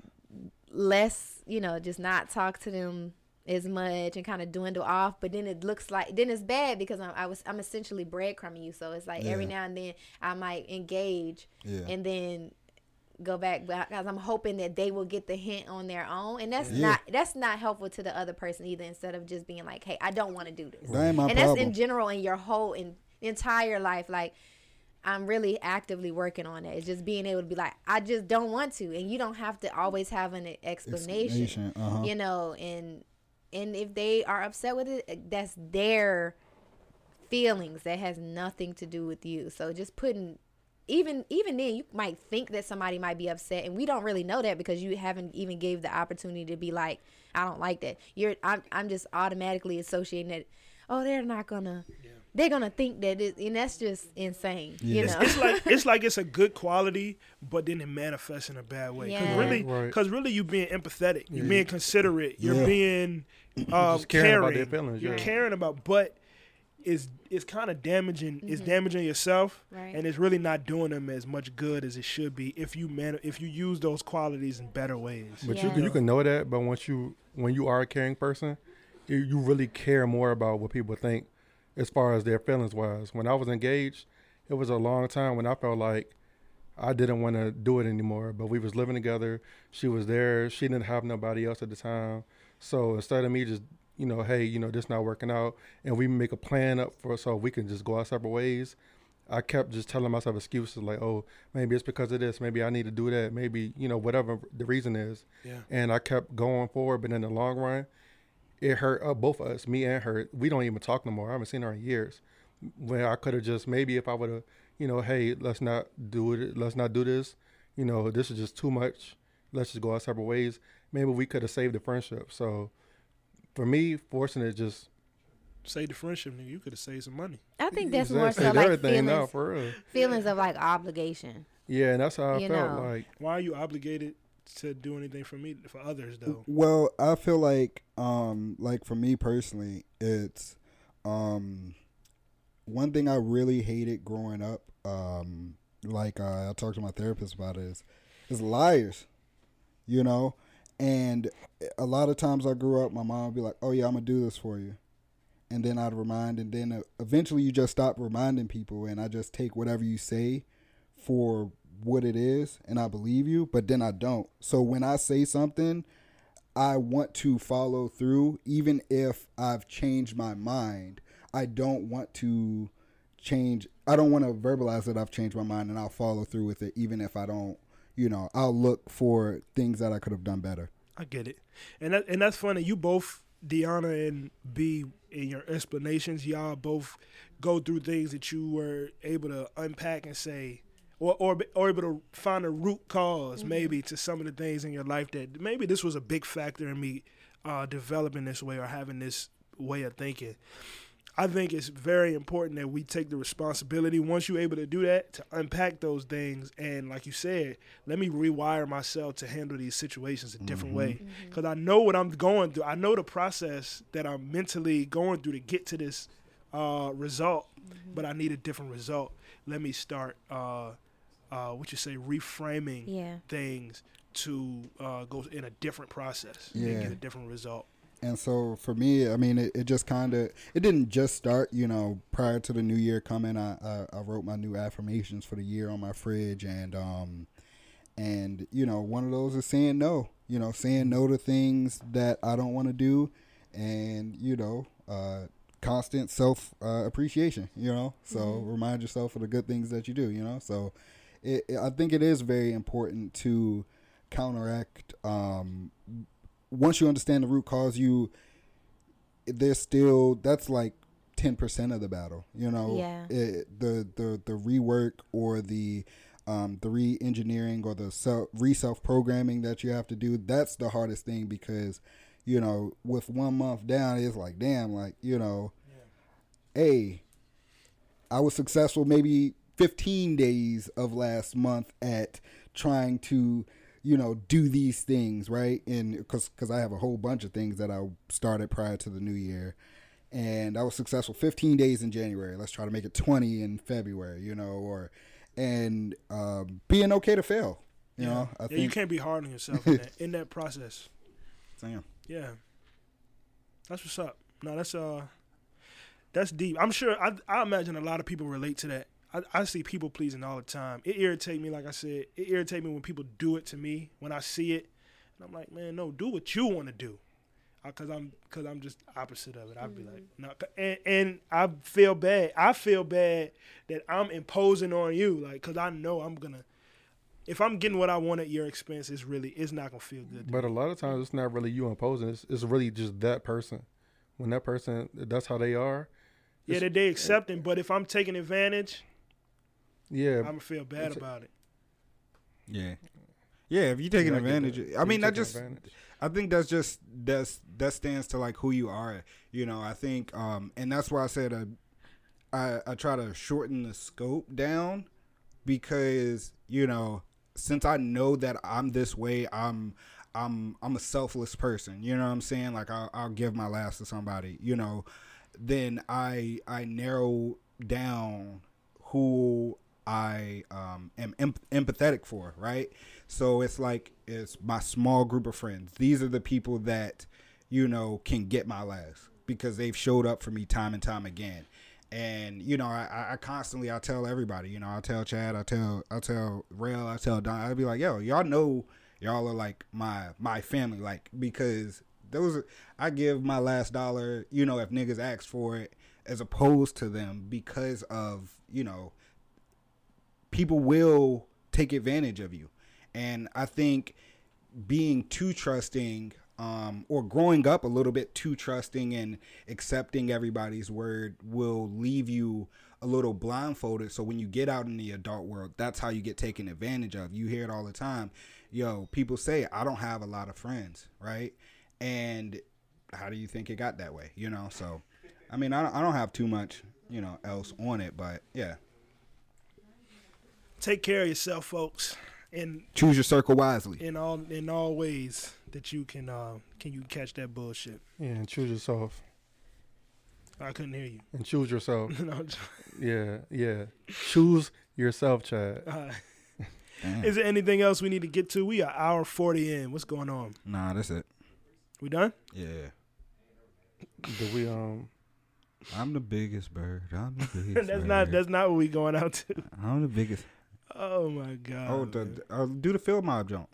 D: less, you know, just not talk to them as much and kind of dwindle off. But then it looks like then it's bad because I'm I was I'm essentially breadcrumbing you. So it's like every
L: Yeah.
D: now and then I might engage
L: Yeah.
D: and then go back because I'm hoping that they will get the hint on their own, and that's
L: Yeah.
D: not that's not helpful to the other person either. Instead of just being like, "Hey, I don't want to do this,"
L: That ain't my
D: and that's in
L: problem.
D: general in your whole in, entire life. Like, I'm really actively working on that. It's just being able to be like, "I just don't want to," and you don't have to always have an e-, explanation,
L: Explanation, uh-huh.
D: you know. And and if they are upset with it, uh, that's their feelings that has nothing to do with you. So just putting even even then you might think that somebody might be upset and we don't really know that because you haven't even gave the opportunity to be like I don't like that. You're I'm I'm just automatically associating that oh they're not going to they're going to think that it and that's just insane, you know.
A: It's, it's like it's like it's a good quality, but then it manifests in a bad way.
D: Yeah.
A: Cause really,
E: Right.
A: because really, you being empathetic, you're
E: Yeah.
A: being considerate, you're
E: Yeah.
A: being
E: You
A: uh,
E: just
A: caring.
E: caring about their feelings,
A: you're
E: yeah.
A: caring about, but is it's kind of damaging. It's
E: Mhm.
A: damaging yourself,
E: Right.
A: and it's really not doing them as much good as it should be if you man if you use those qualities in better ways.
E: But you can you can know that, but once you when you are a caring person, you, you really care more about what people think as far as their feelings wise. When I was engaged, it was a long time when I felt like I didn't want to do it anymore. But we was living together. She was there. She didn't have nobody else at the time. So instead of me just you know, hey, you know, this not working out, and we make a plan up for so we can just go our separate ways. I kept just telling myself excuses like, oh, maybe it's because of this, maybe I need to do that, maybe you know whatever the reason is.
A: Yeah.
E: And I kept going forward, but in the long run, it hurt uh, both of us, me and her. We don't even talk no more. I haven't seen her in years. Where I could have just maybe if I would have, you know, hey, let's not do it. Let's not do this. You know, this is just too much. Let's just go our separate ways. Maybe we could have saved the friendship. So, for me, forcing it just
A: Save the friendship, nigga. You could have saved some money.
M: I think that's more
E: Exactly.
M: so like
E: Everything,
M: feelings,
E: no, for real.
M: feelings of like obligation.
E: yeah, and that's how I
M: You
E: felt.
M: know.
E: Like
A: Why are you obligated to do anything for me for others though?
B: Well, I feel like um like for me personally, it's um one thing I really hated growing up, um like uh, I talked to my therapist about it, is is liars. You know? And a lot of times I grew up, my mom would be like, "Oh yeah, I'm gonna do this for you," and then I'd remind, and then uh, eventually you just stop reminding people, and I just take whatever you say for what it is, and I believe you, but then I don't. So when I say something, I want to follow through, even if I've changed my mind. I don't want to change. I don't want to verbalize that I've changed my mind, and I'll follow through with it, even if I don't. You know, I'll look for things that I could have done better.
A: I get it, and that, and that's funny. You both, Deanna and B, in your explanations, y'all both go through things that you were able to unpack and say, or or, or able to find a root because
M: Mm-hmm.
N: Mhm.
A: maybe to some of the things in your life that maybe this was a big factor in me uh, developing this way or having this way of thinking. I think it's very important that we take the responsibility once you're able to do that to unpack those things and like you said, let me rewire myself to handle these situations a different
N: Mhm.
B: Mm-hmm.
A: way cuz I know what I'm going through. I know the process that I'm mentally going through to get to this uh, result, but I need a different result. Let me start uh, uh, what you say reframing
M: Yeah.
A: things to uh, go in a different process
B: Yeah.
A: and get a different result.
B: And so for me, I mean, it, it just kind of it didn't just start, you know, prior to the new year coming. I, I I wrote my new affirmations for the year on my fridge, and um, and you know, one of those is saying no. You know, saying no to things that I don't want to do, and you know, uh, constant self uh, appreciation. You know, so
N: Mhm.
B: remind yourself of the good things that you do. You know, so it, it- I think it is very important to counteract. Um, once you understand the root cause, you there's still that's like ten percent of the battle. You know,
N: Yeah.
B: It- the the the rework or the um, the re-engineering or the self, re-self programming that you have to do. That's the hardest thing because you know with one month down, it's like damn, like you know, hey, I was successful maybe 15 days of last month at trying to, you know, do these things, right? And because because I have a whole bunch of things that I started prior to the new year. And I was successful 15 days in January. Let's try to make it 20 in February, you know, or and um, being okay to fail, you know. I
A: yeah,
B: think
A: you can't be hard on yourself in that, in that process.
B: Damn.
A: Yeah, that's what's up. No, that's uh, that's deep. I'm sure. I I imagine a lot of people relate to that. I, I see people pleasing all the time. It irritate me, like I said. It irritate me when people do it to me when I see it, and I'm like, man, no, do what you want to do, because I'm because I'm just opposite of it. I'd be like, no, and and I feel bad. I feel bad that I'm imposing on you, like, because I know I'm gonna. If I'm getting what I want at your expense, it's really it's not gonna feel good.
E: But a lot of times it's not really you imposing. It's, it's really just that person. When that person, that's how they are.
A: Yeah, that they accepting, but if I'm taking advantage,
E: Yeah,
A: I'm gonna feel bad
E: it's-
A: about it.
B: Yeah. Yeah, if you're taking
E: Yeah, I get
B: advantage,
E: that.
B: I
E: If
B: mean
E: you're
B: that
E: taking
B: just
E: advantage.
B: I think that's just that's that stands to like who you are. You know, I think um and that's why I said uh, I I try to shorten the scope down because, you know, since I know that I'm this way, I'm I'm I'm a selfless person. You know what I'm saying? Like I'll, I'll give my last to somebody. You know, then I I narrow down who I um, am em- empathetic for, right? So it's like it's my small group of friends. These are the people that you know can get my last because they've showed up for me time and time again. And you know, I- I, I constantly I tell everybody, you know, I tell Chad, I tell I tell Rail, I tell Don, I'd be like, yo, y'all know y'all are like my my family, like because those are- I give my last dollar, you know, if niggas ask for it, as opposed to them because of you know people will take advantage of you. And I think being too trusting um, or growing up a little bit too trusting and accepting everybody's word will leave you a little blindfolded. So when you get out in the adult world, that's how you get taken advantage of. You hear it all the time. Yo, people say, I don't have a lot of friends, right? And how do you think it got that way? You know, so I mean, I don't, I don't have too much, you know, else on it, but yeah.
A: Take care of yourself, folks. And
B: Choose your circle wisely.
A: in all in all ways that you can uh, can you catch that bullshit.
E: Yeah, and choose yourself.
A: I couldn't hear you.
E: And choose yourself.
A: No, I'm just-
E: yeah, yeah. Choose yourself, Chad.
A: Uh, is there anything else we need to get to? We are hour forty in. What's going on?
B: Nah, that's it.
A: We done?
B: Yeah.
E: Do we um?
B: I'm the biggest bird. I'm the biggest.
A: that's not
B: bird.
A: that's not what we going out to.
B: I'm the biggest.
A: Oh my god.
B: Oh, the, uh, do the field mob jump.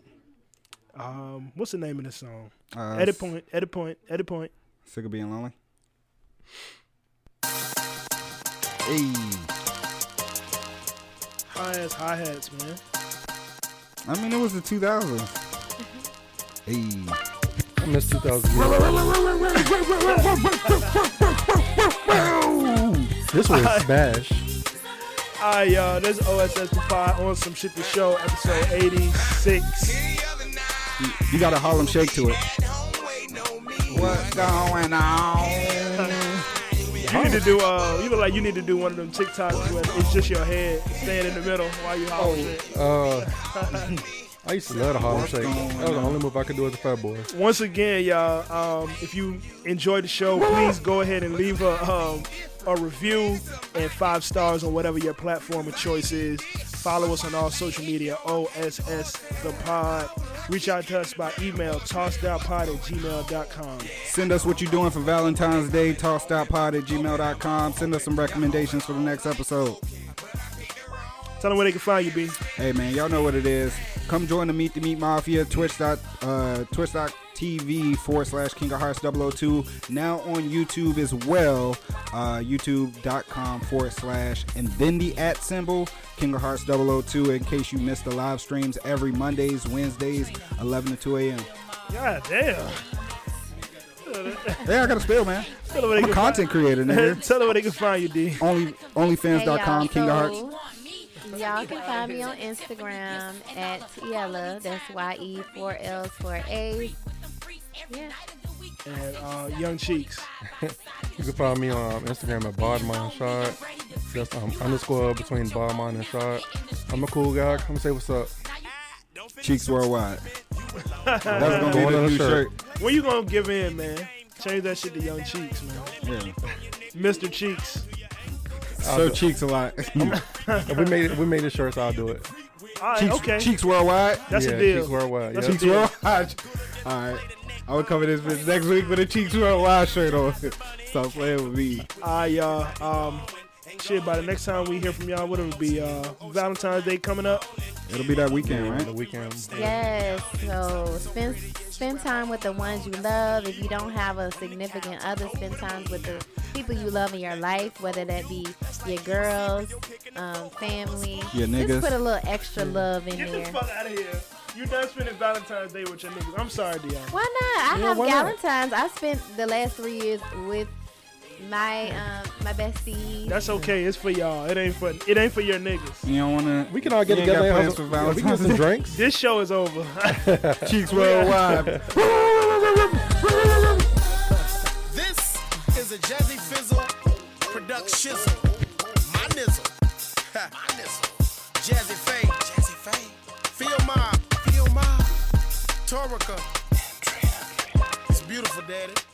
A: Um, what's the name of the song?
B: Uh,
A: edit point. Edit point. Edit point.
B: Sick of being lonely. Hey,
A: High ass hi hats, man.
B: I mean it was the 2000s. Hey,
E: I missed 2000. this was bash.
A: All right, y'all. This is OSS Papa on some shit to show episode eighty six.
B: you, you got a Harlem shake to it. What's going on?
A: You need to do. Uh, you look like you need to do one of them TikToks where it's just your head staying in the middle while you
B: Oh.
A: holler shit.
E: Uh, I used to love the Harlem Shake. That was the only move I could do as a fat boy.
A: Once again, y'all, um, if you enjoyed the show, please go ahead and leave a, um, a review and five stars on whatever your platform of choice is. Follow us on all social media, OSS The Pod. Reach out to us by email, tossdownpod at gmail.com.
B: Send us what you're doing for Valentine's Day, tossedpod at gmail.com. Send us some recommendations for the next episode.
A: Tell them where they can find you, B.
B: Hey man, y'all know what it is. Come join the Meet the Meat Mafia, Twitch dot uh, twitch dot TV forward slash King of Hearts 002. Now on YouTube as well, uh, youtube.com forward slash and then the at symbol King of Hearts 002 in case you missed the live streams every Mondays, Wednesdays, 11 to 2 a.m.
A: God damn.
B: Hey, I got a spill, man.
A: Tell them where they
B: I'm a
A: can
B: content creator, nigga.
A: Tell them where they can find you, D.
B: Only, onlyfans.com, King of Hearts.
M: Y'all can find me on Instagram at Yella. That's Y E four L's four A's. Yeah.
A: And uh, Young Cheeks.
E: You can find me on Instagram at Bodmon Shot. That's um, underscore between Bodmon and Shot. I'm a cool guy. Come say what's up.
B: Cheeks worldwide. That's gonna be the new shirt.
A: uh, When you gonna give in, man? Change that shit to Young Cheeks, man.
B: Yeah.
A: Mr. Cheeks.
B: So cheeks a lot.
E: If we made it, we made the shirts. I'll do it.
A: All right,
B: cheeks,
A: okay.
B: cheeks worldwide.
A: That's
E: Yeah,
A: a deal.
E: Cheeks worldwide.
A: That's
E: yeah.
A: a
B: Cheeks
A: deal.
B: worldwide. All right. I will cover this bitch next week with a cheeks worldwide shirt on. Stop playing with me.
A: I y'all. Um, shit. By the next time we hear from y'all, what it'll be uh, Valentine's Day coming up.
B: It'll be that weekend,
E: Yeah,
B: right?
E: The weekend.
M: Yes. So spend spend time with the ones you love. If you don't have a significant other, spend time with the people you love in your life, whether that be your girls, um, family.
B: Your niggas.
M: Just put a little extra love in
A: Get the
M: there.
A: fuck out of here. You done spending Valentine's Day with your niggas? I'm sorry, Dion.
M: Why not? I
A: Yeah,
M: have
A: why not?
M: Valentine's. I spent the last three years with my um, my bestie.
A: That's okay. It's for y'all. It ain't for it ain't for your niggas.
B: You don't wanna.
E: We can all get
B: you ain't
E: together.
B: Got
E: and
B: plans
E: have
B: for
E: some, yeah, we can get
B: Valentine's
E: some
B: Day.
E: drinks.
A: This show is over.
B: Cheeks worldwide.
N: This is a Jazzy Fizzle product shizzle. My nizzle. My nizzle. Jazzy Faye. Jazzy Faye. Feel my. Feel my. Torica. It's beautiful, daddy.